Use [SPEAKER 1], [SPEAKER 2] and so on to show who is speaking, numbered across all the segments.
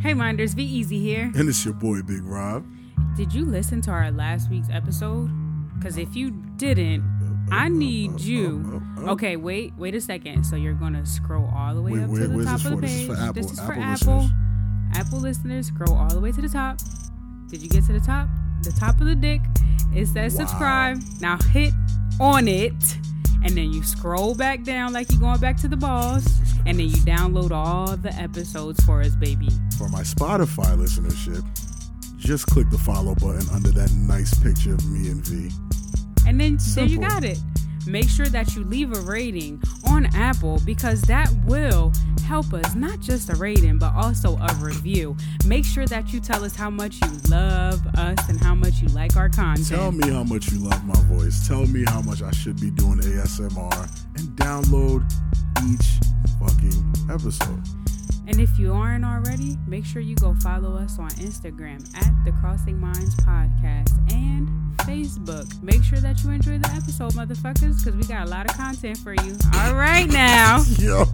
[SPEAKER 1] Hey Minders, be easy here.
[SPEAKER 2] And it's your boy, Big Rob.
[SPEAKER 1] Did you listen to our last week's episode? Because if you didn't, I need you. Okay, wait, wait a second. So you're gonna scroll all the way
[SPEAKER 2] Wait,
[SPEAKER 1] up
[SPEAKER 2] where-
[SPEAKER 1] to the
[SPEAKER 2] where's
[SPEAKER 1] top
[SPEAKER 2] this
[SPEAKER 1] of the
[SPEAKER 2] for? This is
[SPEAKER 1] page.
[SPEAKER 2] for Apple-
[SPEAKER 1] This is for
[SPEAKER 2] Apple
[SPEAKER 1] Apple.
[SPEAKER 2] listeners.
[SPEAKER 1] Apple listeners, scroll all the way to the top. Did you get to the top? The top of the dick. It says
[SPEAKER 2] Wow.
[SPEAKER 1] subscribe. Now hit on it, and then you scroll back down like you're going back to the balls, and then you download all the episodes for us, baby.
[SPEAKER 2] For my Spotify listenership, just click the follow button under that nice picture of me and V.
[SPEAKER 1] And then there you
[SPEAKER 2] Simple.
[SPEAKER 1] got it. Make sure that you leave a rating on Apple because that will help us, not just a rating, but also a review. Make sure that you tell us how much you love us and how much you like our content.
[SPEAKER 2] Tell me how much you love my voice. Tell me how much I should be doing ASMR and download each fucking episode.
[SPEAKER 1] And if you aren't already, make sure you go follow us on Instagram at the Crossing Minds Podcast and Facebook. Make sure that you enjoy the episode, motherfuckers, because we got a lot of content for you. All right now.
[SPEAKER 2] Yo.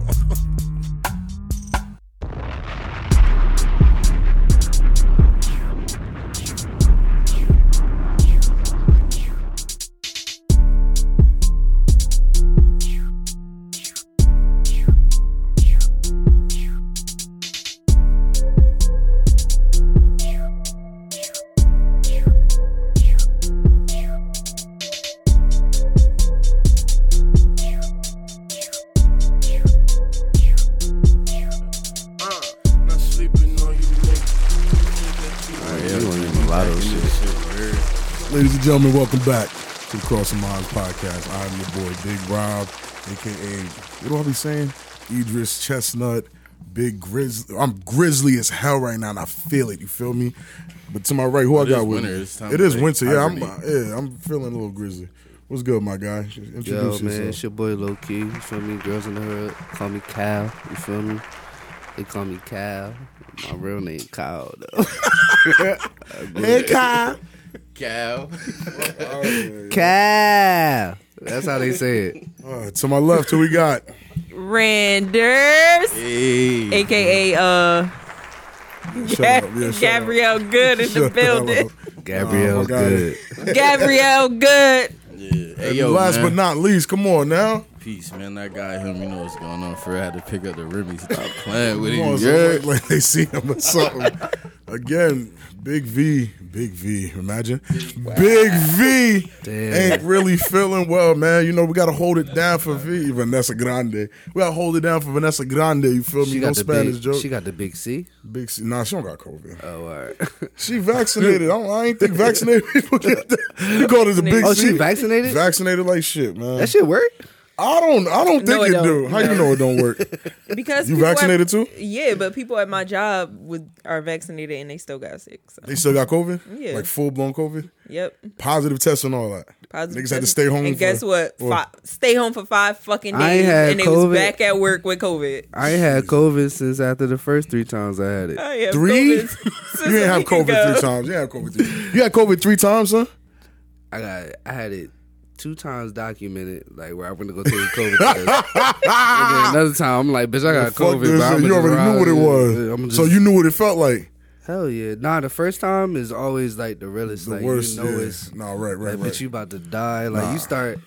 [SPEAKER 3] Not sleeping on you, nigga.
[SPEAKER 4] yeah, we gonna use mulatto shit.
[SPEAKER 2] Ladies and gentlemen, welcome back to the Crossing Minds Podcast. I'm your boy, Big Rob, aka what do I be saying? Idris Chestnut, Big Grizzly. I'm grizzly as hell right now, and I feel it. You feel me? But to my right, who I
[SPEAKER 4] It
[SPEAKER 2] got
[SPEAKER 4] is
[SPEAKER 2] with
[SPEAKER 4] winter.
[SPEAKER 2] me?
[SPEAKER 4] It's time
[SPEAKER 2] it
[SPEAKER 4] to
[SPEAKER 2] is
[SPEAKER 4] like
[SPEAKER 2] winter. Yeah, I'm.
[SPEAKER 4] hibernate.
[SPEAKER 2] Yeah, I'm feeling a little grizzly. What's good, my guy? Introduce
[SPEAKER 4] Yo,
[SPEAKER 2] yourself.
[SPEAKER 4] man, it's your boy Low Key. You feel me? Girls in the hood call me Cal. You feel me? They call me Cal. My real name Kyle though.
[SPEAKER 2] Hey, Kyle.
[SPEAKER 4] Cal.
[SPEAKER 2] Oh, yeah, yeah.
[SPEAKER 4] Cal. That's how they say it.
[SPEAKER 2] Uh, to my left, who we got?
[SPEAKER 5] Randers,
[SPEAKER 4] Hey.
[SPEAKER 5] aka uh
[SPEAKER 2] Shut up. Yeah, shut up.
[SPEAKER 5] Gabrielle Good in the
[SPEAKER 2] Shut the hell
[SPEAKER 5] building.
[SPEAKER 2] up.
[SPEAKER 4] Gabrielle
[SPEAKER 2] Oh, my God.
[SPEAKER 4] Good.
[SPEAKER 5] Gabrielle Good.
[SPEAKER 6] Hey,
[SPEAKER 2] And
[SPEAKER 6] yo,
[SPEAKER 2] last
[SPEAKER 6] man.
[SPEAKER 2] but not least, come on now.
[SPEAKER 6] Peace, man. That guy, him, you know what's going on. For I had to pick up the rim. He stopped playing with
[SPEAKER 2] Come on,
[SPEAKER 6] it.
[SPEAKER 2] so
[SPEAKER 6] Yeah.
[SPEAKER 2] like, like they see him or something. Again, Big V, Big V, imagine. Big V
[SPEAKER 4] Damn.
[SPEAKER 2] ain't really feeling well, man. You know, we got to hold it down for V, Vanessa Grande. We got to hold it down for Vanessa Grande, you feel me?
[SPEAKER 4] She
[SPEAKER 2] no
[SPEAKER 4] got, the
[SPEAKER 2] Spanish
[SPEAKER 4] big,
[SPEAKER 2] joke.
[SPEAKER 4] she got the big C.
[SPEAKER 2] big C. Nah, she don't got COVID.
[SPEAKER 4] Oh, all right.
[SPEAKER 2] She vaccinated. I, don't, I ain't think vaccinated people get that. You call it the Big
[SPEAKER 4] oh,
[SPEAKER 2] C.
[SPEAKER 4] she vaccinated?
[SPEAKER 2] Vaccinated like shit, man.
[SPEAKER 4] that shit work?
[SPEAKER 2] I don't. I don't think
[SPEAKER 5] No, it
[SPEAKER 2] it,
[SPEAKER 5] don't.
[SPEAKER 2] do. How you know it don't work?
[SPEAKER 5] Because
[SPEAKER 2] You
[SPEAKER 5] people at-
[SPEAKER 2] vaccinated too?
[SPEAKER 5] Yeah, but people at my job would are vaccinated and they still got sick. So.
[SPEAKER 2] They still got COVID.
[SPEAKER 5] Yeah.
[SPEAKER 2] Like full blown COVID.
[SPEAKER 5] Yep.
[SPEAKER 2] positive tests and all that.
[SPEAKER 5] Positive
[SPEAKER 2] Niggas had to
[SPEAKER 5] test.
[SPEAKER 2] stay home.
[SPEAKER 5] And
[SPEAKER 2] for-
[SPEAKER 5] guess what?
[SPEAKER 2] for-
[SPEAKER 5] Fi stay home for five fucking days
[SPEAKER 4] I ain't had
[SPEAKER 5] and they
[SPEAKER 4] COVID.
[SPEAKER 5] was back at work with COVID.
[SPEAKER 4] I ain't had COVID since after the first three times I had it.
[SPEAKER 5] I have
[SPEAKER 2] Three?
[SPEAKER 5] COVID
[SPEAKER 2] you
[SPEAKER 5] since
[SPEAKER 2] didn't
[SPEAKER 5] a
[SPEAKER 2] have
[SPEAKER 5] week
[SPEAKER 2] COVID
[SPEAKER 5] ago.
[SPEAKER 2] three times. You had COVID three. You had COVID three times, son.
[SPEAKER 4] I got I had it two times documented, like where I went to go take a COVID test. and then another time I'm like, bitch, I got
[SPEAKER 2] Ah, Fuck
[SPEAKER 4] COVID.
[SPEAKER 2] this.
[SPEAKER 4] but I'ma
[SPEAKER 2] You
[SPEAKER 4] just
[SPEAKER 2] already
[SPEAKER 4] ride
[SPEAKER 2] knew what it
[SPEAKER 4] Yeah, I'ma
[SPEAKER 2] was,
[SPEAKER 4] just,
[SPEAKER 2] so you knew what it felt like.
[SPEAKER 4] hell yeah. Nah, the first time is always like the realest.
[SPEAKER 2] The
[SPEAKER 4] like
[SPEAKER 2] worst.
[SPEAKER 4] you know
[SPEAKER 2] yeah.
[SPEAKER 4] it's
[SPEAKER 2] no, right, right,
[SPEAKER 4] like,
[SPEAKER 2] right.
[SPEAKER 4] bitch, you about to die. Like you start.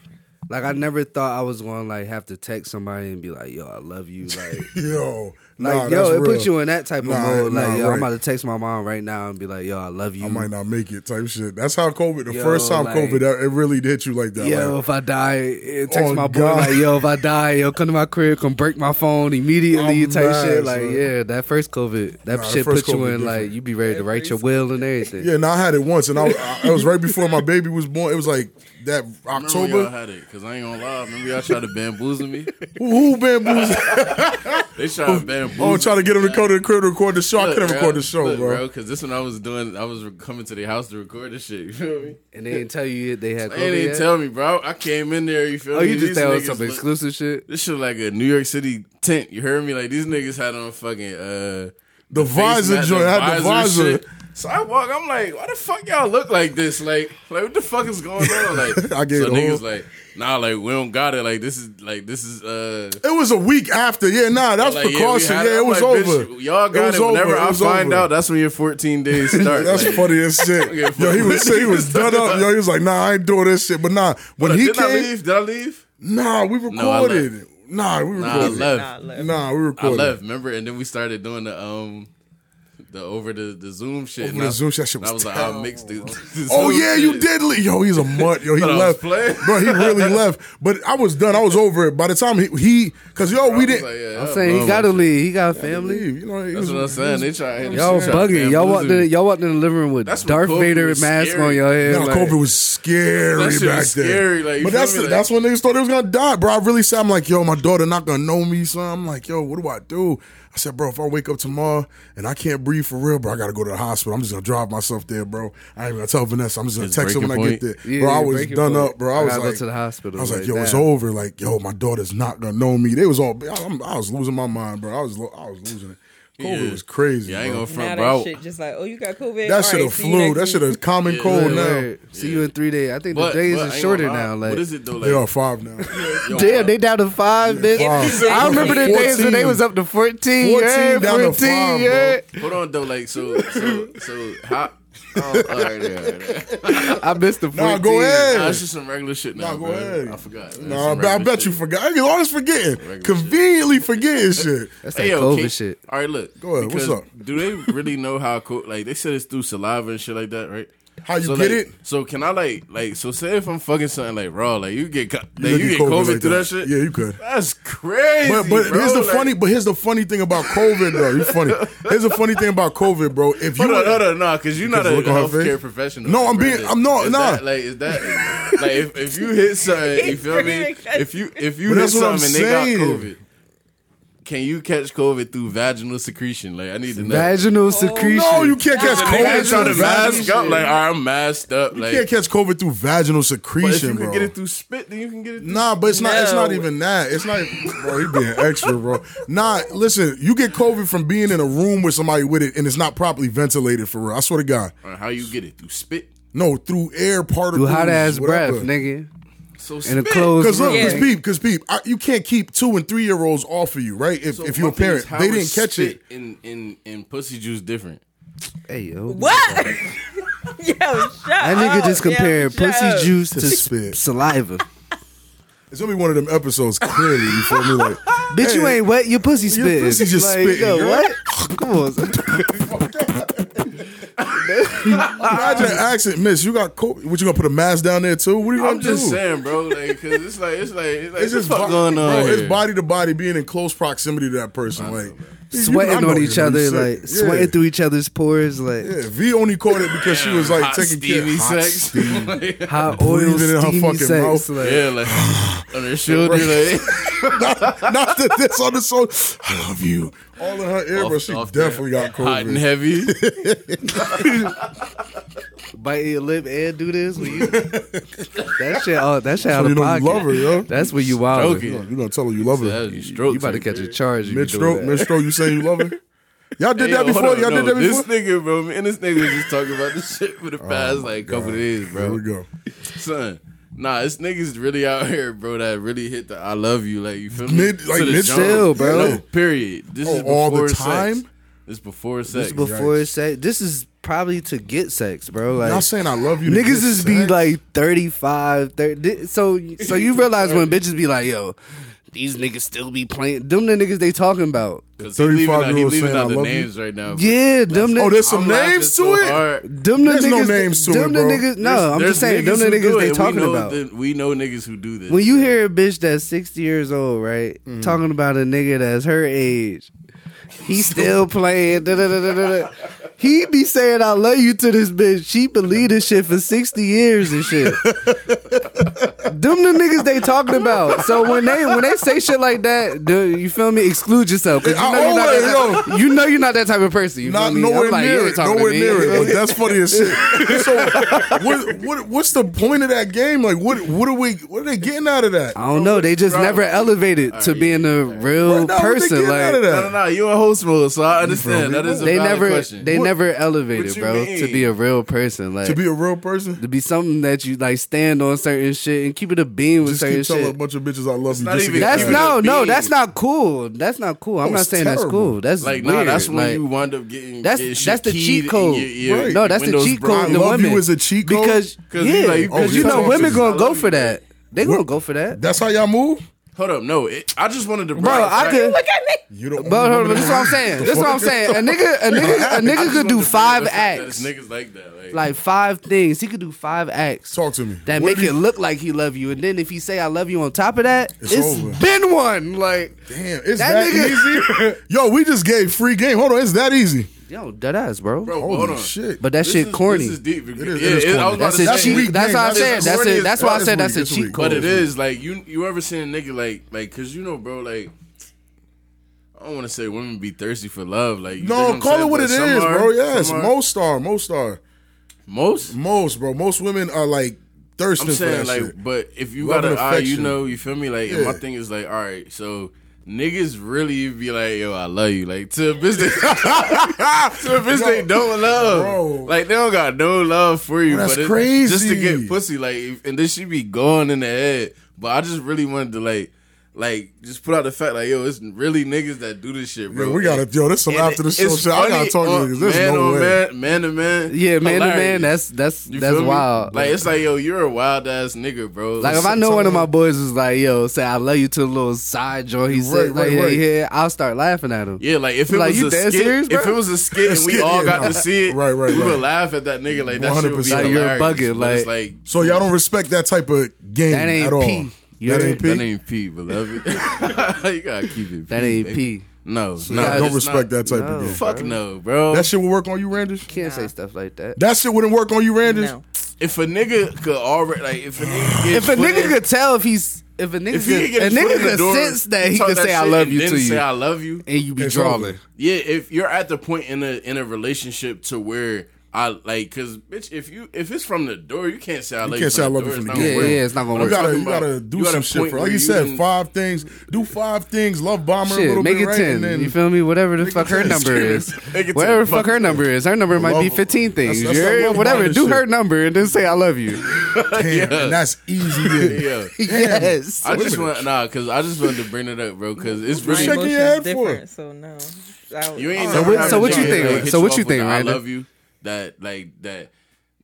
[SPEAKER 4] Like I never thought I was gonna like have to text somebody and be like, "Yo, I love you." Like,
[SPEAKER 2] yo,
[SPEAKER 4] like
[SPEAKER 2] nah,
[SPEAKER 4] yo,
[SPEAKER 2] that's
[SPEAKER 4] it
[SPEAKER 2] real.
[SPEAKER 4] puts you in that type of
[SPEAKER 2] Nah,
[SPEAKER 4] mode. Like,
[SPEAKER 2] nah,
[SPEAKER 4] yo,
[SPEAKER 2] right.
[SPEAKER 4] I'm about to text my mom right now and be like, "Yo, I love you."
[SPEAKER 2] I might not make it. Type shit. That's how COVID. The
[SPEAKER 4] Yo,
[SPEAKER 2] first time
[SPEAKER 4] like-
[SPEAKER 2] COVID, that- it really hit you like that.
[SPEAKER 4] Yo,
[SPEAKER 2] like,
[SPEAKER 4] if I die, it text
[SPEAKER 2] Oh,
[SPEAKER 4] my boy
[SPEAKER 2] God.
[SPEAKER 4] like, yo, if I die, yo, come to my crib, come break my phone immediately. You
[SPEAKER 2] I'm
[SPEAKER 4] type
[SPEAKER 2] mad,
[SPEAKER 4] shit like,
[SPEAKER 2] son.
[SPEAKER 4] yeah, that first COVID,
[SPEAKER 2] Nah,
[SPEAKER 4] that
[SPEAKER 2] the
[SPEAKER 4] shit
[SPEAKER 2] first
[SPEAKER 4] put you
[SPEAKER 2] COVID
[SPEAKER 4] in like
[SPEAKER 2] different.
[SPEAKER 4] you be ready to write your will and everything.
[SPEAKER 2] yeah, and I had it once, and I, I it was right before my baby was born. It was like that
[SPEAKER 6] Remember when y'all
[SPEAKER 2] October.
[SPEAKER 6] had it? Because I ain't going to lie. Remember y'all tried to bamboozle me?
[SPEAKER 2] Who, who bamboozled?
[SPEAKER 6] They tried to bamboozle
[SPEAKER 2] oh, trying to get him to
[SPEAKER 6] me.
[SPEAKER 2] go to the crib to record the show. I
[SPEAKER 6] Look,
[SPEAKER 2] couldn't
[SPEAKER 6] bro,
[SPEAKER 2] record the show,
[SPEAKER 6] look,
[SPEAKER 2] bro.
[SPEAKER 6] Because this one I was doing, I was coming to the house to record this shit. You feel me?
[SPEAKER 4] And they didn't tell you they had COVID.
[SPEAKER 6] They didn't
[SPEAKER 4] yet?
[SPEAKER 6] tell me, bro. I came in there. You feel
[SPEAKER 4] oh,
[SPEAKER 6] me?
[SPEAKER 4] you just
[SPEAKER 6] These
[SPEAKER 4] tell
[SPEAKER 6] niggas
[SPEAKER 4] some
[SPEAKER 6] look-
[SPEAKER 4] exclusive shit.
[SPEAKER 6] This shit like a New York City tent. You heard me? Like these niggas had on fucking uh
[SPEAKER 2] The
[SPEAKER 6] face
[SPEAKER 2] visor
[SPEAKER 6] mask,
[SPEAKER 2] joint. I had the
[SPEAKER 6] visor
[SPEAKER 2] visor.
[SPEAKER 6] shit. So I walk. I'm like, why the fuck y'all look like this? Like, like what the fuck is going on? Like,
[SPEAKER 2] I get
[SPEAKER 6] so
[SPEAKER 2] it.
[SPEAKER 6] niggas like, nah, like we don't got it. Like this is like this is uh.
[SPEAKER 2] It was a week after. Yeah, nah, that was
[SPEAKER 6] like, we
[SPEAKER 2] precaution. Yeah,
[SPEAKER 6] had
[SPEAKER 2] it
[SPEAKER 6] I'm
[SPEAKER 2] was
[SPEAKER 6] like,
[SPEAKER 2] over.
[SPEAKER 6] bitch, y'all got
[SPEAKER 2] was
[SPEAKER 6] it. Whenever
[SPEAKER 2] over. It
[SPEAKER 6] I
[SPEAKER 2] was
[SPEAKER 6] find
[SPEAKER 2] over.
[SPEAKER 6] out, that's when your 14 days start.
[SPEAKER 2] That's
[SPEAKER 6] like,
[SPEAKER 2] funny as shit.
[SPEAKER 6] Okay, fuck.
[SPEAKER 2] Yo, he was he was done up. Yo, he was like, nah, I ain't doing this shit. But nah, when he
[SPEAKER 6] did I
[SPEAKER 2] came,
[SPEAKER 6] leave? Did I leave?
[SPEAKER 2] nah, we
[SPEAKER 6] I left.
[SPEAKER 2] recorded. Nah, we
[SPEAKER 6] Nah, I
[SPEAKER 2] recorded.
[SPEAKER 6] left.
[SPEAKER 5] Nah, look.
[SPEAKER 2] Nah, we
[SPEAKER 6] I
[SPEAKER 2] recorded.
[SPEAKER 6] left, remember? And then we started doing the um the over the, the Zoom shit.
[SPEAKER 2] Over
[SPEAKER 6] and
[SPEAKER 2] the
[SPEAKER 6] I,
[SPEAKER 2] Zoom shit, that shit
[SPEAKER 6] and I
[SPEAKER 2] was
[SPEAKER 6] was like, I mixed the, the
[SPEAKER 2] Oh
[SPEAKER 6] Zoom
[SPEAKER 2] yeah, you
[SPEAKER 6] shit.
[SPEAKER 2] did leave. Yo, he's a mutt. Yo, he
[SPEAKER 6] Thought I was
[SPEAKER 2] left.
[SPEAKER 6] playing.
[SPEAKER 2] Bro, he really left. But I was done. I was over it. By the time he, he cause yo, we
[SPEAKER 6] I was
[SPEAKER 2] didn't
[SPEAKER 6] like, yeah,
[SPEAKER 4] I'm
[SPEAKER 6] I
[SPEAKER 4] saying
[SPEAKER 6] love
[SPEAKER 4] he gotta
[SPEAKER 6] it.
[SPEAKER 4] leave. He got family.
[SPEAKER 2] leave. You know, he
[SPEAKER 6] That's
[SPEAKER 2] was-
[SPEAKER 6] what I'm saying. They try.
[SPEAKER 4] Y'all bugging. Y'all walked in. Y'all walked in the living room with
[SPEAKER 6] That's when
[SPEAKER 4] Darth
[SPEAKER 6] COVID
[SPEAKER 4] Vader
[SPEAKER 6] was
[SPEAKER 4] mask
[SPEAKER 6] scary.
[SPEAKER 4] on your head.
[SPEAKER 2] Nah,
[SPEAKER 4] like,
[SPEAKER 2] COVID was scary
[SPEAKER 6] That shit
[SPEAKER 2] back
[SPEAKER 6] was
[SPEAKER 2] there.
[SPEAKER 6] scary, like, you
[SPEAKER 2] but
[SPEAKER 6] feel
[SPEAKER 2] that's
[SPEAKER 6] me? Like-
[SPEAKER 2] that's when niggas thought they was gonna die, bro. I really said, I'm like, yo, my daughter not gonna know me, son. I'm like, yo, what do I do? I said, bro, if I wake up tomorrow and I can't breathe for real, bro, I gotta go to the hospital. I'm just gonna drive myself there, bro. I ain't even gonna tell Vanessa. I'm just gonna
[SPEAKER 6] It's
[SPEAKER 2] text her when
[SPEAKER 6] breaking
[SPEAKER 2] I get
[SPEAKER 6] point.
[SPEAKER 2] there,
[SPEAKER 4] Yeah,
[SPEAKER 2] bro. I
[SPEAKER 4] yeah,
[SPEAKER 2] was
[SPEAKER 4] breaking
[SPEAKER 2] done
[SPEAKER 4] point.
[SPEAKER 2] up, bro. I
[SPEAKER 4] I
[SPEAKER 2] was
[SPEAKER 4] gotta go
[SPEAKER 2] like,
[SPEAKER 4] to the hospital,
[SPEAKER 2] I was like,
[SPEAKER 4] like,
[SPEAKER 2] yo, it's
[SPEAKER 4] damn.
[SPEAKER 2] over. Like, yo, my daughter's not gonna know me. They was all, I'm, I was losing my mind, bro. I was, lo- I was losing it. COVID
[SPEAKER 6] Yeah.
[SPEAKER 2] was crazy.
[SPEAKER 6] Yeah, I ain't
[SPEAKER 2] bro.
[SPEAKER 6] gonna
[SPEAKER 5] Now
[SPEAKER 6] front,
[SPEAKER 5] that
[SPEAKER 6] bro.
[SPEAKER 5] shit just like, oh, you got COVID.
[SPEAKER 2] That should have flew. That should have common
[SPEAKER 6] Yeah,
[SPEAKER 2] cold
[SPEAKER 6] yeah,
[SPEAKER 2] now.
[SPEAKER 4] Word. See you in three days. I think
[SPEAKER 6] But-
[SPEAKER 4] the days
[SPEAKER 6] but I
[SPEAKER 4] are
[SPEAKER 6] ain't
[SPEAKER 4] shorter
[SPEAKER 6] gonna lie.
[SPEAKER 4] now. Like,
[SPEAKER 6] what is it though? Like,
[SPEAKER 2] They are five now.
[SPEAKER 6] yo,
[SPEAKER 4] damn,
[SPEAKER 6] I-
[SPEAKER 4] they down to five. bitch.
[SPEAKER 2] Five.
[SPEAKER 4] I remember the days when they
[SPEAKER 2] 14.
[SPEAKER 4] was up to fourteen.
[SPEAKER 2] 14
[SPEAKER 4] yeah,
[SPEAKER 2] down to
[SPEAKER 4] 14
[SPEAKER 2] five,
[SPEAKER 4] yeah.
[SPEAKER 6] Hold on though, like so, so, so. How, oh, all right, all right, all right.
[SPEAKER 4] I missed the fourteen.
[SPEAKER 2] Nah, go ahead.
[SPEAKER 6] Nah, it's just some regular shit now.
[SPEAKER 2] Nah, go
[SPEAKER 6] bro.
[SPEAKER 2] ahead.
[SPEAKER 6] I forgot. That's
[SPEAKER 2] Nah, I
[SPEAKER 6] some
[SPEAKER 2] bet, I
[SPEAKER 6] regular
[SPEAKER 2] bet
[SPEAKER 6] shit.
[SPEAKER 2] you forgot. You're always forgetting.
[SPEAKER 6] shit.
[SPEAKER 2] Conveniently forgetting shit.
[SPEAKER 4] That's that
[SPEAKER 6] Hey, yo,
[SPEAKER 4] COVID
[SPEAKER 6] King-
[SPEAKER 4] shit.
[SPEAKER 6] All right, look.
[SPEAKER 2] Go ahead, what's
[SPEAKER 6] because
[SPEAKER 2] up?
[SPEAKER 6] Do they really know how? Co- like they said it's through saliva and shit like that, right?
[SPEAKER 2] How you
[SPEAKER 6] so
[SPEAKER 2] get
[SPEAKER 6] like,
[SPEAKER 2] it?
[SPEAKER 6] So can I like like so say if I'm fucking something like raw, like you get co- like,
[SPEAKER 2] could
[SPEAKER 6] you
[SPEAKER 2] get
[SPEAKER 6] get COVID,
[SPEAKER 2] like
[SPEAKER 6] through that. shit?
[SPEAKER 2] Yeah, you could.
[SPEAKER 6] That's crazy.
[SPEAKER 2] But but
[SPEAKER 6] bro.
[SPEAKER 2] here's the
[SPEAKER 6] like,
[SPEAKER 2] funny. But here's the funny thing about COVID, though. You funny. Here's the funny thing about COVID, bro. If you
[SPEAKER 6] Hold on, hold on, nah, because you're not a
[SPEAKER 2] Because look on her face.
[SPEAKER 6] healthcare professional.
[SPEAKER 2] No, I'm
[SPEAKER 6] bro.
[SPEAKER 2] being- I'm not-
[SPEAKER 6] Is
[SPEAKER 2] nah.
[SPEAKER 6] That, like, is that like if, if you hit something, you feel me? If you if you
[SPEAKER 2] But
[SPEAKER 6] hit
[SPEAKER 2] that's what I'm
[SPEAKER 6] something and they got
[SPEAKER 2] saying.
[SPEAKER 6] COVID, can you catch COVID through vaginal secretion? Like, I need to know.
[SPEAKER 4] Vaginal secretion.
[SPEAKER 2] Oh, no, you can't catch
[SPEAKER 6] The nigga
[SPEAKER 2] COVID
[SPEAKER 6] trying
[SPEAKER 2] through
[SPEAKER 6] to mask
[SPEAKER 2] vaginal.
[SPEAKER 6] up, like "All right, I'm masked up.
[SPEAKER 2] You
[SPEAKER 6] like,
[SPEAKER 2] can't catch COVID through vaginal
[SPEAKER 6] but if you
[SPEAKER 2] secretion,
[SPEAKER 6] can
[SPEAKER 2] bro.
[SPEAKER 6] get it through spit, then you can get it. Through
[SPEAKER 2] Nah, but it's not. It's
[SPEAKER 5] No.
[SPEAKER 2] not even that. It's not, bro. He being extra, bro. Nah, listen. You get COVID from being in a room with somebody with it, and it's not properly ventilated for real. I swear to God.
[SPEAKER 6] Or how you get it through spit?
[SPEAKER 2] No, through air particles.
[SPEAKER 4] You hot ass breath,
[SPEAKER 2] whatever.
[SPEAKER 4] nigga.
[SPEAKER 6] So
[SPEAKER 4] In a
[SPEAKER 6] spit.
[SPEAKER 4] closed
[SPEAKER 2] Because look,
[SPEAKER 4] room.
[SPEAKER 2] because
[SPEAKER 5] Yeah.
[SPEAKER 2] peep, because peep, I, you can't keep two and three year olds off of you, right? If,
[SPEAKER 6] So
[SPEAKER 2] if you're a
[SPEAKER 6] my thing is,
[SPEAKER 2] parent,
[SPEAKER 6] how
[SPEAKER 2] they
[SPEAKER 6] is
[SPEAKER 2] didn't catch
[SPEAKER 6] spit
[SPEAKER 2] it.
[SPEAKER 6] In in in pussy juice, different.
[SPEAKER 4] Hey yo,
[SPEAKER 5] What? Yo, shut
[SPEAKER 4] That nigga just comparing pussy juice to
[SPEAKER 2] To
[SPEAKER 4] s-
[SPEAKER 2] spit.
[SPEAKER 4] saliva.
[SPEAKER 2] It's gonna be one of them episodes. Clearly, you feel me? Like,
[SPEAKER 4] Bitch, you ain't wet. Your pussy spit.
[SPEAKER 2] pussy just
[SPEAKER 4] like,
[SPEAKER 2] spitting,
[SPEAKER 4] Yo,
[SPEAKER 2] girl.
[SPEAKER 4] what? Come on. son.
[SPEAKER 2] imagine an accident, miss. You got COVID. What you gonna put a mask down there too? What are you gonna
[SPEAKER 6] I'm just
[SPEAKER 2] do?
[SPEAKER 6] saying, bro. Like, cause it's like it's like it's like
[SPEAKER 2] It's just
[SPEAKER 6] just
[SPEAKER 2] bo-
[SPEAKER 6] fuck going on.
[SPEAKER 2] bro,
[SPEAKER 6] here?
[SPEAKER 2] it's body to body, being in close proximity to that person, like you- you- I
[SPEAKER 4] sweating
[SPEAKER 2] know
[SPEAKER 4] on
[SPEAKER 2] you
[SPEAKER 4] each
[SPEAKER 2] know what
[SPEAKER 4] other,
[SPEAKER 2] you're
[SPEAKER 4] like
[SPEAKER 2] saying.
[SPEAKER 4] sweating through each other's pores, like
[SPEAKER 2] Yeah, V only caught it because she was like
[SPEAKER 6] Hot
[SPEAKER 2] taking care
[SPEAKER 6] steamy
[SPEAKER 2] of hot
[SPEAKER 6] sex.
[SPEAKER 2] steam.
[SPEAKER 6] Like,
[SPEAKER 4] hot oil,
[SPEAKER 2] Breathing in her
[SPEAKER 4] steamy
[SPEAKER 2] fucking
[SPEAKER 4] sex.
[SPEAKER 2] mouth.
[SPEAKER 4] Like,
[SPEAKER 6] yeah, like on her shoulder, like
[SPEAKER 2] Not that this on the song. I love you. All in her ear, but she
[SPEAKER 6] off the-
[SPEAKER 2] definitely got COVID.
[SPEAKER 6] hot and heavy.
[SPEAKER 4] bite your lip and do this. When you, that shit, oh, that shit out
[SPEAKER 2] you
[SPEAKER 4] of
[SPEAKER 2] know you
[SPEAKER 4] pocket.
[SPEAKER 2] love her, yo.
[SPEAKER 4] That's when you wild.
[SPEAKER 6] Stroking.
[SPEAKER 4] You
[SPEAKER 2] You're gonna tell her you love her.
[SPEAKER 6] That was your stroke
[SPEAKER 4] about to
[SPEAKER 6] right
[SPEAKER 4] catch a
[SPEAKER 6] there.
[SPEAKER 4] charge. if you
[SPEAKER 2] Mid
[SPEAKER 4] do
[SPEAKER 2] stroke,
[SPEAKER 4] that.
[SPEAKER 2] mid stroke. You saying you love her? Y'all did
[SPEAKER 6] Hey,
[SPEAKER 2] that
[SPEAKER 6] yo,
[SPEAKER 2] before.
[SPEAKER 6] hold on,
[SPEAKER 2] Y'all
[SPEAKER 6] no,
[SPEAKER 2] did that
[SPEAKER 6] This
[SPEAKER 2] before. Oh
[SPEAKER 6] nigga, bro, me and this nigga was just talking about this shit for the past like couple days,
[SPEAKER 2] Here we
[SPEAKER 6] bro.
[SPEAKER 2] go.
[SPEAKER 6] Son, nah, this nigga's really out here, bro. That really hit the I love you, like you feel me?
[SPEAKER 2] Mid- like,
[SPEAKER 6] To the
[SPEAKER 2] mid-
[SPEAKER 6] jump.
[SPEAKER 4] Still, bro.
[SPEAKER 6] No, period. This
[SPEAKER 2] Oh,
[SPEAKER 6] is
[SPEAKER 2] all the
[SPEAKER 6] before Sex.
[SPEAKER 2] time?
[SPEAKER 6] This before sex.
[SPEAKER 4] This before sex. This is probably to get sex, bro. Like
[SPEAKER 2] Y'all saying I love you. to get
[SPEAKER 4] Niggas just be
[SPEAKER 2] sex?
[SPEAKER 4] like 35, 30. So, so you realize when bitches be like, yo, these niggas still be playing. Them the niggas they talking about.
[SPEAKER 6] 'Cause he leaving out, he
[SPEAKER 2] 35-year-old
[SPEAKER 6] leaving
[SPEAKER 2] saying,
[SPEAKER 6] out
[SPEAKER 2] "I
[SPEAKER 6] the
[SPEAKER 2] love you."
[SPEAKER 6] names right now. bro.
[SPEAKER 4] Yeah, them the,
[SPEAKER 2] Oh, there's some
[SPEAKER 6] I'm laughing
[SPEAKER 2] names to
[SPEAKER 6] so
[SPEAKER 2] it.
[SPEAKER 6] hard.
[SPEAKER 4] them the
[SPEAKER 2] there's no
[SPEAKER 4] niggas.
[SPEAKER 2] names to
[SPEAKER 4] them
[SPEAKER 2] it,
[SPEAKER 4] the
[SPEAKER 2] bro.
[SPEAKER 4] niggas. No, I'm
[SPEAKER 6] There's
[SPEAKER 4] just saying, them the
[SPEAKER 6] who do
[SPEAKER 4] niggas
[SPEAKER 6] it,
[SPEAKER 4] they
[SPEAKER 6] and we
[SPEAKER 4] talking
[SPEAKER 6] know
[SPEAKER 4] about.
[SPEAKER 6] that- we know niggas who do this.
[SPEAKER 4] when you hear a bitch that's 60 years old, right,
[SPEAKER 2] Mm-hmm.
[SPEAKER 4] talking about a nigga that's her age, he still playing. Da, da, da, da, da, da. He be saying, I love you to this bitch. She believe this shit for 60 years and shit. Them the niggas they talking about. So when they when they say shit like that, dude, you feel me? Exclude yourself. 'Cause
[SPEAKER 2] I
[SPEAKER 4] you know you're not that
[SPEAKER 2] always-
[SPEAKER 4] type- you know you're not that type of person. You
[SPEAKER 2] Not
[SPEAKER 4] feel me? I'm
[SPEAKER 2] nowhere
[SPEAKER 4] like, you
[SPEAKER 2] near
[SPEAKER 4] ain't
[SPEAKER 2] it.
[SPEAKER 4] talking to
[SPEAKER 2] Nowhere
[SPEAKER 4] me.
[SPEAKER 2] near it. But that's funny as shit. So, what, what, what's the point of that game? Like, what, what are we? What are they getting out of that?
[SPEAKER 4] I don't know. They just never elevated to being a real
[SPEAKER 2] Right now, what they
[SPEAKER 4] person.
[SPEAKER 2] getting out of
[SPEAKER 4] Like
[SPEAKER 2] that?
[SPEAKER 6] No, no, no. You in host mode, so I understand. That is a
[SPEAKER 4] they
[SPEAKER 6] valid
[SPEAKER 4] never
[SPEAKER 6] question.
[SPEAKER 4] they
[SPEAKER 6] What-
[SPEAKER 4] never
[SPEAKER 6] what
[SPEAKER 4] elevated,
[SPEAKER 6] you
[SPEAKER 4] bro,
[SPEAKER 6] mean?
[SPEAKER 4] to be a real person. Like
[SPEAKER 2] To be a real person,
[SPEAKER 4] to be something that you like stand on certain shit and keep it a beam with
[SPEAKER 2] just keep
[SPEAKER 4] certain
[SPEAKER 2] telling a
[SPEAKER 4] shit.
[SPEAKER 2] bunch of bitches I love you.
[SPEAKER 6] not
[SPEAKER 2] just to get
[SPEAKER 6] even-
[SPEAKER 4] That's
[SPEAKER 2] that.
[SPEAKER 6] keep it
[SPEAKER 4] no,
[SPEAKER 6] a
[SPEAKER 4] no,
[SPEAKER 6] beam.
[SPEAKER 4] that's not cool. That's not cool. I'm
[SPEAKER 2] Oh,
[SPEAKER 4] not
[SPEAKER 2] it's
[SPEAKER 4] saying that's
[SPEAKER 2] terrible.
[SPEAKER 4] cool. That's
[SPEAKER 6] Like,
[SPEAKER 4] weird.
[SPEAKER 6] nah, that's when
[SPEAKER 4] like,
[SPEAKER 6] you wind up getting
[SPEAKER 4] That's-
[SPEAKER 6] getting
[SPEAKER 4] that's
[SPEAKER 6] shit
[SPEAKER 4] the
[SPEAKER 6] keyed
[SPEAKER 4] cheat
[SPEAKER 6] in
[SPEAKER 4] code.
[SPEAKER 6] your- your
[SPEAKER 2] Right.
[SPEAKER 4] no, that's the
[SPEAKER 6] Windows
[SPEAKER 4] cheat
[SPEAKER 6] brown.
[SPEAKER 4] code.
[SPEAKER 2] I
[SPEAKER 4] The
[SPEAKER 2] love
[SPEAKER 4] women
[SPEAKER 2] you is a cheat code?
[SPEAKER 4] because
[SPEAKER 6] 'Cause
[SPEAKER 4] yeah,
[SPEAKER 6] you
[SPEAKER 4] because
[SPEAKER 6] like-
[SPEAKER 4] you,
[SPEAKER 6] oh,
[SPEAKER 2] you
[SPEAKER 4] know
[SPEAKER 2] talking
[SPEAKER 4] women
[SPEAKER 2] shit.
[SPEAKER 4] gonna
[SPEAKER 6] I
[SPEAKER 4] go
[SPEAKER 6] love
[SPEAKER 4] for
[SPEAKER 6] you.
[SPEAKER 4] that. They gonna
[SPEAKER 2] What-
[SPEAKER 4] go for that,
[SPEAKER 2] That's how y'all move,
[SPEAKER 6] Hold up, no. It, I just wanted to bring
[SPEAKER 4] bro. I
[SPEAKER 6] back-
[SPEAKER 4] could.
[SPEAKER 2] You don't.
[SPEAKER 4] But hold on, this is what I'm saying. This is what I'm saying. A nigga, a nigga, a
[SPEAKER 6] I
[SPEAKER 4] nigga could
[SPEAKER 6] just wanted to
[SPEAKER 4] do
[SPEAKER 6] bring
[SPEAKER 4] five
[SPEAKER 6] up that it's
[SPEAKER 4] acts,
[SPEAKER 6] Niggas like that. Like,
[SPEAKER 4] like five things. He could do five acts
[SPEAKER 2] Talk to me.
[SPEAKER 4] that
[SPEAKER 2] What
[SPEAKER 4] make
[SPEAKER 2] do you-
[SPEAKER 4] it look like he love you, and then if he say I love you on top of that,
[SPEAKER 2] It's over.
[SPEAKER 4] it's been one. Like,
[SPEAKER 2] Damn, it's
[SPEAKER 4] That
[SPEAKER 2] that,
[SPEAKER 4] nigga-
[SPEAKER 2] easy. Yo, we just gave free game. Hold on, it's that easy.
[SPEAKER 4] yo, dead ass, bro.
[SPEAKER 6] bro,
[SPEAKER 2] Holy
[SPEAKER 6] hold on.
[SPEAKER 2] shit!
[SPEAKER 4] But that
[SPEAKER 6] This
[SPEAKER 4] shit
[SPEAKER 6] is-
[SPEAKER 4] corny.
[SPEAKER 6] This is deep.
[SPEAKER 2] It is- it is
[SPEAKER 6] I was
[SPEAKER 2] corny.
[SPEAKER 6] about
[SPEAKER 4] That's
[SPEAKER 6] to
[SPEAKER 4] a
[SPEAKER 2] That's
[SPEAKER 6] say-
[SPEAKER 2] weak
[SPEAKER 4] cheat. That's what I
[SPEAKER 2] game.
[SPEAKER 4] said.
[SPEAKER 2] That's
[SPEAKER 4] That's
[SPEAKER 6] corny
[SPEAKER 4] a,
[SPEAKER 6] as-
[SPEAKER 4] That's why I
[SPEAKER 2] that
[SPEAKER 4] said
[SPEAKER 2] is
[SPEAKER 4] that's a
[SPEAKER 2] weak. It's
[SPEAKER 4] cheat
[SPEAKER 2] weak.
[SPEAKER 4] code.
[SPEAKER 6] But it is like you you ever seen a nigga like like cause you know bro like I don't want to say women be thirsty for love like you dig
[SPEAKER 2] No,
[SPEAKER 6] I'm
[SPEAKER 2] call
[SPEAKER 6] saying?
[SPEAKER 2] it what
[SPEAKER 6] But
[SPEAKER 2] it is,
[SPEAKER 6] some are,
[SPEAKER 2] bro. Yes,
[SPEAKER 6] some are.
[SPEAKER 2] most are, most are,
[SPEAKER 6] most
[SPEAKER 2] most, bro. Most women are like thirsting
[SPEAKER 6] I'm
[SPEAKER 2] for that
[SPEAKER 6] saying like
[SPEAKER 2] shit.
[SPEAKER 6] but if you
[SPEAKER 2] Love
[SPEAKER 6] got an
[SPEAKER 2] and
[SPEAKER 6] eye you
[SPEAKER 2] affection.
[SPEAKER 6] know you feel me like and
[SPEAKER 2] Yeah.
[SPEAKER 6] my thing is like all right so niggas really be like yo I love you like to a business to a business they don't love
[SPEAKER 2] bro.
[SPEAKER 6] like they don't got no love for you
[SPEAKER 2] Bro, that's
[SPEAKER 6] but it-
[SPEAKER 2] crazy.
[SPEAKER 6] just to get pussy like if- and then she be going in the head but I just really wanted to like. Like, just put out the fact, like, yo, it's really niggas that do this shit, bro.
[SPEAKER 2] Yeah, we gotta yo. This some
[SPEAKER 6] And
[SPEAKER 2] after the
[SPEAKER 6] it-
[SPEAKER 2] show
[SPEAKER 6] it's
[SPEAKER 2] shit. I gotta
[SPEAKER 6] funny
[SPEAKER 2] talk to
[SPEAKER 6] on
[SPEAKER 2] niggas. There's
[SPEAKER 6] man
[SPEAKER 2] no
[SPEAKER 6] on
[SPEAKER 2] way.
[SPEAKER 6] Man, man to man.
[SPEAKER 4] Yeah, man to
[SPEAKER 6] Hilarious.
[SPEAKER 4] man, that's that's
[SPEAKER 6] You
[SPEAKER 4] that's
[SPEAKER 6] feel me?
[SPEAKER 4] wild.
[SPEAKER 6] Like it's like yo, you're a wild ass nigga, bro.
[SPEAKER 4] Like if I know one of my boys is like, "Yo, say I love you" to a little side joint, he said,
[SPEAKER 2] right,
[SPEAKER 4] "Like, yeah,
[SPEAKER 2] right.
[SPEAKER 4] yeah," I'll start laughing at him.
[SPEAKER 6] yeah, like if it
[SPEAKER 4] Like,
[SPEAKER 6] was
[SPEAKER 4] you
[SPEAKER 6] a
[SPEAKER 4] dead
[SPEAKER 6] skit,
[SPEAKER 4] serious, bro?
[SPEAKER 6] if it was a skit and we
[SPEAKER 2] skit,
[SPEAKER 6] all
[SPEAKER 2] yeah,
[SPEAKER 6] got
[SPEAKER 2] nah.
[SPEAKER 6] to see it,
[SPEAKER 2] Right, right,
[SPEAKER 6] we
[SPEAKER 2] right.
[SPEAKER 6] would laugh at that nigga like that. Shit would
[SPEAKER 2] 100%.
[SPEAKER 6] be
[SPEAKER 2] Like,
[SPEAKER 4] you're
[SPEAKER 6] hilarious,
[SPEAKER 4] bugging,
[SPEAKER 6] but it's
[SPEAKER 4] like-
[SPEAKER 2] So y'all don't respect that type of game
[SPEAKER 4] That ain't
[SPEAKER 2] at all.
[SPEAKER 4] P. You
[SPEAKER 2] That
[SPEAKER 4] heard?
[SPEAKER 2] ain't P.
[SPEAKER 6] that ain't P, beloved. you gotta keep it.
[SPEAKER 4] That ain't
[SPEAKER 6] baby.
[SPEAKER 4] P.
[SPEAKER 6] No, no,
[SPEAKER 2] Y'all
[SPEAKER 6] it's
[SPEAKER 2] don't respect
[SPEAKER 6] not.
[SPEAKER 2] that type
[SPEAKER 4] No.
[SPEAKER 2] of game.
[SPEAKER 6] Fuck no, bro.
[SPEAKER 2] That shit will work on you, Randers.
[SPEAKER 4] Can't say stuff like that.
[SPEAKER 2] That shit wouldn't work on you, Randers.
[SPEAKER 5] No.
[SPEAKER 6] if a nigga could already, like, if a nigga
[SPEAKER 4] If
[SPEAKER 6] gets
[SPEAKER 4] a
[SPEAKER 6] put
[SPEAKER 4] nigga
[SPEAKER 6] in-
[SPEAKER 4] could tell if he's if a nigga
[SPEAKER 6] if he could
[SPEAKER 4] could,
[SPEAKER 6] get
[SPEAKER 4] a
[SPEAKER 6] his foot in
[SPEAKER 4] nigga
[SPEAKER 6] the
[SPEAKER 4] could
[SPEAKER 6] door,
[SPEAKER 4] sense that he
[SPEAKER 6] talk
[SPEAKER 4] could say I
[SPEAKER 6] shit
[SPEAKER 4] love
[SPEAKER 6] and
[SPEAKER 4] you
[SPEAKER 6] then
[SPEAKER 4] to
[SPEAKER 6] say
[SPEAKER 4] you,
[SPEAKER 6] I love you.
[SPEAKER 4] and you be
[SPEAKER 2] It's
[SPEAKER 4] drawling.
[SPEAKER 2] over.
[SPEAKER 6] Yeah, if you're at the point in a in a relationship to where I like, cause bitch, if you if it's from the door, you can't say I love you.
[SPEAKER 2] can't say I love you
[SPEAKER 6] door.
[SPEAKER 2] from the
[SPEAKER 6] It's not
[SPEAKER 2] door.
[SPEAKER 6] gonna
[SPEAKER 4] Yeah,
[SPEAKER 6] work.
[SPEAKER 4] yeah, it's not gonna
[SPEAKER 2] You
[SPEAKER 4] work.
[SPEAKER 2] gotta,
[SPEAKER 6] talking
[SPEAKER 2] you gotta
[SPEAKER 6] about-
[SPEAKER 2] do
[SPEAKER 6] you gotta
[SPEAKER 2] some shit
[SPEAKER 6] point
[SPEAKER 2] for.
[SPEAKER 6] where
[SPEAKER 2] Like you
[SPEAKER 6] you
[SPEAKER 2] said,
[SPEAKER 6] can-
[SPEAKER 2] five things. Do five things. Love bomber a
[SPEAKER 4] Shit,
[SPEAKER 2] little
[SPEAKER 4] make
[SPEAKER 2] bit,
[SPEAKER 4] it
[SPEAKER 2] right?
[SPEAKER 4] ten.
[SPEAKER 2] And then
[SPEAKER 4] you feel me? Whatever the fuck her
[SPEAKER 2] ten.
[SPEAKER 4] number is,
[SPEAKER 6] Make it
[SPEAKER 4] whatever the
[SPEAKER 6] 10.
[SPEAKER 4] fuck her number is, her number might be
[SPEAKER 2] Love-
[SPEAKER 4] fifteen things.
[SPEAKER 2] that's- that's
[SPEAKER 4] You're-
[SPEAKER 2] that love
[SPEAKER 4] whatever,
[SPEAKER 2] bonding
[SPEAKER 4] do her
[SPEAKER 2] shit.
[SPEAKER 4] number and then say I love you.
[SPEAKER 2] Damn, and that's easy. then.
[SPEAKER 6] Yeah.
[SPEAKER 4] yes,
[SPEAKER 6] I just want nah, cause I just wanted to bring it up, bro. Cause it's
[SPEAKER 2] What
[SPEAKER 6] really
[SPEAKER 2] you
[SPEAKER 5] My
[SPEAKER 2] shaking your
[SPEAKER 5] emotions
[SPEAKER 2] head for?
[SPEAKER 5] different, so no. I would-
[SPEAKER 6] you ain't.
[SPEAKER 2] So
[SPEAKER 6] never
[SPEAKER 2] what-
[SPEAKER 6] had
[SPEAKER 2] so
[SPEAKER 6] a
[SPEAKER 2] what you
[SPEAKER 6] joint
[SPEAKER 2] think,
[SPEAKER 6] that
[SPEAKER 2] right?
[SPEAKER 6] hit
[SPEAKER 4] So what
[SPEAKER 6] off
[SPEAKER 4] you
[SPEAKER 6] with the
[SPEAKER 4] think,
[SPEAKER 6] I
[SPEAKER 4] Randall?
[SPEAKER 6] love you. That like that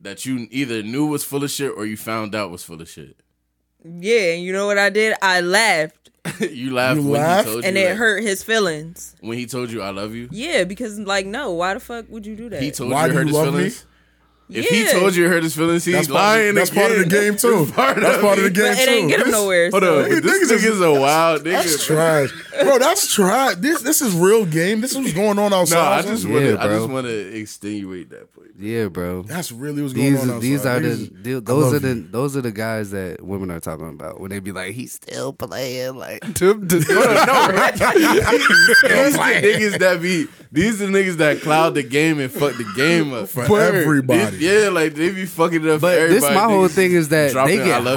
[SPEAKER 6] that you either knew was full of shit or you found out was full of shit.
[SPEAKER 5] um, Yeah, and you know what I did? I laughed,
[SPEAKER 6] you laughed
[SPEAKER 2] You
[SPEAKER 6] when
[SPEAKER 2] laughed?
[SPEAKER 6] he told
[SPEAKER 5] and
[SPEAKER 6] you
[SPEAKER 5] it
[SPEAKER 6] like,
[SPEAKER 5] hurt his feelings.
[SPEAKER 6] when he told you I love you.
[SPEAKER 5] Yeah, because like, no, why the fuck would you do that?
[SPEAKER 6] He told
[SPEAKER 2] Why
[SPEAKER 6] you
[SPEAKER 2] do
[SPEAKER 6] it
[SPEAKER 2] you
[SPEAKER 6] hurt his
[SPEAKER 2] love me?
[SPEAKER 6] feelings. If
[SPEAKER 5] Yeah.
[SPEAKER 6] he told you it hurt his feelings, he's
[SPEAKER 2] That's part,
[SPEAKER 6] lying.
[SPEAKER 2] of, that's part of the
[SPEAKER 6] again.
[SPEAKER 2] game too.
[SPEAKER 6] part of
[SPEAKER 2] that's part of the
[SPEAKER 6] it.
[SPEAKER 2] game
[SPEAKER 5] but it
[SPEAKER 2] too.
[SPEAKER 5] ain't get him
[SPEAKER 2] This-
[SPEAKER 5] nowhere.
[SPEAKER 6] Hold
[SPEAKER 5] so-
[SPEAKER 6] on,
[SPEAKER 2] Niggas
[SPEAKER 6] this
[SPEAKER 2] is-
[SPEAKER 6] nigga's a wild
[SPEAKER 2] That's
[SPEAKER 6] nigga. bro.
[SPEAKER 2] trash, bro. That's trash. This this is real game. This is what's going on outside.
[SPEAKER 6] No, I just
[SPEAKER 4] Yeah,
[SPEAKER 6] want to. I
[SPEAKER 4] bro.
[SPEAKER 6] just want to extenuate that point.
[SPEAKER 4] yeah, bro.
[SPEAKER 2] that's really what's going
[SPEAKER 4] These
[SPEAKER 2] on outside.
[SPEAKER 4] these are the
[SPEAKER 2] Niggas-
[SPEAKER 4] the-
[SPEAKER 2] I love
[SPEAKER 4] those are
[SPEAKER 2] you.
[SPEAKER 4] the those are the guys that women are talking about when they be like he's still playing like to, to,
[SPEAKER 6] These the niggas that be. These the niggas that cloud the game and fuck the game up
[SPEAKER 2] For everybody.
[SPEAKER 6] These- yeah, like they be fucking it up.
[SPEAKER 4] but
[SPEAKER 6] for
[SPEAKER 4] this
[SPEAKER 6] everybody,
[SPEAKER 4] my whole
[SPEAKER 6] niggas.
[SPEAKER 4] thing is that
[SPEAKER 6] dropping,
[SPEAKER 4] they
[SPEAKER 6] "I
[SPEAKER 4] get
[SPEAKER 6] love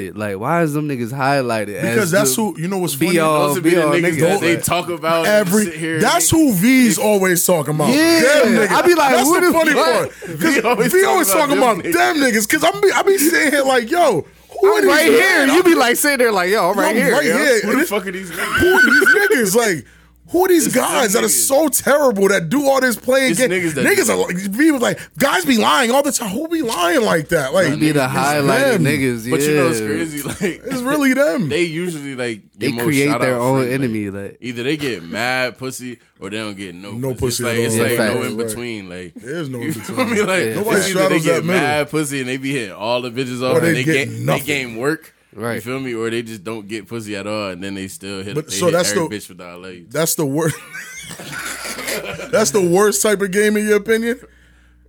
[SPEAKER 6] you,"
[SPEAKER 4] highlighted like why is them niggas highlighted
[SPEAKER 2] because
[SPEAKER 4] as
[SPEAKER 2] that's
[SPEAKER 4] the-
[SPEAKER 2] who you know what's
[SPEAKER 4] be
[SPEAKER 2] funny.
[SPEAKER 4] all-
[SPEAKER 6] Those would be
[SPEAKER 4] be
[SPEAKER 6] the
[SPEAKER 4] all
[SPEAKER 6] niggas
[SPEAKER 4] niggas
[SPEAKER 6] that they
[SPEAKER 4] that-
[SPEAKER 6] talk about. and sit here
[SPEAKER 2] Every
[SPEAKER 6] and
[SPEAKER 2] that's
[SPEAKER 6] they-
[SPEAKER 2] who V's always talking about.
[SPEAKER 4] Yeah.
[SPEAKER 2] Them niggas.
[SPEAKER 4] I be like,
[SPEAKER 2] that's
[SPEAKER 4] who
[SPEAKER 2] the
[SPEAKER 4] the
[SPEAKER 2] funny
[SPEAKER 4] fuck?
[SPEAKER 2] part. 'Cause
[SPEAKER 6] V always
[SPEAKER 2] V
[SPEAKER 6] talking
[SPEAKER 2] always
[SPEAKER 6] about
[SPEAKER 2] talking
[SPEAKER 6] them
[SPEAKER 2] about
[SPEAKER 6] niggas.
[SPEAKER 2] them niggas. Cause I'm be, I be sitting here like, yo, who are
[SPEAKER 4] I'm
[SPEAKER 2] these
[SPEAKER 4] right
[SPEAKER 2] niggas?
[SPEAKER 4] here you be like sitting there like yo I'm right
[SPEAKER 2] I'm
[SPEAKER 4] here
[SPEAKER 2] right
[SPEAKER 4] yo.
[SPEAKER 2] here.
[SPEAKER 6] Who the
[SPEAKER 2] And
[SPEAKER 6] fuck are these niggas?
[SPEAKER 2] who are these niggas? Like, who are these
[SPEAKER 6] It's
[SPEAKER 2] guys
[SPEAKER 6] them
[SPEAKER 2] that are
[SPEAKER 6] niggas.
[SPEAKER 2] so terrible that do all this playing
[SPEAKER 6] It's
[SPEAKER 2] game?
[SPEAKER 6] niggas that do
[SPEAKER 2] are like, V was like, guys be lying all the time. Who be lying like that? Like,
[SPEAKER 4] You be the
[SPEAKER 2] it's
[SPEAKER 4] highlighted
[SPEAKER 2] them.
[SPEAKER 4] niggas
[SPEAKER 6] But you know it's
[SPEAKER 4] yeah.
[SPEAKER 6] crazy. Like
[SPEAKER 2] It's really them.
[SPEAKER 6] they usually like get
[SPEAKER 4] they
[SPEAKER 6] more
[SPEAKER 4] create
[SPEAKER 6] shout-out
[SPEAKER 4] their own
[SPEAKER 6] free, like,
[SPEAKER 4] enemy like
[SPEAKER 6] Either they get mad pussy or they don't get no,
[SPEAKER 2] No pussy
[SPEAKER 6] pussy.
[SPEAKER 2] at
[SPEAKER 6] It's
[SPEAKER 2] all.
[SPEAKER 6] like, it's
[SPEAKER 4] Yeah,
[SPEAKER 6] like no
[SPEAKER 4] facts.
[SPEAKER 6] in between. Like
[SPEAKER 2] There's no
[SPEAKER 6] you
[SPEAKER 2] in
[SPEAKER 6] feel
[SPEAKER 2] between.
[SPEAKER 6] me? Like
[SPEAKER 4] Yeah,
[SPEAKER 2] Nobody
[SPEAKER 6] it's either they
[SPEAKER 2] straddles that
[SPEAKER 6] get
[SPEAKER 2] middle.
[SPEAKER 6] mad pussy and they be hitting all the bitches off
[SPEAKER 2] they
[SPEAKER 6] and they
[SPEAKER 2] get
[SPEAKER 6] get they
[SPEAKER 2] nothing.
[SPEAKER 6] game work. You
[SPEAKER 4] Right.
[SPEAKER 6] feel me? Or they just don't get pussy at all and then they still hit.
[SPEAKER 2] But-
[SPEAKER 6] they
[SPEAKER 2] so
[SPEAKER 6] hit
[SPEAKER 2] that's
[SPEAKER 6] every
[SPEAKER 2] the-
[SPEAKER 6] bitch with the like.
[SPEAKER 2] That's the worst. that's the worst type of game in your opinion.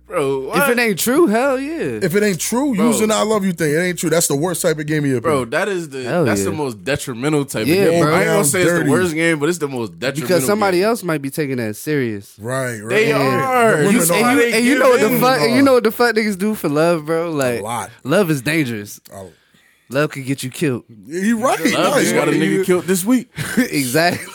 [SPEAKER 6] bro.
[SPEAKER 4] If
[SPEAKER 6] What?
[SPEAKER 4] it ain't true, hell yeah.
[SPEAKER 2] If it ain't true,
[SPEAKER 6] Bro.
[SPEAKER 2] using I love you thing, it ain't true. That's the worst type of game you've
[SPEAKER 6] Bro, that is the
[SPEAKER 4] Hell
[SPEAKER 6] that's
[SPEAKER 4] yeah.
[SPEAKER 6] the most detrimental type
[SPEAKER 4] Yeah,
[SPEAKER 6] of game.
[SPEAKER 4] bro.
[SPEAKER 6] I ain't gonna
[SPEAKER 2] Down
[SPEAKER 6] say it's
[SPEAKER 2] dirty.
[SPEAKER 6] the worst game, but it's the most detrimental.
[SPEAKER 4] because somebody
[SPEAKER 6] game.
[SPEAKER 4] else might be taking that serious.
[SPEAKER 2] Right, right.
[SPEAKER 6] They are.
[SPEAKER 2] Women
[SPEAKER 6] You
[SPEAKER 2] are.
[SPEAKER 6] see
[SPEAKER 4] And you,
[SPEAKER 6] they
[SPEAKER 4] and you
[SPEAKER 6] give
[SPEAKER 4] know what the
[SPEAKER 6] in.
[SPEAKER 4] fuck and you know what the fuck niggas do for love, bro? Like
[SPEAKER 2] lot.
[SPEAKER 4] love is dangerous.
[SPEAKER 2] Oh.
[SPEAKER 4] Love could get you killed.
[SPEAKER 2] You right.
[SPEAKER 6] Love
[SPEAKER 2] No,
[SPEAKER 6] just
[SPEAKER 2] you-
[SPEAKER 6] got a nigga killed this week.
[SPEAKER 4] exactly.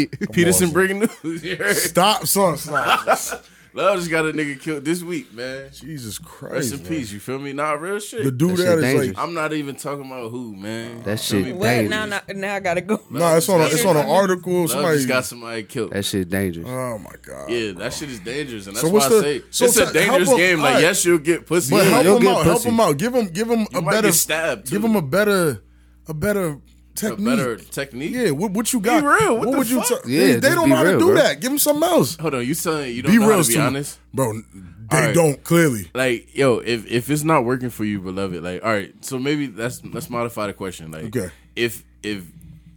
[SPEAKER 6] Peterson breaking news. You heard?
[SPEAKER 2] Stop, son. Stop.
[SPEAKER 6] Love just got a nigga killed this week, man.
[SPEAKER 2] Jesus Christ.
[SPEAKER 6] Rest in
[SPEAKER 2] man.
[SPEAKER 6] peace. You feel me? Nah, real shit.
[SPEAKER 2] The dude
[SPEAKER 4] That
[SPEAKER 2] that
[SPEAKER 4] shit
[SPEAKER 2] is like,
[SPEAKER 4] dangerous.
[SPEAKER 6] I'm not even talking about who, man.
[SPEAKER 4] That
[SPEAKER 6] Feel
[SPEAKER 4] shit
[SPEAKER 6] me?
[SPEAKER 5] What?
[SPEAKER 4] dangerous.
[SPEAKER 5] Now, now, now I gotta go.
[SPEAKER 2] nah, it's on a, it's on an article.
[SPEAKER 6] Love
[SPEAKER 2] Somebody.
[SPEAKER 6] just got somebody killed.
[SPEAKER 4] that shit dangerous.
[SPEAKER 2] oh my god.
[SPEAKER 6] yeah, that shit is dangerous, and that's
[SPEAKER 2] So
[SPEAKER 6] why
[SPEAKER 2] what's
[SPEAKER 6] I
[SPEAKER 2] the-
[SPEAKER 6] say
[SPEAKER 2] so
[SPEAKER 6] it's
[SPEAKER 2] ta-
[SPEAKER 6] a dangerous
[SPEAKER 2] help 'em-
[SPEAKER 6] game. Like,
[SPEAKER 2] alright.
[SPEAKER 6] yes, you'll get pussy.
[SPEAKER 2] But
[SPEAKER 4] Yeah,
[SPEAKER 2] help
[SPEAKER 4] you'll
[SPEAKER 2] him
[SPEAKER 4] get
[SPEAKER 2] out. Help
[SPEAKER 4] pussy.
[SPEAKER 2] him out. Give him give him a
[SPEAKER 6] might
[SPEAKER 2] better
[SPEAKER 6] get stabbed,
[SPEAKER 2] Give
[SPEAKER 6] too.
[SPEAKER 2] him a better a better technique.
[SPEAKER 6] better technique.
[SPEAKER 2] Yeah, what, what you got?
[SPEAKER 6] real. What the
[SPEAKER 2] would you?
[SPEAKER 6] fuck?
[SPEAKER 2] ta-
[SPEAKER 4] Yeah,
[SPEAKER 2] they- they
[SPEAKER 4] just
[SPEAKER 2] don't
[SPEAKER 4] be
[SPEAKER 2] know how to
[SPEAKER 4] real,
[SPEAKER 2] do
[SPEAKER 4] bro.
[SPEAKER 2] that. Give him something else.
[SPEAKER 6] Hold on, you saying you don't
[SPEAKER 2] Be
[SPEAKER 6] know
[SPEAKER 2] real,
[SPEAKER 6] how to be
[SPEAKER 2] to me.
[SPEAKER 6] honest?
[SPEAKER 2] bro. They
[SPEAKER 6] Alright.
[SPEAKER 2] don't clearly.
[SPEAKER 6] Like, yo, if if it's not working for you, beloved, like, all right, so maybe that's let's modify the question. Like,
[SPEAKER 2] Okay.
[SPEAKER 6] if if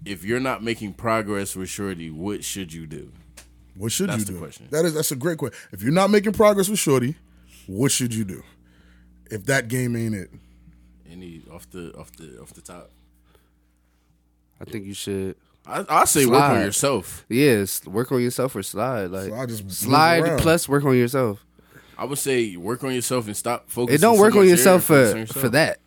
[SPEAKER 6] if you're not making progress with surety, what should you do?
[SPEAKER 2] What should
[SPEAKER 6] That's
[SPEAKER 2] you
[SPEAKER 6] the
[SPEAKER 2] do?
[SPEAKER 6] question.
[SPEAKER 2] That is that's a great question. If you're not making progress with Shorty, what should you do? If that game ain't it,
[SPEAKER 6] Any off the off the off the top?
[SPEAKER 4] I think you should
[SPEAKER 6] I I say work on
[SPEAKER 4] Slide.
[SPEAKER 6] yourself.
[SPEAKER 4] Yes, work on yourself or slide. Like
[SPEAKER 2] So I just move
[SPEAKER 4] slide
[SPEAKER 2] around.
[SPEAKER 4] plus work on yourself.
[SPEAKER 6] I would say work on yourself and stop focusing.
[SPEAKER 4] It don't
[SPEAKER 6] so
[SPEAKER 4] work on
[SPEAKER 6] much
[SPEAKER 4] yourself
[SPEAKER 6] here and
[SPEAKER 4] for
[SPEAKER 6] focus on
[SPEAKER 4] for that.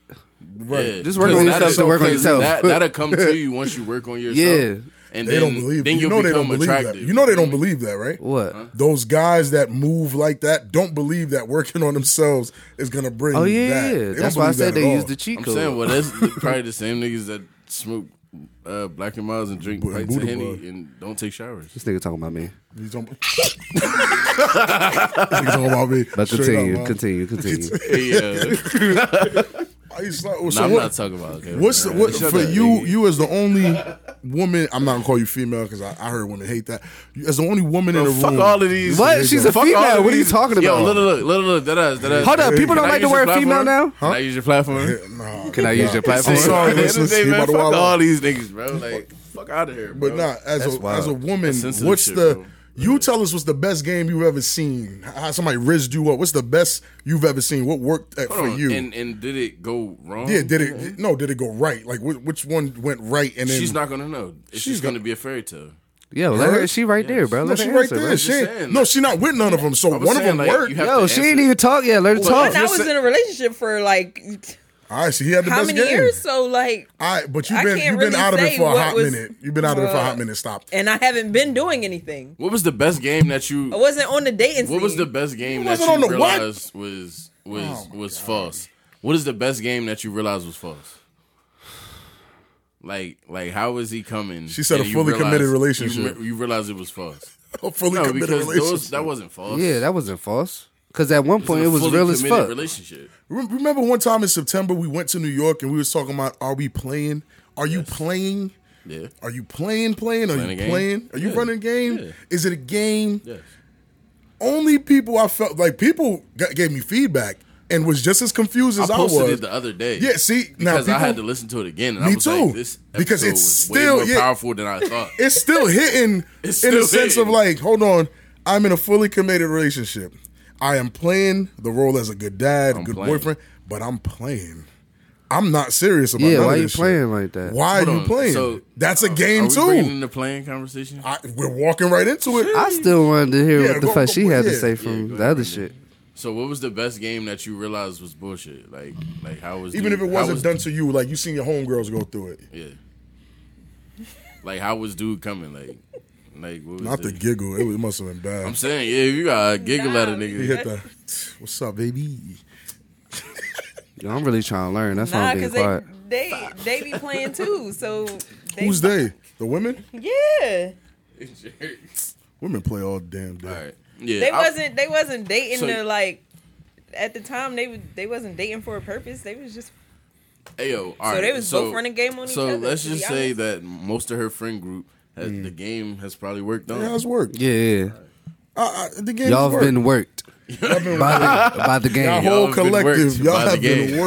[SPEAKER 2] right?
[SPEAKER 6] Yeah,
[SPEAKER 4] Just work
[SPEAKER 6] because
[SPEAKER 4] on
[SPEAKER 6] that'll-
[SPEAKER 4] yourself to work on
[SPEAKER 6] because
[SPEAKER 4] yourself.
[SPEAKER 6] That, that'll come to you once you work on yourself.
[SPEAKER 4] Yeah.
[SPEAKER 6] and
[SPEAKER 2] They
[SPEAKER 6] then,
[SPEAKER 2] don't believe.
[SPEAKER 6] Then
[SPEAKER 2] Then you
[SPEAKER 6] you'll
[SPEAKER 2] know they
[SPEAKER 6] become
[SPEAKER 2] don't believe
[SPEAKER 6] attractive.
[SPEAKER 2] that. You know they don't believe that, right?
[SPEAKER 4] What?
[SPEAKER 2] Those guys that move like that don't believe that working on themselves is gonna bring.
[SPEAKER 4] Oh yeah,
[SPEAKER 2] that. They
[SPEAKER 4] yeah.
[SPEAKER 2] don't
[SPEAKER 4] That's why I
[SPEAKER 2] believe that
[SPEAKER 4] said
[SPEAKER 2] at
[SPEAKER 4] they
[SPEAKER 2] all.
[SPEAKER 4] use the cheat
[SPEAKER 6] I'm
[SPEAKER 4] code.
[SPEAKER 6] saying, well, that's the- probably the same niggas that smoke uh, black and miles and drink
[SPEAKER 2] Bu-
[SPEAKER 6] pints of
[SPEAKER 2] Buddha
[SPEAKER 6] henny
[SPEAKER 2] Bud.
[SPEAKER 6] and don't take showers.
[SPEAKER 4] this nigga talking about me.
[SPEAKER 2] He's on. He's talking about me.
[SPEAKER 4] But
[SPEAKER 2] Straight
[SPEAKER 4] continue,
[SPEAKER 2] up, man.
[SPEAKER 4] continue, continue.
[SPEAKER 6] Hey, uh,
[SPEAKER 2] I used to- so
[SPEAKER 6] nah, I'm
[SPEAKER 2] what-
[SPEAKER 6] not talking about. Okay,
[SPEAKER 2] What's the,
[SPEAKER 6] Nah,
[SPEAKER 2] what
[SPEAKER 6] shut
[SPEAKER 2] for
[SPEAKER 6] up,
[SPEAKER 2] you?
[SPEAKER 6] nigga.
[SPEAKER 2] You as the only woman. I'm not gonna call you female because I, I heard women hate that. You, as the only woman in
[SPEAKER 6] Bro,
[SPEAKER 2] the
[SPEAKER 6] fuck
[SPEAKER 2] room.
[SPEAKER 6] all of these.
[SPEAKER 4] What?
[SPEAKER 6] There you
[SPEAKER 4] She's
[SPEAKER 6] go.
[SPEAKER 4] a
[SPEAKER 6] Fuck all
[SPEAKER 4] female.
[SPEAKER 6] of
[SPEAKER 4] What are you
[SPEAKER 6] these-
[SPEAKER 4] talking
[SPEAKER 6] Yo,
[SPEAKER 4] about?
[SPEAKER 6] look, look, look, look, look. That ass, that ass.
[SPEAKER 4] Hold up, people
[SPEAKER 6] Can
[SPEAKER 4] don't
[SPEAKER 6] I
[SPEAKER 4] like
[SPEAKER 6] use
[SPEAKER 4] the word
[SPEAKER 6] your
[SPEAKER 4] female
[SPEAKER 6] platform?
[SPEAKER 4] now?
[SPEAKER 6] Can I use your platform?
[SPEAKER 2] Nah,
[SPEAKER 4] Can I use your platform?
[SPEAKER 2] I'm sorry,
[SPEAKER 6] At the end of the
[SPEAKER 2] listeners.
[SPEAKER 6] day,
[SPEAKER 2] He
[SPEAKER 6] man,
[SPEAKER 2] about to
[SPEAKER 6] fuck
[SPEAKER 2] wild out.
[SPEAKER 6] all these niggas, bro. Like, fuck out of here, bro.
[SPEAKER 2] but not nah, as
[SPEAKER 4] That's
[SPEAKER 2] a, as a
[SPEAKER 4] wild.
[SPEAKER 2] woman.
[SPEAKER 6] That's sensitive
[SPEAKER 2] What's
[SPEAKER 6] shit,
[SPEAKER 2] the?
[SPEAKER 6] bro.
[SPEAKER 2] You tell us what's the best game you've ever seen. How somebody rizzed you up. What's the best you've ever seen? What worked uh,
[SPEAKER 6] Hold
[SPEAKER 2] for
[SPEAKER 6] on.
[SPEAKER 2] you?
[SPEAKER 6] And and did it go wrong?
[SPEAKER 2] yeah, did it? No, did it go right? Like wh- which one went right? And then
[SPEAKER 6] She's not gonna know. It's
[SPEAKER 2] She's
[SPEAKER 6] just gonna
[SPEAKER 2] gonna-
[SPEAKER 6] be a fairy tale.
[SPEAKER 4] Yeah, well, let
[SPEAKER 2] Her?
[SPEAKER 4] her, she right there, bro.
[SPEAKER 2] No,
[SPEAKER 4] Let
[SPEAKER 2] she
[SPEAKER 4] her
[SPEAKER 2] right
[SPEAKER 4] answer,
[SPEAKER 2] there.
[SPEAKER 4] bro.
[SPEAKER 2] she
[SPEAKER 6] Just
[SPEAKER 2] ain't,
[SPEAKER 6] saying,
[SPEAKER 2] no,
[SPEAKER 6] like-
[SPEAKER 2] she not with none of them. So
[SPEAKER 6] I'm
[SPEAKER 2] one of
[SPEAKER 6] saying,
[SPEAKER 2] them
[SPEAKER 6] like,
[SPEAKER 2] worked.
[SPEAKER 6] you have
[SPEAKER 4] Yo,
[SPEAKER 6] to
[SPEAKER 4] she
[SPEAKER 6] answer.
[SPEAKER 4] ain't even talk yet. Let her
[SPEAKER 5] When I
[SPEAKER 4] talk.
[SPEAKER 5] was in a relationship for like
[SPEAKER 2] All right, so he had the
[SPEAKER 5] how
[SPEAKER 2] best
[SPEAKER 5] many
[SPEAKER 2] game.
[SPEAKER 5] years? So like,
[SPEAKER 2] All right, but you've
[SPEAKER 5] I
[SPEAKER 2] been
[SPEAKER 5] can't
[SPEAKER 2] you've been
[SPEAKER 5] really
[SPEAKER 2] out of it
[SPEAKER 5] say
[SPEAKER 2] for a
[SPEAKER 5] what
[SPEAKER 2] hot
[SPEAKER 5] was-
[SPEAKER 2] minute. You've been out of it for a hot
[SPEAKER 5] uh,
[SPEAKER 2] minute. Stop.
[SPEAKER 5] and I haven't been doing anything.
[SPEAKER 6] What was the best game that you?
[SPEAKER 5] I wasn't on the dating.
[SPEAKER 6] What was
[SPEAKER 5] scene.
[SPEAKER 6] the best game
[SPEAKER 2] It
[SPEAKER 6] that
[SPEAKER 2] wasn't
[SPEAKER 6] you
[SPEAKER 2] on the what? Oh
[SPEAKER 6] realized was was was false? What is the best game that you realized was false? Like like how is he coming?
[SPEAKER 2] She said
[SPEAKER 6] and
[SPEAKER 2] a
[SPEAKER 6] you
[SPEAKER 2] fully committed
[SPEAKER 6] you
[SPEAKER 2] relationship.
[SPEAKER 6] re- You, realize it was false.
[SPEAKER 2] A fully
[SPEAKER 6] No,
[SPEAKER 2] committed
[SPEAKER 6] because
[SPEAKER 2] relationship.
[SPEAKER 6] those that wasn't false.
[SPEAKER 4] yeah, that wasn't false. Because at one point
[SPEAKER 6] a
[SPEAKER 4] it was
[SPEAKER 6] fully
[SPEAKER 4] real as
[SPEAKER 6] committed
[SPEAKER 4] fuck.
[SPEAKER 6] Relationship.
[SPEAKER 2] Rem- Remember one time in September we went to New York and we was talking about are we playing? Are you playing?
[SPEAKER 6] Yeah.
[SPEAKER 2] Are you playing? Playing? Are
[SPEAKER 6] Playing a
[SPEAKER 2] you
[SPEAKER 6] game?
[SPEAKER 2] playing? Are you
[SPEAKER 6] Yeah.
[SPEAKER 2] running a game?
[SPEAKER 6] Yeah.
[SPEAKER 2] Is it a game?
[SPEAKER 6] Yes.
[SPEAKER 2] Only people I felt like people got, gave me feedback and was just as confused
[SPEAKER 6] I
[SPEAKER 2] as I,
[SPEAKER 6] posted
[SPEAKER 2] was.
[SPEAKER 6] it the other day.
[SPEAKER 2] Yeah, see, now
[SPEAKER 6] because I
[SPEAKER 2] people-
[SPEAKER 6] had to listen to it again. And I
[SPEAKER 2] Me
[SPEAKER 6] was
[SPEAKER 2] too.
[SPEAKER 6] Like, this
[SPEAKER 2] Because
[SPEAKER 6] episode
[SPEAKER 2] it's
[SPEAKER 6] was
[SPEAKER 2] still-
[SPEAKER 6] way more
[SPEAKER 2] yeah.
[SPEAKER 6] powerful than I thought.
[SPEAKER 2] it's still hitting
[SPEAKER 6] It's
[SPEAKER 2] in the
[SPEAKER 6] still
[SPEAKER 2] sense of
[SPEAKER 6] hitting.
[SPEAKER 2] like, hold on, I'm in a fully committed relationship. I am playing the role as a good dad, a good
[SPEAKER 6] playing.
[SPEAKER 2] boyfriend, but I'm playing. I'm not serious about
[SPEAKER 4] Yeah,
[SPEAKER 2] none
[SPEAKER 4] why
[SPEAKER 2] of
[SPEAKER 4] you
[SPEAKER 2] this shit.
[SPEAKER 4] playing like that?
[SPEAKER 2] Why
[SPEAKER 6] Hold
[SPEAKER 2] are you
[SPEAKER 6] on,
[SPEAKER 2] playing?
[SPEAKER 6] so,
[SPEAKER 2] That's a
[SPEAKER 6] are-
[SPEAKER 2] game
[SPEAKER 6] are we Bringing
[SPEAKER 2] too.
[SPEAKER 6] in the playing conversation.
[SPEAKER 2] I, we're walking right into it.
[SPEAKER 4] I still wanted to hear
[SPEAKER 2] Yeah,
[SPEAKER 4] what the
[SPEAKER 2] go-
[SPEAKER 4] fuck
[SPEAKER 2] go-
[SPEAKER 4] she had to
[SPEAKER 2] yeah.
[SPEAKER 4] say
[SPEAKER 6] Yeah,
[SPEAKER 4] from
[SPEAKER 6] go
[SPEAKER 4] the
[SPEAKER 6] ahead,
[SPEAKER 4] other
[SPEAKER 6] Brandon.
[SPEAKER 4] shit.
[SPEAKER 6] So what was the best game that you realized was bullshit? Like like how was
[SPEAKER 2] Even
[SPEAKER 6] dude-
[SPEAKER 2] if it
[SPEAKER 6] how
[SPEAKER 2] wasn't
[SPEAKER 6] was-
[SPEAKER 2] done to you, like you seen your homegirls go through it.
[SPEAKER 6] Yeah. Like how was dude coming? Like like what was
[SPEAKER 2] Not the
[SPEAKER 6] it?
[SPEAKER 2] giggle. It, was- it must have been
[SPEAKER 6] I'm
[SPEAKER 2] bad.
[SPEAKER 6] saying yeah, you gotta giggle at a
[SPEAKER 2] He
[SPEAKER 6] nigga.
[SPEAKER 2] hit the. What's up, baby?
[SPEAKER 4] Yo, I'm really trying to learn. That's why
[SPEAKER 5] Nah,
[SPEAKER 4] I'm being
[SPEAKER 5] because
[SPEAKER 4] quiet.
[SPEAKER 5] they, they they be playing too. So they,
[SPEAKER 2] Who's they? The women?
[SPEAKER 5] Yeah,
[SPEAKER 2] Women play all damn day.
[SPEAKER 6] All right. Yeah.
[SPEAKER 5] they
[SPEAKER 6] I-
[SPEAKER 5] wasn't they wasn't dating
[SPEAKER 6] So-
[SPEAKER 5] to like at the time they was they wasn't dating for a purpose. They was just
[SPEAKER 6] Hey, yo, all
[SPEAKER 5] So they
[SPEAKER 6] right,
[SPEAKER 5] was both running game on each
[SPEAKER 6] So
[SPEAKER 5] other,
[SPEAKER 6] let's
[SPEAKER 5] to be
[SPEAKER 6] just say
[SPEAKER 5] honest.
[SPEAKER 6] that most of her friend group has, the game has probably worked on.
[SPEAKER 2] Mm. Yeah, it's work.
[SPEAKER 4] Yeah, yeah.
[SPEAKER 2] I, I, the game
[SPEAKER 4] Y'all
[SPEAKER 2] work.
[SPEAKER 4] been worked by the, by the
[SPEAKER 2] Y'all
[SPEAKER 4] game.
[SPEAKER 6] Y'all
[SPEAKER 2] whole
[SPEAKER 6] have been
[SPEAKER 2] collective,
[SPEAKER 6] worked
[SPEAKER 2] y'all
[SPEAKER 6] by the
[SPEAKER 2] have been
[SPEAKER 6] game.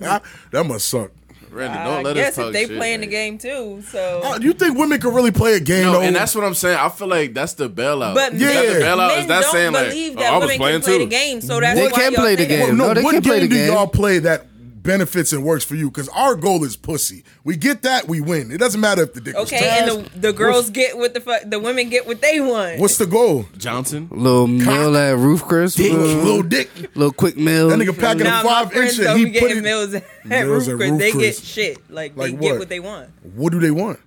[SPEAKER 2] worked. that must suck.
[SPEAKER 6] Randy, don't
[SPEAKER 5] I
[SPEAKER 6] let
[SPEAKER 5] Uh, guess
[SPEAKER 6] us talk
[SPEAKER 5] if they
[SPEAKER 6] shit,
[SPEAKER 5] playing the
[SPEAKER 6] man.
[SPEAKER 5] game too, so
[SPEAKER 2] Oh, you think women could really play a game?
[SPEAKER 6] No,
[SPEAKER 2] though?
[SPEAKER 6] and that's what I'm saying. I feel like that's the bailout.
[SPEAKER 5] But
[SPEAKER 6] Is that
[SPEAKER 2] Yeah.
[SPEAKER 6] Uh, the bailout
[SPEAKER 5] men
[SPEAKER 6] is that
[SPEAKER 5] don't
[SPEAKER 6] saying like
[SPEAKER 5] believe
[SPEAKER 6] oh,
[SPEAKER 5] that
[SPEAKER 6] I was
[SPEAKER 5] women
[SPEAKER 6] playing
[SPEAKER 5] can play
[SPEAKER 6] too.
[SPEAKER 5] the game, so that's
[SPEAKER 4] They
[SPEAKER 5] why
[SPEAKER 4] can
[SPEAKER 5] y'all
[SPEAKER 4] play the
[SPEAKER 5] say that.
[SPEAKER 4] game.
[SPEAKER 2] no,
[SPEAKER 4] No, they
[SPEAKER 2] what
[SPEAKER 4] can play
[SPEAKER 2] game
[SPEAKER 4] the
[SPEAKER 2] do
[SPEAKER 4] game.
[SPEAKER 2] y'all play that benefits and works for you? Because our goal is pussy. We get that, we win. It doesn't matter if the dick was
[SPEAKER 5] Okay,
[SPEAKER 2] trash.
[SPEAKER 5] and the, the girls get what the fuck, the women get what they want.
[SPEAKER 2] What's the goal?
[SPEAKER 6] Johnson.
[SPEAKER 4] Little meal at Roof Chris.
[SPEAKER 2] Dick,
[SPEAKER 4] little,
[SPEAKER 2] little dick.
[SPEAKER 4] little quick meal.
[SPEAKER 2] That nigga packing
[SPEAKER 5] Nah,
[SPEAKER 2] a five
[SPEAKER 5] my
[SPEAKER 2] inch.
[SPEAKER 5] friends
[SPEAKER 2] and
[SPEAKER 5] don't
[SPEAKER 2] He
[SPEAKER 5] be
[SPEAKER 2] put
[SPEAKER 5] getting
[SPEAKER 2] it.
[SPEAKER 5] meals at
[SPEAKER 2] Meals
[SPEAKER 5] Roof
[SPEAKER 2] at
[SPEAKER 5] Chris.
[SPEAKER 2] Roof
[SPEAKER 5] They
[SPEAKER 2] Chris.
[SPEAKER 5] get shit. Like,
[SPEAKER 2] Like
[SPEAKER 5] they
[SPEAKER 2] what?
[SPEAKER 5] get what they want.
[SPEAKER 2] What do they want?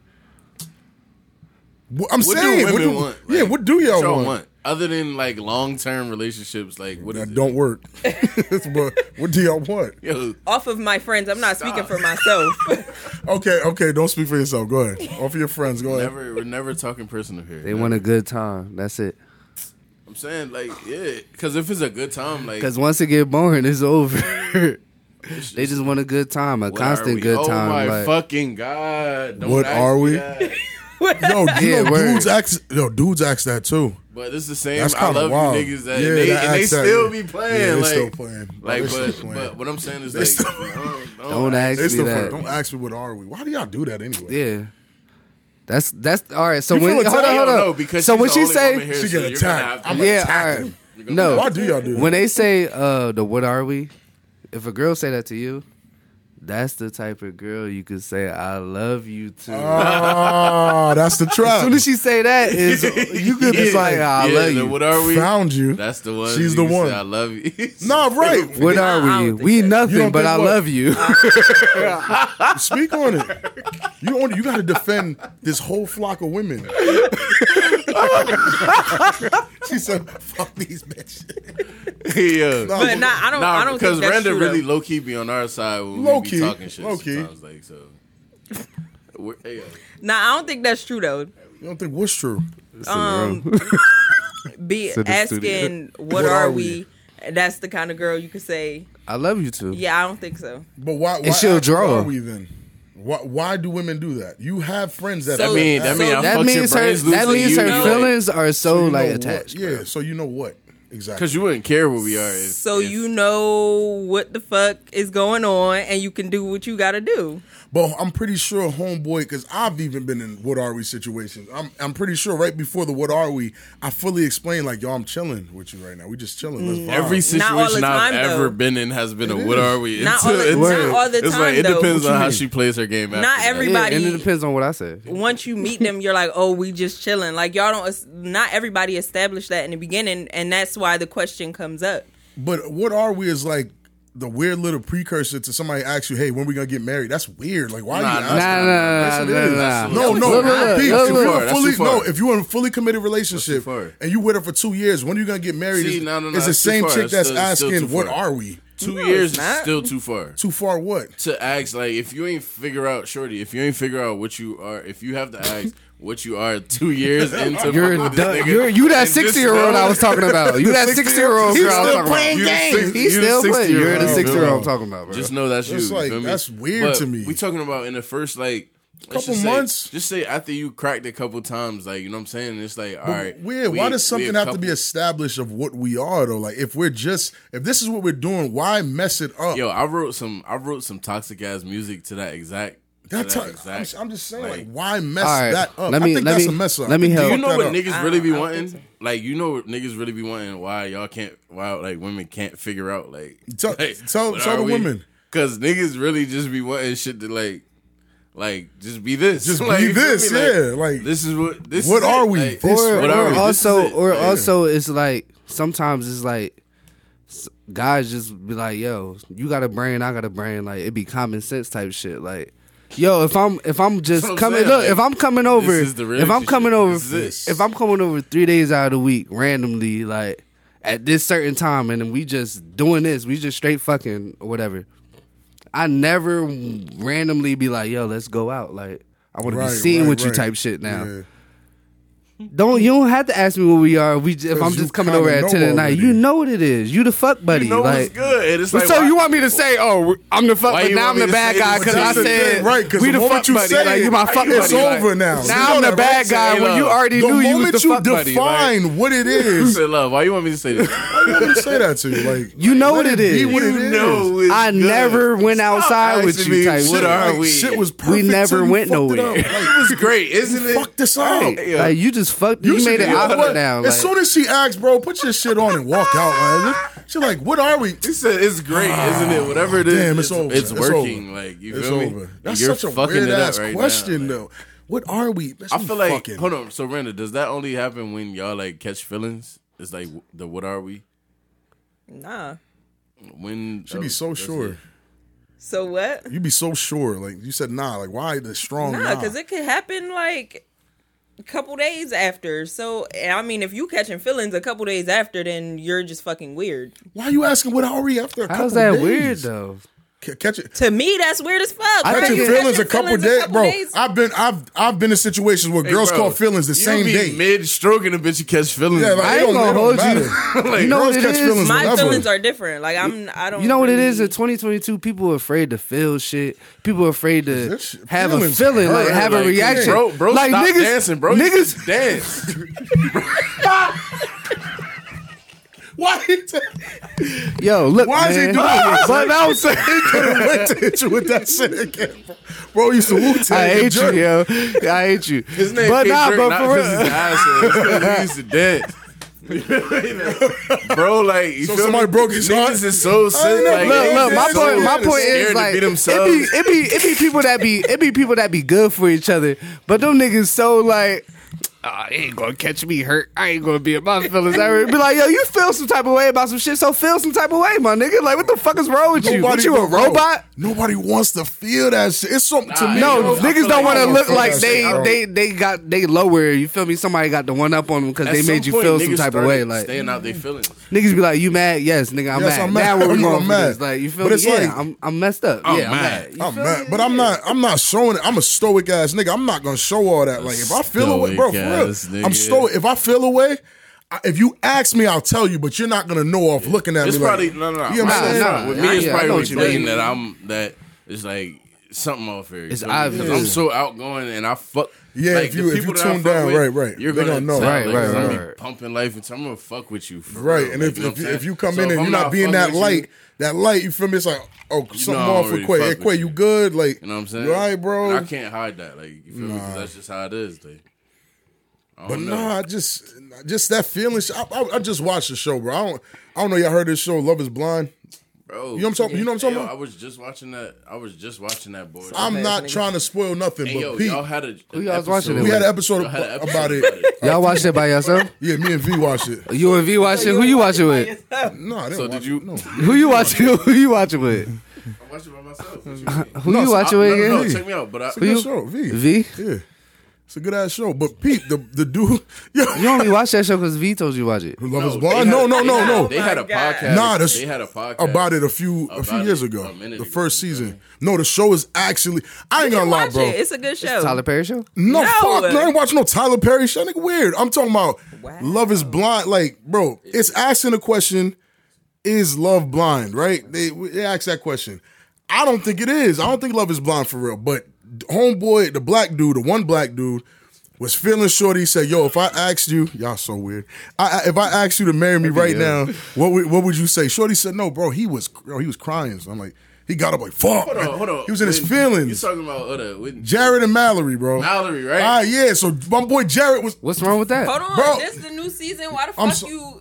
[SPEAKER 2] Wh- I'm
[SPEAKER 6] What
[SPEAKER 2] saying,
[SPEAKER 6] do women
[SPEAKER 2] what do,
[SPEAKER 6] want?
[SPEAKER 2] Yeah,
[SPEAKER 6] Like,
[SPEAKER 2] what do y'all, want?
[SPEAKER 6] Other than like long term relationships, like what is
[SPEAKER 2] That
[SPEAKER 6] it?
[SPEAKER 2] don't work. but what do y'all want?
[SPEAKER 6] Yo,
[SPEAKER 5] Off of my friends, I'm not speaking for myself.
[SPEAKER 2] Okay, okay, don't speak for yourself. Go ahead. Offer your friends. Go ahead.
[SPEAKER 6] never we're never talking personal here.
[SPEAKER 4] They want a good time. That's it.
[SPEAKER 6] I'm saying like yeah, because if it's a good time, like
[SPEAKER 4] Because once it get boring, it's over. they just want a good time, a
[SPEAKER 6] what are
[SPEAKER 4] constant
[SPEAKER 6] we?
[SPEAKER 4] good
[SPEAKER 6] oh
[SPEAKER 4] time.
[SPEAKER 6] my
[SPEAKER 4] like-
[SPEAKER 6] fucking god! Don't
[SPEAKER 2] What
[SPEAKER 6] ask
[SPEAKER 2] are
[SPEAKER 6] me
[SPEAKER 2] we?
[SPEAKER 6] that.
[SPEAKER 2] Yo, you
[SPEAKER 4] Yeah,
[SPEAKER 2] know,
[SPEAKER 4] word.
[SPEAKER 2] dudes ask. Yo, dudes ask that too.
[SPEAKER 6] But it's the same.
[SPEAKER 2] That's
[SPEAKER 6] I
[SPEAKER 2] kinda
[SPEAKER 6] love
[SPEAKER 2] wild.
[SPEAKER 6] you niggas that
[SPEAKER 2] Yeah,
[SPEAKER 6] and they,
[SPEAKER 2] that
[SPEAKER 6] and they
[SPEAKER 2] acts that-
[SPEAKER 6] still be
[SPEAKER 2] Yeah,
[SPEAKER 6] playing.
[SPEAKER 2] they
[SPEAKER 6] like,
[SPEAKER 2] still playing.
[SPEAKER 6] Like,
[SPEAKER 2] They
[SPEAKER 6] but,
[SPEAKER 2] still playing.
[SPEAKER 6] but what I'm saying is
[SPEAKER 2] They
[SPEAKER 6] like,
[SPEAKER 2] still-
[SPEAKER 6] don't,
[SPEAKER 4] Don't ask
[SPEAKER 2] They
[SPEAKER 4] me
[SPEAKER 2] still
[SPEAKER 4] that.
[SPEAKER 2] fuck- don't ask me what are we. Why do y'all do that anyway?
[SPEAKER 4] Yeah. That's that's all right. So
[SPEAKER 2] You
[SPEAKER 4] when
[SPEAKER 2] feel
[SPEAKER 4] hold on,
[SPEAKER 2] attacked?
[SPEAKER 4] hold on.
[SPEAKER 6] No, because
[SPEAKER 4] so
[SPEAKER 6] she's
[SPEAKER 4] when
[SPEAKER 6] the
[SPEAKER 4] she
[SPEAKER 6] only
[SPEAKER 4] say
[SPEAKER 6] woman here,
[SPEAKER 2] She
[SPEAKER 6] so
[SPEAKER 2] get
[SPEAKER 6] you're gonna
[SPEAKER 2] attacked.
[SPEAKER 6] have to-
[SPEAKER 2] I'm
[SPEAKER 4] yeah,
[SPEAKER 2] attacking
[SPEAKER 4] all right.
[SPEAKER 6] You're gonna
[SPEAKER 4] No,
[SPEAKER 2] Why do y'all do that?
[SPEAKER 4] when they say uh the what are we? If a girl say that to you, that's the type of girl you could say I love you to.
[SPEAKER 2] Ah, that's the trap.
[SPEAKER 4] as soon as she say that, is you could be
[SPEAKER 6] Yeah,
[SPEAKER 4] like I
[SPEAKER 6] yeah,
[SPEAKER 4] love
[SPEAKER 6] the
[SPEAKER 4] you.
[SPEAKER 6] What are we?
[SPEAKER 2] found you,
[SPEAKER 6] That's the one.
[SPEAKER 2] She's
[SPEAKER 6] you
[SPEAKER 2] the
[SPEAKER 6] can
[SPEAKER 2] one.
[SPEAKER 6] Say, I love you.
[SPEAKER 2] no, right.
[SPEAKER 4] What
[SPEAKER 5] I don't
[SPEAKER 4] are we?
[SPEAKER 5] think
[SPEAKER 4] We
[SPEAKER 5] that-
[SPEAKER 2] You don't
[SPEAKER 4] nothing, but
[SPEAKER 2] think
[SPEAKER 4] I
[SPEAKER 2] what?
[SPEAKER 4] love you.
[SPEAKER 2] Speak on it. You only you got to defend this whole flock of women. she said, "Fuck these bitches."
[SPEAKER 6] yeah.
[SPEAKER 2] No.
[SPEAKER 5] But nah, I don't.
[SPEAKER 6] Nah,
[SPEAKER 5] I don't
[SPEAKER 6] because
[SPEAKER 5] think that's
[SPEAKER 6] Randa
[SPEAKER 5] true.
[SPEAKER 6] really
[SPEAKER 5] though.
[SPEAKER 6] low key be on our side when we
[SPEAKER 2] Low-key,
[SPEAKER 6] be talking shit
[SPEAKER 2] low-key.
[SPEAKER 6] sometimes. Like so. We're- hey, yo.
[SPEAKER 5] Nah, I don't think that's true though.
[SPEAKER 2] You don't think what's true?
[SPEAKER 5] Um, be
[SPEAKER 4] To the
[SPEAKER 5] asking
[SPEAKER 4] studio.
[SPEAKER 5] what, are we? That's the kind of girl you could say.
[SPEAKER 4] I love you too.
[SPEAKER 5] Yeah, I don't think so.
[SPEAKER 2] But why? why
[SPEAKER 4] And she'll
[SPEAKER 2] ask,
[SPEAKER 4] draw.
[SPEAKER 2] Why are we then? Why, why do women do that? You have friends that.
[SPEAKER 5] So-
[SPEAKER 6] I mean, that
[SPEAKER 5] So
[SPEAKER 6] mean I
[SPEAKER 4] That
[SPEAKER 6] fucked your
[SPEAKER 4] means her.
[SPEAKER 6] brains loose
[SPEAKER 4] That
[SPEAKER 6] and
[SPEAKER 4] means
[SPEAKER 6] you,
[SPEAKER 4] her
[SPEAKER 6] like-
[SPEAKER 4] feelings are so
[SPEAKER 2] you know
[SPEAKER 4] like
[SPEAKER 2] what-
[SPEAKER 4] attached.
[SPEAKER 2] Yeah. So you know what exactly?
[SPEAKER 6] Cause you wouldn't care where we are. If,
[SPEAKER 5] So
[SPEAKER 6] if-
[SPEAKER 5] you know what the fuck is going on, and you can do what you got to do.
[SPEAKER 2] But I'm pretty sure homeboy, because I've even been in what are we situations. I'm I'm pretty sure right before the what are we, I fully explained like yo, I'm chilling with you right now. We just chilling. Let's vibe.
[SPEAKER 6] Every
[SPEAKER 5] Not all the
[SPEAKER 6] situation I've
[SPEAKER 5] time,
[SPEAKER 6] ever
[SPEAKER 5] though.
[SPEAKER 6] been in has been a what are we? It's-
[SPEAKER 5] Not all the-
[SPEAKER 6] it's-
[SPEAKER 5] not all the
[SPEAKER 6] it's like,
[SPEAKER 5] time,
[SPEAKER 6] it
[SPEAKER 5] though.
[SPEAKER 6] depends
[SPEAKER 5] What
[SPEAKER 6] on
[SPEAKER 5] you
[SPEAKER 6] how
[SPEAKER 5] mean?
[SPEAKER 6] she plays her game. After
[SPEAKER 5] Not
[SPEAKER 6] that.
[SPEAKER 5] every-
[SPEAKER 4] Yeah, and it
[SPEAKER 5] Everybody-
[SPEAKER 4] depends on what I say.
[SPEAKER 5] once you meet them, you're like, oh, we just chilling. Like y'all don't. es- Not everybody established that in the beginning, and that's why the question comes up.
[SPEAKER 2] But what are we is like the weird little precursor to somebody asks you, hey, when we gonna get married? That's weird. Like why
[SPEAKER 6] Nah,
[SPEAKER 2] are you
[SPEAKER 6] nah,
[SPEAKER 2] asking?
[SPEAKER 4] Nah,
[SPEAKER 6] not-
[SPEAKER 4] nah,
[SPEAKER 2] Yes, it
[SPEAKER 4] nah,
[SPEAKER 2] is.
[SPEAKER 4] nah, nah.
[SPEAKER 2] No, no,
[SPEAKER 4] Look, look,
[SPEAKER 2] I
[SPEAKER 4] look,
[SPEAKER 2] repeat,
[SPEAKER 4] look,
[SPEAKER 2] if
[SPEAKER 4] look.
[SPEAKER 2] you're
[SPEAKER 6] That's too
[SPEAKER 2] fully,
[SPEAKER 6] far.
[SPEAKER 2] no, if you're in a fully committed relationship
[SPEAKER 6] far.
[SPEAKER 2] and you with her for two years, when are you gonna get married?
[SPEAKER 6] See,
[SPEAKER 2] It's-
[SPEAKER 6] no, no, no,
[SPEAKER 2] it's the
[SPEAKER 6] that's too
[SPEAKER 2] same
[SPEAKER 6] far.
[SPEAKER 2] chick that's
[SPEAKER 6] That's still- it's still
[SPEAKER 2] asking,
[SPEAKER 6] too
[SPEAKER 2] what
[SPEAKER 6] far.
[SPEAKER 2] are we?
[SPEAKER 6] two
[SPEAKER 5] No,
[SPEAKER 6] years
[SPEAKER 5] it's
[SPEAKER 6] is
[SPEAKER 5] not.
[SPEAKER 6] still too far
[SPEAKER 2] Too far what?
[SPEAKER 6] to ask. Like if you ain't figure out, shorty, if you ain't figure out what you are, if you have to ask what you are two years into
[SPEAKER 4] You're,
[SPEAKER 6] fucking
[SPEAKER 4] a
[SPEAKER 6] with
[SPEAKER 4] du-
[SPEAKER 6] this nigga,
[SPEAKER 4] you're you that
[SPEAKER 6] and just
[SPEAKER 4] sixty year old
[SPEAKER 6] know-
[SPEAKER 4] I was talking about. You that sixty year old
[SPEAKER 2] He's
[SPEAKER 4] girl I was
[SPEAKER 2] still
[SPEAKER 4] talking
[SPEAKER 2] playing
[SPEAKER 4] about.
[SPEAKER 6] You're the six-
[SPEAKER 4] He's
[SPEAKER 6] you're the
[SPEAKER 4] still playing.
[SPEAKER 6] 60-year-old
[SPEAKER 4] You're the
[SPEAKER 6] girl.
[SPEAKER 4] six year old I'm talking about, bro.
[SPEAKER 6] Just know that's you.
[SPEAKER 2] It's
[SPEAKER 6] you
[SPEAKER 2] like,
[SPEAKER 6] feel me?
[SPEAKER 2] that's weird
[SPEAKER 6] But
[SPEAKER 2] to me.
[SPEAKER 6] We talking about in the first like let's
[SPEAKER 2] Couple
[SPEAKER 6] just say-
[SPEAKER 2] months?
[SPEAKER 6] Just say after you cracked a couple times, like you know what I'm saying. It's like all right,
[SPEAKER 2] Weird.
[SPEAKER 6] we-
[SPEAKER 2] why does
[SPEAKER 6] we a
[SPEAKER 2] something have to be
[SPEAKER 6] couple.
[SPEAKER 2] established of what we are though? Like if we're just if this is what we're doing, why mess it up?
[SPEAKER 6] Yo, I wrote some. I wrote some toxic ass music to that exact. to
[SPEAKER 2] That's
[SPEAKER 6] that
[SPEAKER 2] how- I'm,
[SPEAKER 6] exact.
[SPEAKER 2] I'm just saying,
[SPEAKER 6] like-
[SPEAKER 2] like, why mess
[SPEAKER 4] All right,
[SPEAKER 2] that up?
[SPEAKER 4] let
[SPEAKER 2] I
[SPEAKER 4] me-
[SPEAKER 2] think
[SPEAKER 4] let
[SPEAKER 2] that's
[SPEAKER 4] me-
[SPEAKER 2] a mess up.
[SPEAKER 4] let me
[SPEAKER 2] Think
[SPEAKER 4] help.
[SPEAKER 2] they
[SPEAKER 6] you know
[SPEAKER 2] fucked
[SPEAKER 6] what
[SPEAKER 2] that up.
[SPEAKER 6] niggas really be wanting? Like you know what niggas really be wanting? Why y'all can't? Why like women can't figure out? Like
[SPEAKER 2] Tell- tell- tell the women.
[SPEAKER 6] because niggas really just be wanting shit to like, like just be this,
[SPEAKER 2] Just
[SPEAKER 6] Like,
[SPEAKER 2] be
[SPEAKER 6] you feel
[SPEAKER 2] this,
[SPEAKER 6] me?
[SPEAKER 2] yeah, like,
[SPEAKER 6] this is what this.
[SPEAKER 2] what
[SPEAKER 6] is
[SPEAKER 2] are
[SPEAKER 6] it.
[SPEAKER 2] we?
[SPEAKER 6] Like,
[SPEAKER 2] This-
[SPEAKER 4] or,
[SPEAKER 2] What
[SPEAKER 6] are
[SPEAKER 4] or
[SPEAKER 6] we? This
[SPEAKER 4] also
[SPEAKER 6] is it.
[SPEAKER 4] or
[SPEAKER 6] Yeah.
[SPEAKER 4] also it's like sometimes it's like s- guys just be like yo you got a brain i got a brain like it be common sense type shit like yo if i'm if i'm just
[SPEAKER 6] That's what I'm
[SPEAKER 4] coming
[SPEAKER 6] saying,
[SPEAKER 4] look
[SPEAKER 6] like,
[SPEAKER 4] if i'm coming over
[SPEAKER 6] is the
[SPEAKER 4] if i'm coming
[SPEAKER 6] relationship.
[SPEAKER 4] over
[SPEAKER 6] This is
[SPEAKER 4] if i'm coming over three days out of the week randomly like at this certain time and then we just doing this we just straight fucking or whatever i never randomly be like yo let's go out like i want to
[SPEAKER 2] Right,
[SPEAKER 4] be seen
[SPEAKER 2] right,
[SPEAKER 4] with you
[SPEAKER 2] right.
[SPEAKER 4] type shit now
[SPEAKER 2] Yeah.
[SPEAKER 4] Don't you don't have to ask me where we are. We j- if
[SPEAKER 2] 'Cause
[SPEAKER 4] I'm
[SPEAKER 2] you
[SPEAKER 4] just coming
[SPEAKER 2] kinda
[SPEAKER 4] over at
[SPEAKER 2] know
[SPEAKER 4] ten at night,
[SPEAKER 2] already.
[SPEAKER 4] you know what it is. You the fuck buddy.
[SPEAKER 6] You know
[SPEAKER 4] like,
[SPEAKER 6] what's good. And it's like,
[SPEAKER 4] so
[SPEAKER 6] why-
[SPEAKER 4] you want me to say, oh, I'm the fuck,
[SPEAKER 6] Why
[SPEAKER 4] but
[SPEAKER 6] you
[SPEAKER 4] now I'm
[SPEAKER 6] want
[SPEAKER 4] the
[SPEAKER 6] me to
[SPEAKER 4] bad
[SPEAKER 6] say
[SPEAKER 4] guy
[SPEAKER 6] this
[SPEAKER 4] because
[SPEAKER 6] to
[SPEAKER 4] I
[SPEAKER 6] you?
[SPEAKER 4] said
[SPEAKER 2] Right, 'cause
[SPEAKER 4] we
[SPEAKER 2] the
[SPEAKER 4] the
[SPEAKER 2] moment
[SPEAKER 4] fuck
[SPEAKER 2] you
[SPEAKER 4] buddy.
[SPEAKER 2] say
[SPEAKER 4] Like,
[SPEAKER 2] it,
[SPEAKER 4] you my
[SPEAKER 2] it's
[SPEAKER 4] fuck buddy. Like,
[SPEAKER 2] over now. You
[SPEAKER 4] Now
[SPEAKER 2] know
[SPEAKER 4] I'm the
[SPEAKER 2] that, right?
[SPEAKER 4] bad guy
[SPEAKER 6] Say
[SPEAKER 4] when you
[SPEAKER 6] love.
[SPEAKER 4] already
[SPEAKER 2] the
[SPEAKER 4] knew you was
[SPEAKER 2] moment
[SPEAKER 4] the
[SPEAKER 2] you,
[SPEAKER 4] fuck buddy. Like,
[SPEAKER 2] define what it
[SPEAKER 6] I
[SPEAKER 2] is,
[SPEAKER 6] said, love, why you want me to say this?
[SPEAKER 2] I wouldn't say that to you. Like
[SPEAKER 4] You know
[SPEAKER 2] let
[SPEAKER 4] what it
[SPEAKER 2] be
[SPEAKER 4] is.
[SPEAKER 2] What
[SPEAKER 6] You
[SPEAKER 2] it
[SPEAKER 6] know
[SPEAKER 2] is.
[SPEAKER 6] it's
[SPEAKER 4] I
[SPEAKER 6] good.
[SPEAKER 4] never went
[SPEAKER 6] Stop
[SPEAKER 4] outside with
[SPEAKER 6] asking
[SPEAKER 4] you
[SPEAKER 6] me
[SPEAKER 4] type
[SPEAKER 6] Shit,
[SPEAKER 4] shit.
[SPEAKER 6] are
[SPEAKER 2] Like,
[SPEAKER 6] we?
[SPEAKER 2] Shit was
[SPEAKER 6] It
[SPEAKER 2] perfect.
[SPEAKER 4] never
[SPEAKER 2] till you
[SPEAKER 4] went
[SPEAKER 2] fucked it
[SPEAKER 4] nowhere.
[SPEAKER 2] up. Like,
[SPEAKER 6] was great, isn't it?
[SPEAKER 2] Fuck this up.
[SPEAKER 6] Right, yeah.
[SPEAKER 4] you just fucked.
[SPEAKER 2] You
[SPEAKER 4] You, made
[SPEAKER 2] should-
[SPEAKER 4] it
[SPEAKER 2] you know
[SPEAKER 4] awkward
[SPEAKER 2] what?
[SPEAKER 4] now.
[SPEAKER 2] As
[SPEAKER 4] like-
[SPEAKER 2] soon as she asks, bro, put your shit on and walk out, man. She's like, "What are we?"
[SPEAKER 6] He said it's great, isn't it? Whatever it is,
[SPEAKER 2] Damn, it's over.
[SPEAKER 6] It's
[SPEAKER 2] It's
[SPEAKER 6] working.
[SPEAKER 2] over.
[SPEAKER 6] Like you
[SPEAKER 2] It's
[SPEAKER 6] feel me?
[SPEAKER 2] over. That's
[SPEAKER 6] You're
[SPEAKER 2] such a
[SPEAKER 6] fucking
[SPEAKER 2] weird
[SPEAKER 6] it up
[SPEAKER 2] ass
[SPEAKER 6] right now,
[SPEAKER 2] question,
[SPEAKER 6] like-
[SPEAKER 2] though. What are we? Let's
[SPEAKER 6] I
[SPEAKER 2] be
[SPEAKER 6] feel like
[SPEAKER 2] fucking.
[SPEAKER 6] hold on. So Randa, does that only happen when y'all like catch feelings? It's like w- the what are we?
[SPEAKER 5] Nah.
[SPEAKER 6] When oh,
[SPEAKER 2] She be so sure.
[SPEAKER 5] So what?
[SPEAKER 2] You be so sure. Like you said, nah. Like why the strong?
[SPEAKER 4] Oh,
[SPEAKER 5] Nah, because it could happen like a couple days after. So and I mean, if you catching feelings a couple days after, then you're just fucking weird.
[SPEAKER 2] why you asking what are we after a couple
[SPEAKER 4] how's that
[SPEAKER 2] days?
[SPEAKER 4] weird though?
[SPEAKER 2] C- catch it.
[SPEAKER 5] To me, that's weird as fuck.
[SPEAKER 4] I
[SPEAKER 5] Why
[SPEAKER 2] Catching
[SPEAKER 4] think
[SPEAKER 5] you
[SPEAKER 4] it-
[SPEAKER 2] feelings a
[SPEAKER 5] catching
[SPEAKER 2] couple
[SPEAKER 5] feelings
[SPEAKER 2] days,
[SPEAKER 5] couple
[SPEAKER 2] bro.
[SPEAKER 5] days?
[SPEAKER 2] I've been, I've, I've been in situations where girls call feelings the same day.
[SPEAKER 6] Mid stroking a bitch, you catch feelings.
[SPEAKER 2] yeah, like,
[SPEAKER 4] I
[SPEAKER 2] it
[SPEAKER 4] ain't
[SPEAKER 2] don't,
[SPEAKER 4] gonna
[SPEAKER 2] it
[SPEAKER 4] hold
[SPEAKER 2] don't
[SPEAKER 4] you.
[SPEAKER 2] matter.
[SPEAKER 6] Like,
[SPEAKER 4] you know
[SPEAKER 2] girls
[SPEAKER 4] what it
[SPEAKER 2] catch
[SPEAKER 4] is?
[SPEAKER 2] feelings
[SPEAKER 5] My
[SPEAKER 2] whenever.
[SPEAKER 5] feelings are different. Like I'm, I don't.
[SPEAKER 4] You know what it
[SPEAKER 5] really-
[SPEAKER 4] is in 2022? People are afraid to feel shit. People are afraid to
[SPEAKER 2] This shit-
[SPEAKER 4] have a
[SPEAKER 2] feelings
[SPEAKER 4] feeling, like
[SPEAKER 2] hurt,
[SPEAKER 4] have
[SPEAKER 6] like,
[SPEAKER 4] a reaction.
[SPEAKER 6] Bro, bro,
[SPEAKER 4] like
[SPEAKER 6] stop
[SPEAKER 4] niggas,
[SPEAKER 6] dancing, bro. You
[SPEAKER 4] Niggas,
[SPEAKER 6] should dance.
[SPEAKER 2] Why? he t-
[SPEAKER 4] yo, look,
[SPEAKER 2] Why is he
[SPEAKER 4] man.
[SPEAKER 2] doing this?
[SPEAKER 4] But I was saying,
[SPEAKER 2] Could've went to hit you with that shit again, bro. Bro, you used to Wu Tang.
[SPEAKER 4] I hate you,
[SPEAKER 2] jerk.
[SPEAKER 4] yo. I hate you.
[SPEAKER 6] His name
[SPEAKER 4] but
[SPEAKER 6] Big
[SPEAKER 4] nah,
[SPEAKER 6] Drake,
[SPEAKER 4] but
[SPEAKER 6] not
[SPEAKER 4] for
[SPEAKER 6] Mrs.
[SPEAKER 4] real,
[SPEAKER 6] Dyson. He used to dance. bro, like you
[SPEAKER 2] So
[SPEAKER 6] feel
[SPEAKER 2] somebody
[SPEAKER 6] me?
[SPEAKER 2] broke his
[SPEAKER 6] Niggas
[SPEAKER 2] heart?
[SPEAKER 6] is so sick.
[SPEAKER 2] ain't never-
[SPEAKER 6] Like,
[SPEAKER 4] look, look.
[SPEAKER 2] Yeah,
[SPEAKER 4] My
[SPEAKER 2] it's
[SPEAKER 4] point, my
[SPEAKER 2] weird.
[SPEAKER 4] point
[SPEAKER 6] Scared
[SPEAKER 4] is
[SPEAKER 6] to
[SPEAKER 4] like
[SPEAKER 6] be
[SPEAKER 4] it
[SPEAKER 6] themselves.
[SPEAKER 4] be, it be, it be people that be, it be people that be good for each other, but them niggas so like. "Ah, it ain't gonna catch me hurt. I ain't gonna be in my feelings. I would be like, yo, you feel some type of way about some shit, so feel some type of way, my nigga. Like, what the fuck is wrong with you? What you a
[SPEAKER 2] bro,
[SPEAKER 4] robot?
[SPEAKER 2] Nobody wants to feel that shit. It's something to me.
[SPEAKER 4] No,
[SPEAKER 2] bro.
[SPEAKER 6] I
[SPEAKER 4] niggas
[SPEAKER 6] feel
[SPEAKER 4] don't
[SPEAKER 6] like
[SPEAKER 4] want
[SPEAKER 6] I
[SPEAKER 4] to
[SPEAKER 6] don't
[SPEAKER 4] look
[SPEAKER 6] feel
[SPEAKER 4] like
[SPEAKER 2] that
[SPEAKER 4] they
[SPEAKER 2] shit, bro.
[SPEAKER 4] they they got they lower. You feel me? Somebody got the one up on them because
[SPEAKER 6] At
[SPEAKER 4] they made you
[SPEAKER 6] point,
[SPEAKER 4] feel some
[SPEAKER 6] niggas
[SPEAKER 4] type of
[SPEAKER 6] started
[SPEAKER 4] way. Like
[SPEAKER 6] staying out their feelings.
[SPEAKER 4] niggas be like, "You mad? Yes, nigga, I'm
[SPEAKER 2] Yes,
[SPEAKER 4] mad.
[SPEAKER 2] I'm mad.
[SPEAKER 4] Now where we
[SPEAKER 2] I'm
[SPEAKER 4] going from
[SPEAKER 2] mad.
[SPEAKER 4] this? Like you feel
[SPEAKER 2] But
[SPEAKER 4] me?
[SPEAKER 2] it's
[SPEAKER 4] Yeah,
[SPEAKER 2] like-
[SPEAKER 4] I'm I'm messed up.
[SPEAKER 6] I'm
[SPEAKER 4] yeah, I'm
[SPEAKER 6] mad.
[SPEAKER 4] mad. You
[SPEAKER 2] I'm
[SPEAKER 4] feel
[SPEAKER 2] mad,
[SPEAKER 4] me?
[SPEAKER 2] but I'm not. I'm not showing it. I'm a stoic ass nigga. I'm not gonna show all that. Like if I feel away, bro, for
[SPEAKER 6] Stoic-ass
[SPEAKER 2] real, I'm
[SPEAKER 6] nigga.
[SPEAKER 2] stoic. If I feel away, I, if you ask me, I'll tell you. But you're not gonna know off looking at
[SPEAKER 6] It's
[SPEAKER 2] me.
[SPEAKER 6] probably
[SPEAKER 2] like,
[SPEAKER 6] no, no, no.
[SPEAKER 2] You know what I'm
[SPEAKER 6] Nah,
[SPEAKER 2] saying?
[SPEAKER 6] nah, With me,
[SPEAKER 4] Nah,
[SPEAKER 6] it's
[SPEAKER 4] yeah, I know
[SPEAKER 6] probably
[SPEAKER 4] what you mean.
[SPEAKER 6] relating that I'm that it's like something off here.
[SPEAKER 4] It's
[SPEAKER 6] because
[SPEAKER 4] obvious.
[SPEAKER 6] I'm so outgoing and I fuck.
[SPEAKER 2] Yeah,
[SPEAKER 6] like,
[SPEAKER 2] if
[SPEAKER 6] the
[SPEAKER 2] you- if
[SPEAKER 6] people
[SPEAKER 2] you
[SPEAKER 6] that I
[SPEAKER 2] tune
[SPEAKER 6] fuck
[SPEAKER 2] down,
[SPEAKER 6] with,
[SPEAKER 2] right, right.
[SPEAKER 6] You're
[SPEAKER 2] They
[SPEAKER 6] gonna
[SPEAKER 2] don't know.
[SPEAKER 6] tell,
[SPEAKER 4] Right,
[SPEAKER 6] like,
[SPEAKER 4] right,
[SPEAKER 6] I'm
[SPEAKER 4] right,
[SPEAKER 6] gonna
[SPEAKER 4] right.
[SPEAKER 6] be pumping life. Into, I'm gonna fuck with you, for
[SPEAKER 2] right.
[SPEAKER 6] real,
[SPEAKER 2] And
[SPEAKER 6] like,
[SPEAKER 2] if
[SPEAKER 6] you know
[SPEAKER 2] if,
[SPEAKER 6] what I'm
[SPEAKER 2] if you
[SPEAKER 6] saying?
[SPEAKER 2] come
[SPEAKER 6] So
[SPEAKER 2] in
[SPEAKER 6] if
[SPEAKER 2] and
[SPEAKER 6] I'm
[SPEAKER 2] you're not being
[SPEAKER 6] fucking
[SPEAKER 2] that
[SPEAKER 6] with you,
[SPEAKER 2] light, that light, you feel me? It's like, oh, something
[SPEAKER 6] know I
[SPEAKER 2] off with
[SPEAKER 6] already
[SPEAKER 2] Quay.
[SPEAKER 6] fuck
[SPEAKER 2] Hey,
[SPEAKER 6] with
[SPEAKER 2] Quay,
[SPEAKER 6] you.
[SPEAKER 2] you good? Like,
[SPEAKER 6] You know what I'm saying?
[SPEAKER 2] you all right,
[SPEAKER 6] And
[SPEAKER 2] bro.
[SPEAKER 6] I can't hide that. Like, you feel me? 'Cause That's just how it is. Like, I don't
[SPEAKER 2] But
[SPEAKER 6] know.
[SPEAKER 2] nah, I just just that feeling. shit. I, I, I just watched the show, bro. I don't. I don't know. Y'all heard this show, Love Is Blind.
[SPEAKER 6] bro.
[SPEAKER 2] You know what I'm talking- you know what I'm talking
[SPEAKER 6] Yo,
[SPEAKER 2] about?
[SPEAKER 6] I was just watching that. I was just watching that boy.
[SPEAKER 2] I'm
[SPEAKER 5] ass
[SPEAKER 2] not
[SPEAKER 5] nigga.
[SPEAKER 2] trying to spoil nothing,
[SPEAKER 6] Hey,
[SPEAKER 2] but
[SPEAKER 6] yo,
[SPEAKER 2] Pete,
[SPEAKER 6] y'all had a. Who
[SPEAKER 4] y'all was watching it
[SPEAKER 2] we
[SPEAKER 4] with?
[SPEAKER 2] had an episode,
[SPEAKER 6] Y'all had an
[SPEAKER 2] ab-
[SPEAKER 6] episode
[SPEAKER 2] about it.
[SPEAKER 6] about it.
[SPEAKER 4] Y'all watch it by yourself.
[SPEAKER 2] Yeah, me and V watched it.
[SPEAKER 4] You and V watch it. Who you watching with?
[SPEAKER 2] No, I didn't
[SPEAKER 6] So
[SPEAKER 2] watch
[SPEAKER 6] did you?
[SPEAKER 2] it. No.
[SPEAKER 4] Who you watching? Who you watching with?
[SPEAKER 6] I'm watching by myself. What you mean?
[SPEAKER 4] Who
[SPEAKER 2] No,
[SPEAKER 4] you
[SPEAKER 2] so
[SPEAKER 4] watching
[SPEAKER 6] I-
[SPEAKER 4] with?
[SPEAKER 6] No, no, no,
[SPEAKER 4] again?
[SPEAKER 6] check me out. But I,
[SPEAKER 2] It's a
[SPEAKER 4] you?
[SPEAKER 2] good show, V.
[SPEAKER 4] V.
[SPEAKER 2] Yeah, it's a good ass show. But Pete, the the dude, yo,
[SPEAKER 4] You only watch that show because V told you to watch it.
[SPEAKER 2] Love Is
[SPEAKER 6] they
[SPEAKER 2] Blind.
[SPEAKER 6] had-
[SPEAKER 2] No, no, no,
[SPEAKER 6] they
[SPEAKER 2] no.
[SPEAKER 6] Had, they had a
[SPEAKER 5] Oh my God.
[SPEAKER 6] podcast.
[SPEAKER 2] Nah, that's
[SPEAKER 6] they had a podcast
[SPEAKER 2] about it a few a few
[SPEAKER 6] About
[SPEAKER 2] years
[SPEAKER 6] it
[SPEAKER 2] ago.
[SPEAKER 6] a minute
[SPEAKER 2] The
[SPEAKER 6] ago,
[SPEAKER 2] first
[SPEAKER 6] you know.
[SPEAKER 2] season. No, the show is actually. I ain't gonna lie,
[SPEAKER 5] Watch
[SPEAKER 2] bro.
[SPEAKER 5] it. It's a good show.
[SPEAKER 4] Tyler Perry show.
[SPEAKER 2] No,
[SPEAKER 5] No.
[SPEAKER 2] fuck. No, I ain't watching no Tyler Perry shit. That Nigga, weird. I'm talking about
[SPEAKER 5] Wow.
[SPEAKER 2] love is blind. Like, bro, it's asking the question: Is love blind? Right? They, they ask that question. I don't think it is. I don't think love is blind for real. But homeboy, the black dude, the one black dude, was feeling shorty. He said, "Yo, if I asked you, y'all so weird. I, I- if I asked you to marry me right now, what would, what would you say?" Shorty said, "No, bro. He was bro, he was crying. So I'm like, he got up like fuck.
[SPEAKER 6] Hold on, hold on.
[SPEAKER 2] He was in his
[SPEAKER 6] When-
[SPEAKER 2] feelings.
[SPEAKER 6] You talking about other? When,
[SPEAKER 2] Jared and Mallory, bro.
[SPEAKER 6] Mallory, right?
[SPEAKER 2] Ah, yeah. So my boy Jared was.
[SPEAKER 4] What's wrong with that?
[SPEAKER 5] Hold on,
[SPEAKER 2] Bro.
[SPEAKER 5] this is the new season. Why the
[SPEAKER 2] I'm
[SPEAKER 5] fuck
[SPEAKER 2] so-
[SPEAKER 5] you?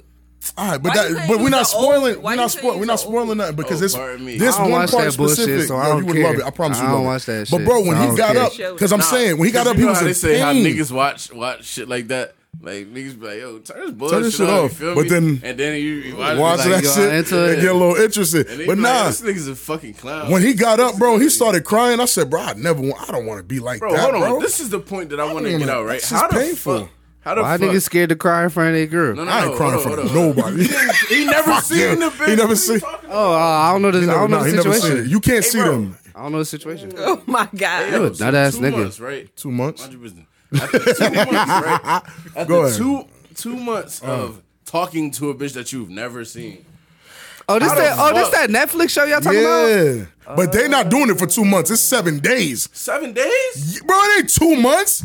[SPEAKER 2] All right, but
[SPEAKER 5] Why you
[SPEAKER 2] that,
[SPEAKER 5] saying
[SPEAKER 2] but
[SPEAKER 5] he
[SPEAKER 2] we're
[SPEAKER 5] was
[SPEAKER 2] not
[SPEAKER 5] a
[SPEAKER 2] spoiling.
[SPEAKER 5] old- why
[SPEAKER 2] we're
[SPEAKER 5] you
[SPEAKER 2] not
[SPEAKER 5] saying
[SPEAKER 2] spoiling. We're
[SPEAKER 5] he was
[SPEAKER 2] not
[SPEAKER 5] a
[SPEAKER 2] spoiling
[SPEAKER 5] old-
[SPEAKER 2] nothing because
[SPEAKER 6] Oh,
[SPEAKER 2] this
[SPEAKER 6] pardon me.
[SPEAKER 2] this
[SPEAKER 4] I don't
[SPEAKER 2] one
[SPEAKER 4] watch
[SPEAKER 2] part
[SPEAKER 4] that bullshit,
[SPEAKER 2] specific.
[SPEAKER 4] so I
[SPEAKER 2] yo,
[SPEAKER 4] don't
[SPEAKER 2] you would
[SPEAKER 4] care.
[SPEAKER 2] love it. I promise
[SPEAKER 4] I
[SPEAKER 2] you. would
[SPEAKER 4] don't
[SPEAKER 2] love
[SPEAKER 4] watch
[SPEAKER 2] it.
[SPEAKER 4] that
[SPEAKER 2] But
[SPEAKER 4] shit,
[SPEAKER 2] bro,
[SPEAKER 4] so
[SPEAKER 2] when
[SPEAKER 4] I
[SPEAKER 2] he
[SPEAKER 4] don't
[SPEAKER 2] got
[SPEAKER 4] care.
[SPEAKER 2] up, because I'm
[SPEAKER 6] Nah,
[SPEAKER 2] saying when he got
[SPEAKER 6] you
[SPEAKER 2] up, he
[SPEAKER 6] know
[SPEAKER 2] was
[SPEAKER 6] how
[SPEAKER 2] in
[SPEAKER 6] they say how
[SPEAKER 2] pain.
[SPEAKER 6] niggas watch watch shit like that. Like niggas be like, yo, turn this bullshit
[SPEAKER 2] this shit
[SPEAKER 6] off.
[SPEAKER 2] off.
[SPEAKER 6] You feel
[SPEAKER 2] But
[SPEAKER 6] me?
[SPEAKER 2] then-
[SPEAKER 6] and then you, you watch, it,
[SPEAKER 2] Watch
[SPEAKER 6] like,
[SPEAKER 2] that
[SPEAKER 4] yo,
[SPEAKER 2] shit and
[SPEAKER 4] into it.
[SPEAKER 2] get a little interested.
[SPEAKER 6] And they
[SPEAKER 2] But
[SPEAKER 6] be
[SPEAKER 2] nah,
[SPEAKER 6] like, this nigga's a fucking clown.
[SPEAKER 2] when he got up, bro, he started crying. I said, bro, I never want. I don't want to be like
[SPEAKER 6] bro,
[SPEAKER 2] that,
[SPEAKER 6] hold on.
[SPEAKER 2] bro.
[SPEAKER 6] This is the point that I, want to
[SPEAKER 2] even
[SPEAKER 6] get
[SPEAKER 2] know.
[SPEAKER 6] out. Right?
[SPEAKER 2] This is
[SPEAKER 6] how the
[SPEAKER 2] painful.
[SPEAKER 6] fuck? How the
[SPEAKER 4] Why
[SPEAKER 6] fuck?
[SPEAKER 4] niggas scared to cry in front of their girl?
[SPEAKER 6] No, no,
[SPEAKER 2] I ain't
[SPEAKER 6] no,
[SPEAKER 2] crying
[SPEAKER 6] hold
[SPEAKER 2] for
[SPEAKER 6] on, hold on.
[SPEAKER 2] nobody.
[SPEAKER 6] He never
[SPEAKER 2] Fuck
[SPEAKER 6] seen the
[SPEAKER 2] yeah.
[SPEAKER 6] bitch.
[SPEAKER 2] He never
[SPEAKER 6] What
[SPEAKER 2] seen-
[SPEAKER 6] you talking about?
[SPEAKER 4] Oh, I don't know this. I
[SPEAKER 2] Never-
[SPEAKER 4] don't know
[SPEAKER 2] nah,
[SPEAKER 4] the
[SPEAKER 2] he never said it.
[SPEAKER 4] situation.
[SPEAKER 2] You can't
[SPEAKER 6] Hey,
[SPEAKER 2] see
[SPEAKER 6] bro.
[SPEAKER 2] them
[SPEAKER 4] I don't know the situation.
[SPEAKER 5] Oh my god.
[SPEAKER 6] Yo,
[SPEAKER 4] nut-ass
[SPEAKER 6] so
[SPEAKER 4] nigga.
[SPEAKER 6] Two months, right?
[SPEAKER 2] two months.
[SPEAKER 6] 100%. After two months, right? After
[SPEAKER 2] Go ahead. Uh.
[SPEAKER 6] two two months of talking to a bitch that you've never seen.
[SPEAKER 4] Oh, this
[SPEAKER 6] How the
[SPEAKER 4] that oh this that
[SPEAKER 6] fuck?
[SPEAKER 4] Netflix show y'all talking about?
[SPEAKER 2] Yeah, but they not doing it for two months. It's seven days,
[SPEAKER 6] Seven days?
[SPEAKER 2] Y- bro. It ain't two months.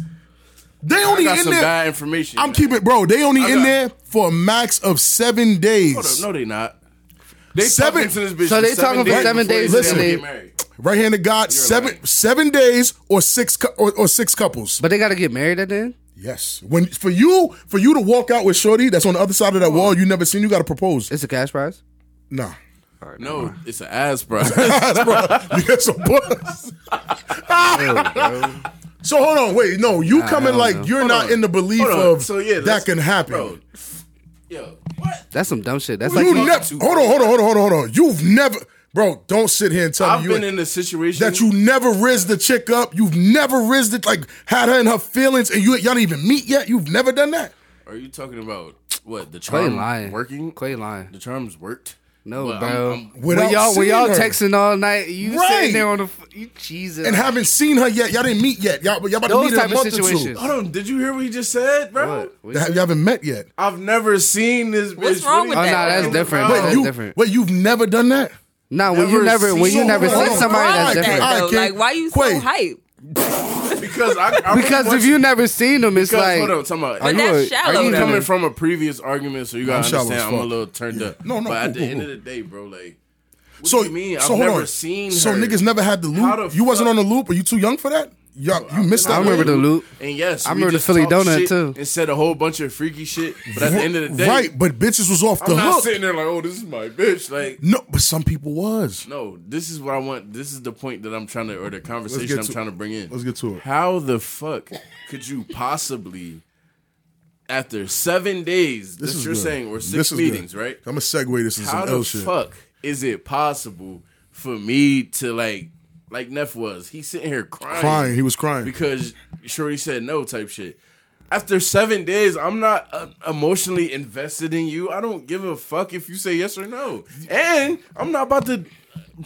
[SPEAKER 2] They
[SPEAKER 6] I
[SPEAKER 2] only
[SPEAKER 6] got
[SPEAKER 2] in
[SPEAKER 6] some
[SPEAKER 2] there.
[SPEAKER 6] bad information.
[SPEAKER 2] I'm
[SPEAKER 6] man.
[SPEAKER 2] keeping, bro. They only
[SPEAKER 6] I
[SPEAKER 2] in
[SPEAKER 6] got-
[SPEAKER 2] there for a max of seven days.
[SPEAKER 6] Hold up, no, they not. They
[SPEAKER 2] Seven-
[SPEAKER 6] talking to this bitch.
[SPEAKER 4] So
[SPEAKER 6] for
[SPEAKER 4] they talking for seven
[SPEAKER 6] before
[SPEAKER 4] days
[SPEAKER 6] they
[SPEAKER 2] and
[SPEAKER 6] get
[SPEAKER 4] they-
[SPEAKER 6] married.
[SPEAKER 2] Right hand of God, seven
[SPEAKER 6] lying.
[SPEAKER 2] seven days or six cou- or, or six couples.
[SPEAKER 4] But they gotta get married at the end?
[SPEAKER 2] Yes, when for you for you to walk out with shorty that's on the other side of that wall you never seen, you got to propose.
[SPEAKER 4] It's a cash prize.
[SPEAKER 2] Nah,
[SPEAKER 6] No, it's an ass prize.
[SPEAKER 2] That's bro. You get some buzz. so hold on, wait, no, you coming like you're not in the belief
[SPEAKER 6] Hold on.
[SPEAKER 2] of
[SPEAKER 6] So, yeah,
[SPEAKER 2] that
[SPEAKER 6] let's-
[SPEAKER 2] can happen.
[SPEAKER 6] Bro. Yo, what?
[SPEAKER 4] That's some dumb shit. That's
[SPEAKER 2] you
[SPEAKER 4] like
[SPEAKER 2] never hold on, hold on, hold on, hold on, hold on. You've never, bro. Don't sit here and tell
[SPEAKER 6] I've
[SPEAKER 2] me you
[SPEAKER 6] been
[SPEAKER 2] ain't-
[SPEAKER 6] in a situation
[SPEAKER 2] that you never riz the chick up. You've never riz it like had her in her feelings, and you y'all didn't even meet yet. You've never done that.
[SPEAKER 6] Are you talking about what the
[SPEAKER 4] Clay
[SPEAKER 6] charm
[SPEAKER 4] lying.
[SPEAKER 6] working?
[SPEAKER 4] Clay lying.
[SPEAKER 6] The charms worked.
[SPEAKER 4] No,
[SPEAKER 6] But I'm-
[SPEAKER 4] bro.
[SPEAKER 6] I'm-
[SPEAKER 2] Without
[SPEAKER 4] when y'all when
[SPEAKER 2] seeing
[SPEAKER 4] y'all
[SPEAKER 2] her.
[SPEAKER 4] texting all night, you
[SPEAKER 2] Right.
[SPEAKER 4] sitting there on the f- you Jesus.
[SPEAKER 2] and haven't seen her yet. Y'all didn't meet yet. Y'all, y'all about
[SPEAKER 4] Those
[SPEAKER 2] to meet
[SPEAKER 4] type
[SPEAKER 2] in a
[SPEAKER 4] of
[SPEAKER 2] month or two.
[SPEAKER 4] situations.
[SPEAKER 6] Hold on, did you hear what he just said, bro?
[SPEAKER 4] What? What?
[SPEAKER 2] That- You haven't met yet.
[SPEAKER 6] I've never seen this. Bitch.
[SPEAKER 5] What's
[SPEAKER 6] What
[SPEAKER 5] wrong with
[SPEAKER 6] are
[SPEAKER 4] Oh
[SPEAKER 6] you
[SPEAKER 4] no,
[SPEAKER 5] that?
[SPEAKER 4] that's
[SPEAKER 6] talking
[SPEAKER 4] different.
[SPEAKER 6] about?
[SPEAKER 2] Wait,
[SPEAKER 4] that's
[SPEAKER 2] you,
[SPEAKER 4] different.
[SPEAKER 2] wait, you've never done that?
[SPEAKER 4] Nah, when you
[SPEAKER 6] Never
[SPEAKER 4] never when you
[SPEAKER 6] seen-
[SPEAKER 4] never
[SPEAKER 2] Hold
[SPEAKER 4] see
[SPEAKER 2] on.
[SPEAKER 5] What's
[SPEAKER 4] somebody,
[SPEAKER 5] wrong
[SPEAKER 4] that's
[SPEAKER 5] with
[SPEAKER 4] different.
[SPEAKER 5] that,
[SPEAKER 2] Oh, All right,
[SPEAKER 5] though?
[SPEAKER 2] kid.
[SPEAKER 5] Like, why you so
[SPEAKER 2] Quay.
[SPEAKER 5] hype?
[SPEAKER 6] because I, I
[SPEAKER 4] Because if you never seen them, it's
[SPEAKER 6] because,
[SPEAKER 4] like
[SPEAKER 6] hold on, talking about.
[SPEAKER 4] Are
[SPEAKER 5] But
[SPEAKER 4] you
[SPEAKER 5] that's
[SPEAKER 4] a-
[SPEAKER 5] shallow.
[SPEAKER 6] I'm
[SPEAKER 5] though.
[SPEAKER 6] coming from a previous argument, so you
[SPEAKER 2] I'm
[SPEAKER 6] gotta
[SPEAKER 2] shallow
[SPEAKER 6] understand.
[SPEAKER 2] as
[SPEAKER 6] I'm a
[SPEAKER 2] fuck.
[SPEAKER 6] little turned up.
[SPEAKER 2] No, no,
[SPEAKER 6] But at
[SPEAKER 2] cool,
[SPEAKER 6] the
[SPEAKER 2] cool,
[SPEAKER 6] end of
[SPEAKER 2] cool.
[SPEAKER 6] the day, bro, like, what
[SPEAKER 2] So
[SPEAKER 6] do you mean?
[SPEAKER 2] so
[SPEAKER 6] I've
[SPEAKER 2] hold
[SPEAKER 6] never
[SPEAKER 2] on.
[SPEAKER 6] seen.
[SPEAKER 2] So
[SPEAKER 6] her.
[SPEAKER 2] niggas never had the
[SPEAKER 6] How
[SPEAKER 2] loop.
[SPEAKER 6] the
[SPEAKER 2] you wasn't on
[SPEAKER 6] fuck-
[SPEAKER 2] the loop. Are you too young for that? Y'all, you missed that.
[SPEAKER 6] I
[SPEAKER 4] remember
[SPEAKER 2] wave.
[SPEAKER 4] the loop.
[SPEAKER 6] And yes,
[SPEAKER 4] I
[SPEAKER 6] we
[SPEAKER 4] remember the
[SPEAKER 6] just
[SPEAKER 4] Philly
[SPEAKER 6] talked
[SPEAKER 4] donut,
[SPEAKER 6] shit
[SPEAKER 4] too.
[SPEAKER 6] and said a whole bunch of freaky shit. But at the end of the day,
[SPEAKER 2] right? But bitches was off the
[SPEAKER 6] I'm not
[SPEAKER 2] hook.
[SPEAKER 6] sitting there like, oh, this is my bitch. Like,
[SPEAKER 2] No, but some people was.
[SPEAKER 6] no, this is what I want. This is the point that I'm trying to, or the
[SPEAKER 2] get
[SPEAKER 6] conversation I'm
[SPEAKER 2] to-
[SPEAKER 6] trying to bring in.
[SPEAKER 2] let's get to it.
[SPEAKER 6] How the fuck could you possibly, after seven days, this,
[SPEAKER 2] is
[SPEAKER 6] you're
[SPEAKER 2] good.
[SPEAKER 6] saying, or six
[SPEAKER 2] This is
[SPEAKER 6] meetings,
[SPEAKER 2] good.
[SPEAKER 6] right?
[SPEAKER 2] I'm gonna segue this into
[SPEAKER 6] How
[SPEAKER 2] some
[SPEAKER 6] the
[SPEAKER 2] L shit.
[SPEAKER 6] fuck is it possible for me to like, like Neff was? He's sitting here crying,
[SPEAKER 2] Crying, he was crying.
[SPEAKER 6] because Shorty said no type shit. After seven days, I'm not uh, emotionally invested in you. I don't give a fuck if you say yes or no, and I'm not about to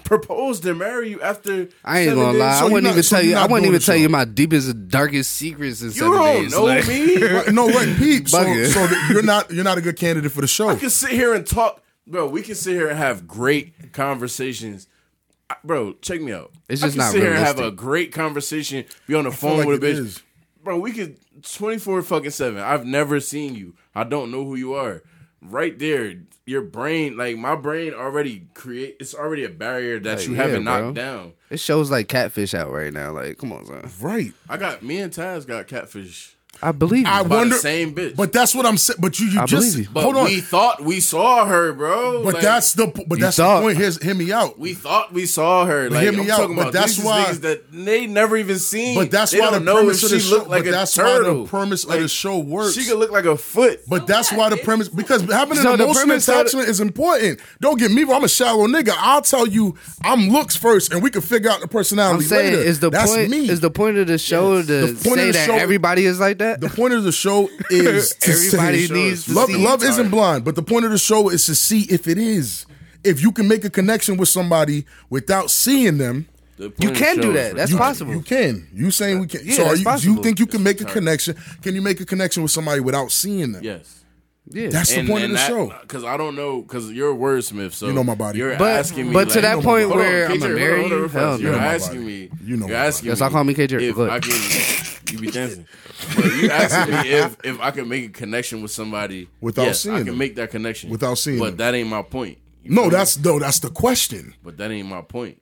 [SPEAKER 6] propose to marry you after.
[SPEAKER 4] I ain't
[SPEAKER 6] seven
[SPEAKER 4] gonna
[SPEAKER 6] days.
[SPEAKER 4] lie.
[SPEAKER 2] so
[SPEAKER 4] I
[SPEAKER 2] you
[SPEAKER 4] wouldn't
[SPEAKER 2] not-
[SPEAKER 4] even
[SPEAKER 2] so
[SPEAKER 4] tell
[SPEAKER 2] you
[SPEAKER 4] you. I
[SPEAKER 2] not
[SPEAKER 4] wouldn't
[SPEAKER 2] doing
[SPEAKER 4] even
[SPEAKER 2] the
[SPEAKER 4] tell
[SPEAKER 2] show.
[SPEAKER 4] you my deepest, darkest secrets in
[SPEAKER 6] You
[SPEAKER 4] seven
[SPEAKER 6] don't
[SPEAKER 4] days.
[SPEAKER 6] know
[SPEAKER 4] Like,
[SPEAKER 6] me.
[SPEAKER 2] No, right, peep. So,
[SPEAKER 4] Bugging.
[SPEAKER 2] so that you're not you're not a good candidate for the show.
[SPEAKER 6] I can sit here and talk, bro. We can sit here and have great conversations, I- bro. Check me out.
[SPEAKER 4] It's
[SPEAKER 6] I
[SPEAKER 4] just
[SPEAKER 6] can
[SPEAKER 4] not
[SPEAKER 6] sit here and have a
[SPEAKER 4] realistic.
[SPEAKER 6] great conversation. Be on the phone
[SPEAKER 2] like
[SPEAKER 6] with a
[SPEAKER 2] it
[SPEAKER 6] bitch,
[SPEAKER 2] is.
[SPEAKER 6] bro. We could twenty four fucking seven. I've never seen you. I don't know who you are. Right there, your brain, like my brain, already create. It's already a barrier that you
[SPEAKER 4] yeah,
[SPEAKER 6] haven't knocked
[SPEAKER 4] bro.
[SPEAKER 6] down.
[SPEAKER 4] It shows like catfish out right now. Like, come on, son.
[SPEAKER 2] Right.
[SPEAKER 6] I got me and Taz got catfish
[SPEAKER 4] I believe.
[SPEAKER 2] I
[SPEAKER 4] you.
[SPEAKER 6] by
[SPEAKER 2] wonder.
[SPEAKER 6] the same bitch.
[SPEAKER 2] But that's what I'm saying. But you, you
[SPEAKER 4] I
[SPEAKER 2] just
[SPEAKER 4] believe you.
[SPEAKER 6] But
[SPEAKER 2] hold on.
[SPEAKER 6] we thought we saw her, bro.
[SPEAKER 2] but
[SPEAKER 6] Like,
[SPEAKER 2] that's the but that's
[SPEAKER 4] thought-
[SPEAKER 2] the point. Here's hear me out.
[SPEAKER 6] We thought we saw her. Like,
[SPEAKER 2] hear me
[SPEAKER 6] I'm
[SPEAKER 2] out,
[SPEAKER 6] talking
[SPEAKER 2] but
[SPEAKER 6] about
[SPEAKER 2] that's
[SPEAKER 6] these
[SPEAKER 2] why-
[SPEAKER 6] niggas that they never even seen.
[SPEAKER 2] but that's
[SPEAKER 6] They
[SPEAKER 2] why the
[SPEAKER 6] don't know if
[SPEAKER 2] premise of
[SPEAKER 6] she
[SPEAKER 2] the show.
[SPEAKER 6] looked like
[SPEAKER 2] but
[SPEAKER 6] a
[SPEAKER 2] that's why
[SPEAKER 6] turtle.
[SPEAKER 2] the premise
[SPEAKER 6] Like,
[SPEAKER 2] of the show works.
[SPEAKER 6] She could look like a foot.
[SPEAKER 2] but that's why the premise because having an
[SPEAKER 4] So the
[SPEAKER 2] emotional
[SPEAKER 4] premise of the-
[SPEAKER 2] attachment is important. Don't get me wrong. I'm a shallow nigga. I'll tell you, I'm looks first, and we can figure out the personality
[SPEAKER 4] I'm saying
[SPEAKER 2] later.
[SPEAKER 4] is the
[SPEAKER 2] that's
[SPEAKER 4] point
[SPEAKER 2] me.
[SPEAKER 4] is the point of the show to
[SPEAKER 2] The point of
[SPEAKER 4] say
[SPEAKER 2] the
[SPEAKER 4] that
[SPEAKER 2] show-
[SPEAKER 4] everybody is like that.
[SPEAKER 2] The point of the show is to
[SPEAKER 4] Everybody
[SPEAKER 2] say,
[SPEAKER 4] needs to
[SPEAKER 2] love.
[SPEAKER 4] see-
[SPEAKER 2] love isn't
[SPEAKER 6] Sorry.
[SPEAKER 2] blind, but the point of the show is to see if it is. If you can make a connection with somebody without seeing them,
[SPEAKER 4] you can do that. That's
[SPEAKER 2] you,
[SPEAKER 4] possible.
[SPEAKER 2] You can. You saying we can?
[SPEAKER 4] Yeah,
[SPEAKER 2] so are
[SPEAKER 4] that's
[SPEAKER 2] you, do you
[SPEAKER 4] possible.
[SPEAKER 2] think you can make a connection? Can you make a connection with somebody without seeing them?
[SPEAKER 6] yes.
[SPEAKER 4] yeah.
[SPEAKER 2] That's the point of the show.
[SPEAKER 6] Because uh, I don't know. Because you're a wordsmith, so
[SPEAKER 2] You know my body.
[SPEAKER 6] You're
[SPEAKER 4] But-
[SPEAKER 6] asking me,
[SPEAKER 4] but
[SPEAKER 6] like,
[SPEAKER 4] to that
[SPEAKER 6] hold
[SPEAKER 4] point
[SPEAKER 6] on,
[SPEAKER 4] where I'ma
[SPEAKER 6] KJ, hold on,
[SPEAKER 4] marry
[SPEAKER 6] hold on,
[SPEAKER 4] you?
[SPEAKER 6] hold on,
[SPEAKER 4] Hell
[SPEAKER 6] You're
[SPEAKER 4] no.
[SPEAKER 6] asking me.
[SPEAKER 2] You know
[SPEAKER 6] You're
[SPEAKER 2] my
[SPEAKER 6] asking
[SPEAKER 4] Yes,
[SPEAKER 6] me.
[SPEAKER 4] I'll call me KJ.
[SPEAKER 6] If
[SPEAKER 4] Go
[SPEAKER 6] I
[SPEAKER 4] ahead.
[SPEAKER 6] can, you be dancing. But you asking me if if I can make a connection with somebody
[SPEAKER 2] Without
[SPEAKER 6] yes,
[SPEAKER 2] seeing
[SPEAKER 6] I can
[SPEAKER 2] them.
[SPEAKER 6] make that connection
[SPEAKER 2] Without seeing them.
[SPEAKER 6] But that ain't my point. You
[SPEAKER 2] No,
[SPEAKER 6] feel me?
[SPEAKER 2] that's no, that's the question.
[SPEAKER 6] But that ain't my point.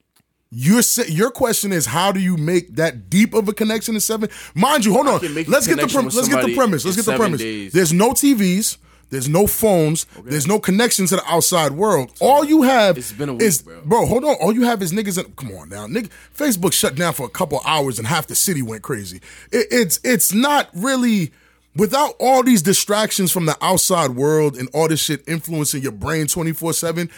[SPEAKER 2] Your se- your question is how do you make that deep of a connection in seven? Mind you, hold on.
[SPEAKER 6] can make a
[SPEAKER 2] Let's get the
[SPEAKER 6] connection
[SPEAKER 2] prem-
[SPEAKER 6] with
[SPEAKER 2] let's get the
[SPEAKER 6] somebody
[SPEAKER 2] premise.
[SPEAKER 6] in
[SPEAKER 2] Let's get the
[SPEAKER 6] seven
[SPEAKER 2] premise.
[SPEAKER 6] days.
[SPEAKER 2] There's no TVs. There's no phones. There's no connection to the outside world. All you have
[SPEAKER 6] It's been a week,
[SPEAKER 2] is
[SPEAKER 6] bro.
[SPEAKER 2] Hold on. All you have is niggas. In, come on now, nigga. Facebook shut down for a couple hours and half the city went crazy. It, it's it's not really without all these distractions from the outside world and all this shit influencing your brain twenty four seven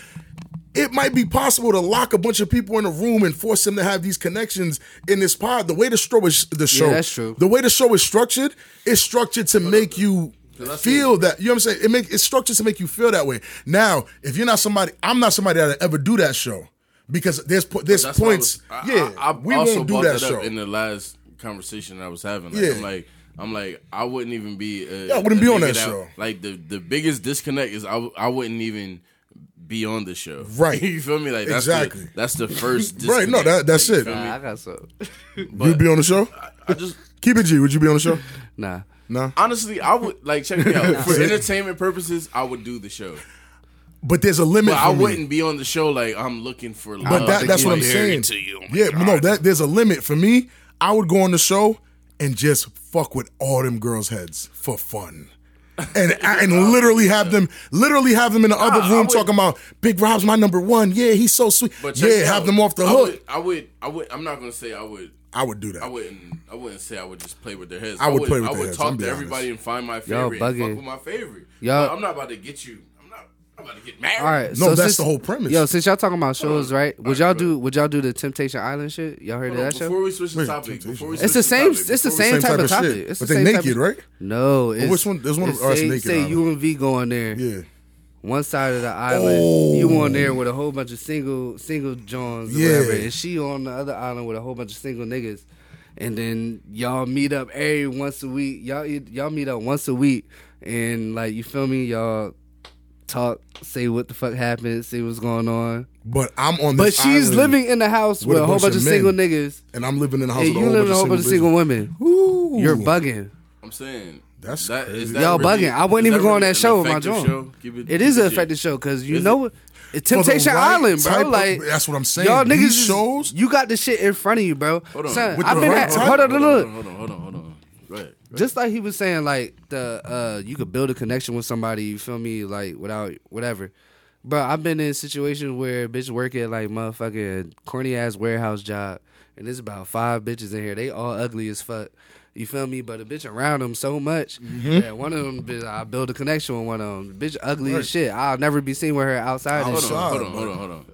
[SPEAKER 2] it might be possible to lock a bunch of people in a room and force them to have these connections in this pod. The way the show is the show,
[SPEAKER 4] that's true.
[SPEAKER 2] The way the show is structured, it's structured to make you
[SPEAKER 6] that's
[SPEAKER 2] feel that. You know what I'm saying? It make it's structured to make you feel that way. Now, if you're not somebody, I'm not somebody that'll ever do that show because there's po- there's
[SPEAKER 6] That's why I
[SPEAKER 2] points.
[SPEAKER 6] was- I-
[SPEAKER 2] yeah,
[SPEAKER 6] I, I
[SPEAKER 2] we
[SPEAKER 6] also
[SPEAKER 2] won't do
[SPEAKER 6] brought
[SPEAKER 2] that,
[SPEAKER 6] up
[SPEAKER 2] show.
[SPEAKER 6] in the last conversation I was having. Like,
[SPEAKER 2] Yeah.
[SPEAKER 6] I'm like, I'm like, I wouldn't even be. uh
[SPEAKER 2] I wouldn't
[SPEAKER 6] a
[SPEAKER 2] be on
[SPEAKER 6] nigga
[SPEAKER 2] that show.
[SPEAKER 6] Like the the biggest disconnect is I w- I wouldn't even be on the show.
[SPEAKER 2] Right.
[SPEAKER 6] you feel me? Like that's
[SPEAKER 2] Exactly.
[SPEAKER 6] The, that's the first.
[SPEAKER 2] Right, no,
[SPEAKER 6] disconnect.
[SPEAKER 2] that- that's
[SPEAKER 6] Like, you
[SPEAKER 2] it.
[SPEAKER 6] feel me?
[SPEAKER 4] Nah, I got so.
[SPEAKER 2] You'd be on the show.
[SPEAKER 6] I just
[SPEAKER 2] Keep it G. Would you be on the show?
[SPEAKER 4] Nah.
[SPEAKER 2] No.
[SPEAKER 6] honestly, I would like check me out for entertainment purposes. I would do the show,
[SPEAKER 2] But there's a limit.
[SPEAKER 6] but I
[SPEAKER 2] for me.
[SPEAKER 6] wouldn't be on the show like I'm looking for. Love.
[SPEAKER 2] But that,
[SPEAKER 6] to oh
[SPEAKER 2] that's
[SPEAKER 6] get
[SPEAKER 2] what I'm
[SPEAKER 6] here.
[SPEAKER 2] saying. yeah, but no, that there's a limit for me. I would go on the show and just fuck with all them girls' heads for fun. And and literally have them literally have them in the other
[SPEAKER 6] Oh, Nah, I
[SPEAKER 2] room
[SPEAKER 6] would-
[SPEAKER 2] talking about Big Rob's my number one. Yeah, he's so sweet.
[SPEAKER 6] But check
[SPEAKER 2] yeah,
[SPEAKER 6] me
[SPEAKER 2] have
[SPEAKER 6] out.
[SPEAKER 2] them off the
[SPEAKER 6] I
[SPEAKER 2] hook.
[SPEAKER 6] Would, I would. I would. I'm not gonna say I would.
[SPEAKER 2] I would do that.
[SPEAKER 6] I wouldn't. I wouldn't say I would just play with their heads.
[SPEAKER 2] I would play with
[SPEAKER 6] I
[SPEAKER 2] their
[SPEAKER 6] would
[SPEAKER 2] heads,
[SPEAKER 6] talk
[SPEAKER 2] I'm
[SPEAKER 6] to
[SPEAKER 2] being
[SPEAKER 6] everybody
[SPEAKER 2] honest.
[SPEAKER 6] and find my
[SPEAKER 4] Y'all
[SPEAKER 6] favorite. and fuck
[SPEAKER 4] bugging.
[SPEAKER 6] with my favorite.
[SPEAKER 4] Y'all-
[SPEAKER 6] But I'm not about to get you. I'm not. I'm about to get married.
[SPEAKER 4] All right.
[SPEAKER 2] No,
[SPEAKER 4] so
[SPEAKER 2] that's
[SPEAKER 4] since-
[SPEAKER 2] the whole premise.
[SPEAKER 4] Yo, since y'all talking about shows, right? Would y'all
[SPEAKER 6] Alright, go
[SPEAKER 4] do? Would y'all do the Temptation Island shit? Y'all heard
[SPEAKER 6] Hold
[SPEAKER 4] of
[SPEAKER 6] on,
[SPEAKER 4] that
[SPEAKER 6] before
[SPEAKER 4] show?
[SPEAKER 6] we switch the
[SPEAKER 2] Wait,
[SPEAKER 6] topic, before we
[SPEAKER 4] It's
[SPEAKER 6] switch
[SPEAKER 4] the same. It's the
[SPEAKER 6] topic,
[SPEAKER 4] same, type, of topic.
[SPEAKER 2] shit.
[SPEAKER 4] It's
[SPEAKER 2] But
[SPEAKER 4] the
[SPEAKER 2] they
[SPEAKER 4] same type
[SPEAKER 2] naked,
[SPEAKER 4] of-
[SPEAKER 2] right?
[SPEAKER 4] No, it's,
[SPEAKER 2] which one- there's one of
[SPEAKER 4] it's
[SPEAKER 2] us
[SPEAKER 4] say,
[SPEAKER 2] naked
[SPEAKER 4] Say
[SPEAKER 2] on it.
[SPEAKER 4] UMV go on there.
[SPEAKER 2] Yeah. Oh.
[SPEAKER 4] One side of the island, you on there with a whole bunch of single single Johns, or
[SPEAKER 2] Yeah.
[SPEAKER 4] whatever, and she on the other island with a whole bunch of single niggas, and then y'all meet up every once a week. Y'all eat- y'all meet up once a week, and like you feel me, y'all talk, say what the fuck happened, see what's going on.
[SPEAKER 2] But I'm on
[SPEAKER 4] But
[SPEAKER 2] this
[SPEAKER 4] she's
[SPEAKER 2] island,
[SPEAKER 4] living in the house with a whole bunch of,
[SPEAKER 2] men.
[SPEAKER 4] single niggas,
[SPEAKER 2] and I'm living in the house
[SPEAKER 4] and
[SPEAKER 2] with
[SPEAKER 4] you
[SPEAKER 2] a
[SPEAKER 4] live with a
[SPEAKER 2] whole bunch of single.
[SPEAKER 4] single women.
[SPEAKER 2] Ooh.
[SPEAKER 4] You're bugging.
[SPEAKER 6] I'm saying
[SPEAKER 2] That's
[SPEAKER 6] that, is
[SPEAKER 2] crazy.
[SPEAKER 6] that
[SPEAKER 4] Y'all
[SPEAKER 6] really-
[SPEAKER 4] bugging. I wouldn't
[SPEAKER 6] is
[SPEAKER 4] even
[SPEAKER 6] that
[SPEAKER 4] go on
[SPEAKER 6] really
[SPEAKER 4] that
[SPEAKER 6] an
[SPEAKER 4] show with my
[SPEAKER 6] effective
[SPEAKER 4] joint.
[SPEAKER 6] show? Keep It
[SPEAKER 4] It is
[SPEAKER 6] keep
[SPEAKER 4] an
[SPEAKER 6] shit.
[SPEAKER 4] effective show because you
[SPEAKER 6] Is
[SPEAKER 4] know what? It's
[SPEAKER 2] the
[SPEAKER 4] Temptation
[SPEAKER 2] right
[SPEAKER 4] Island, bro.
[SPEAKER 2] type of-
[SPEAKER 4] like
[SPEAKER 2] that's what I'm saying.
[SPEAKER 4] Y'all niggas
[SPEAKER 2] These
[SPEAKER 4] is-
[SPEAKER 2] shows-
[SPEAKER 4] you got the shit in front of you, bro.
[SPEAKER 6] Hold on.
[SPEAKER 4] Son,
[SPEAKER 6] With
[SPEAKER 4] I've
[SPEAKER 2] the
[SPEAKER 4] been
[SPEAKER 2] right
[SPEAKER 4] at,
[SPEAKER 2] type-
[SPEAKER 4] hold on, look.
[SPEAKER 6] Hold on. Hold on. Hold on. Right.
[SPEAKER 4] Just like he was saying, like the uh, you could build a connection with somebody. You feel me? Like without whatever. Bro, I've been in situations where bitch work at like motherfucking corny ass warehouse job, and there's about five bitches in here. They all ugly as fuck. You feel me? But a bitch around them so much
[SPEAKER 6] Mm-hmm.
[SPEAKER 4] that one of them, bitch, I build a connection with one of them. Bitch ugly as shit. I'll never be seen with her outside. and
[SPEAKER 6] Hold
[SPEAKER 4] shit.
[SPEAKER 6] on, hold on, hold on,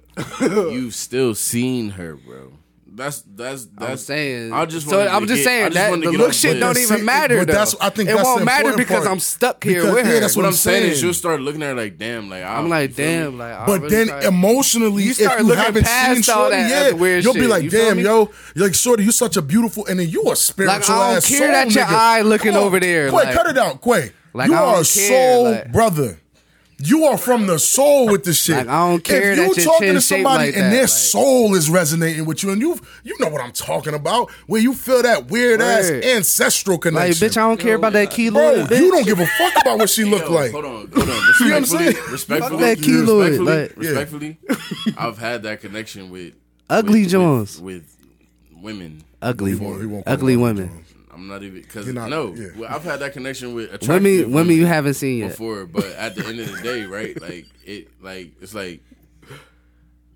[SPEAKER 6] hold on. You've still seen her, bro. That's that's that's
[SPEAKER 4] I'm saying.
[SPEAKER 6] I just
[SPEAKER 4] so
[SPEAKER 6] wanted to
[SPEAKER 4] I'm just
[SPEAKER 6] get- I
[SPEAKER 4] saying
[SPEAKER 6] just
[SPEAKER 4] that
[SPEAKER 6] wanted to
[SPEAKER 4] the
[SPEAKER 6] get
[SPEAKER 4] look
[SPEAKER 6] off
[SPEAKER 4] shit
[SPEAKER 6] the-
[SPEAKER 4] don't
[SPEAKER 2] Yeah,
[SPEAKER 4] even
[SPEAKER 2] see,
[SPEAKER 4] matter.
[SPEAKER 2] but
[SPEAKER 4] though.
[SPEAKER 2] that's- I think
[SPEAKER 4] it
[SPEAKER 2] that's
[SPEAKER 4] won't
[SPEAKER 2] the
[SPEAKER 4] matter
[SPEAKER 2] important
[SPEAKER 4] because
[SPEAKER 2] part.
[SPEAKER 4] I'm stuck here
[SPEAKER 2] Because-
[SPEAKER 4] with her.
[SPEAKER 2] yeah, that's
[SPEAKER 6] What I'm saying
[SPEAKER 2] saying.
[SPEAKER 6] is you'll start looking at her like, damn, like
[SPEAKER 4] I'm like, damn, like. I
[SPEAKER 2] But
[SPEAKER 4] really
[SPEAKER 2] then
[SPEAKER 4] tried-
[SPEAKER 2] emotionally,
[SPEAKER 4] You
[SPEAKER 2] if
[SPEAKER 4] start
[SPEAKER 2] you
[SPEAKER 4] looking
[SPEAKER 2] haven't
[SPEAKER 4] past
[SPEAKER 2] seen
[SPEAKER 4] all
[SPEAKER 2] Shorty,
[SPEAKER 4] that
[SPEAKER 2] yeah,
[SPEAKER 4] other weird
[SPEAKER 2] you'll be
[SPEAKER 4] shit.
[SPEAKER 2] like,
[SPEAKER 4] You feel
[SPEAKER 2] damn,
[SPEAKER 4] me?
[SPEAKER 2] yo, you're like Shorty, you such a beautiful, and then you a spiritual
[SPEAKER 4] Like, I don't
[SPEAKER 2] ass
[SPEAKER 4] care
[SPEAKER 2] soul
[SPEAKER 4] that your
[SPEAKER 2] nigga.
[SPEAKER 4] eye looking
[SPEAKER 2] Come on,
[SPEAKER 4] over there,
[SPEAKER 2] Quay,
[SPEAKER 4] like-
[SPEAKER 2] cut it out, Quay.
[SPEAKER 4] Like,
[SPEAKER 2] you
[SPEAKER 4] I
[SPEAKER 2] are a
[SPEAKER 4] don't care,
[SPEAKER 2] soul
[SPEAKER 4] like-
[SPEAKER 2] brother. You are from the soul with this shit.
[SPEAKER 4] Like, I don't care
[SPEAKER 2] If you
[SPEAKER 4] that your
[SPEAKER 2] talking
[SPEAKER 4] chin
[SPEAKER 2] to
[SPEAKER 4] shaped
[SPEAKER 2] somebody
[SPEAKER 4] like
[SPEAKER 2] and
[SPEAKER 4] that,
[SPEAKER 2] their
[SPEAKER 4] like-
[SPEAKER 2] soul is resonating with you, and you you know what I'm talking about, where you feel that weird ass
[SPEAKER 4] Word.
[SPEAKER 2] ancestral
[SPEAKER 4] Like,
[SPEAKER 2] connection.
[SPEAKER 4] bitch, I don't care about that key
[SPEAKER 2] Bro,
[SPEAKER 4] Lloyd, bitch.
[SPEAKER 2] you don't give a fuck about what she look
[SPEAKER 6] Yo,
[SPEAKER 2] like.
[SPEAKER 6] Hold on, hold on.
[SPEAKER 2] You know what I'm saying?
[SPEAKER 6] Respectfully,
[SPEAKER 4] Fuck
[SPEAKER 6] respectfully,
[SPEAKER 4] that key Lloyd,
[SPEAKER 6] respectfully,
[SPEAKER 4] like-
[SPEAKER 6] respectfully, I've had that connection with
[SPEAKER 4] Ugly
[SPEAKER 6] with-
[SPEAKER 4] Jones.
[SPEAKER 6] with, with women.
[SPEAKER 4] ugly,
[SPEAKER 2] He won't- he won't call
[SPEAKER 4] ugly
[SPEAKER 2] her
[SPEAKER 4] women,
[SPEAKER 6] I'm not even because
[SPEAKER 2] You're not-
[SPEAKER 6] no,
[SPEAKER 2] yeah.
[SPEAKER 6] well, I've had that connection with attractive
[SPEAKER 4] women, women you haven't seen yet.
[SPEAKER 6] before, but at the end of the day, right? Like it, like it's like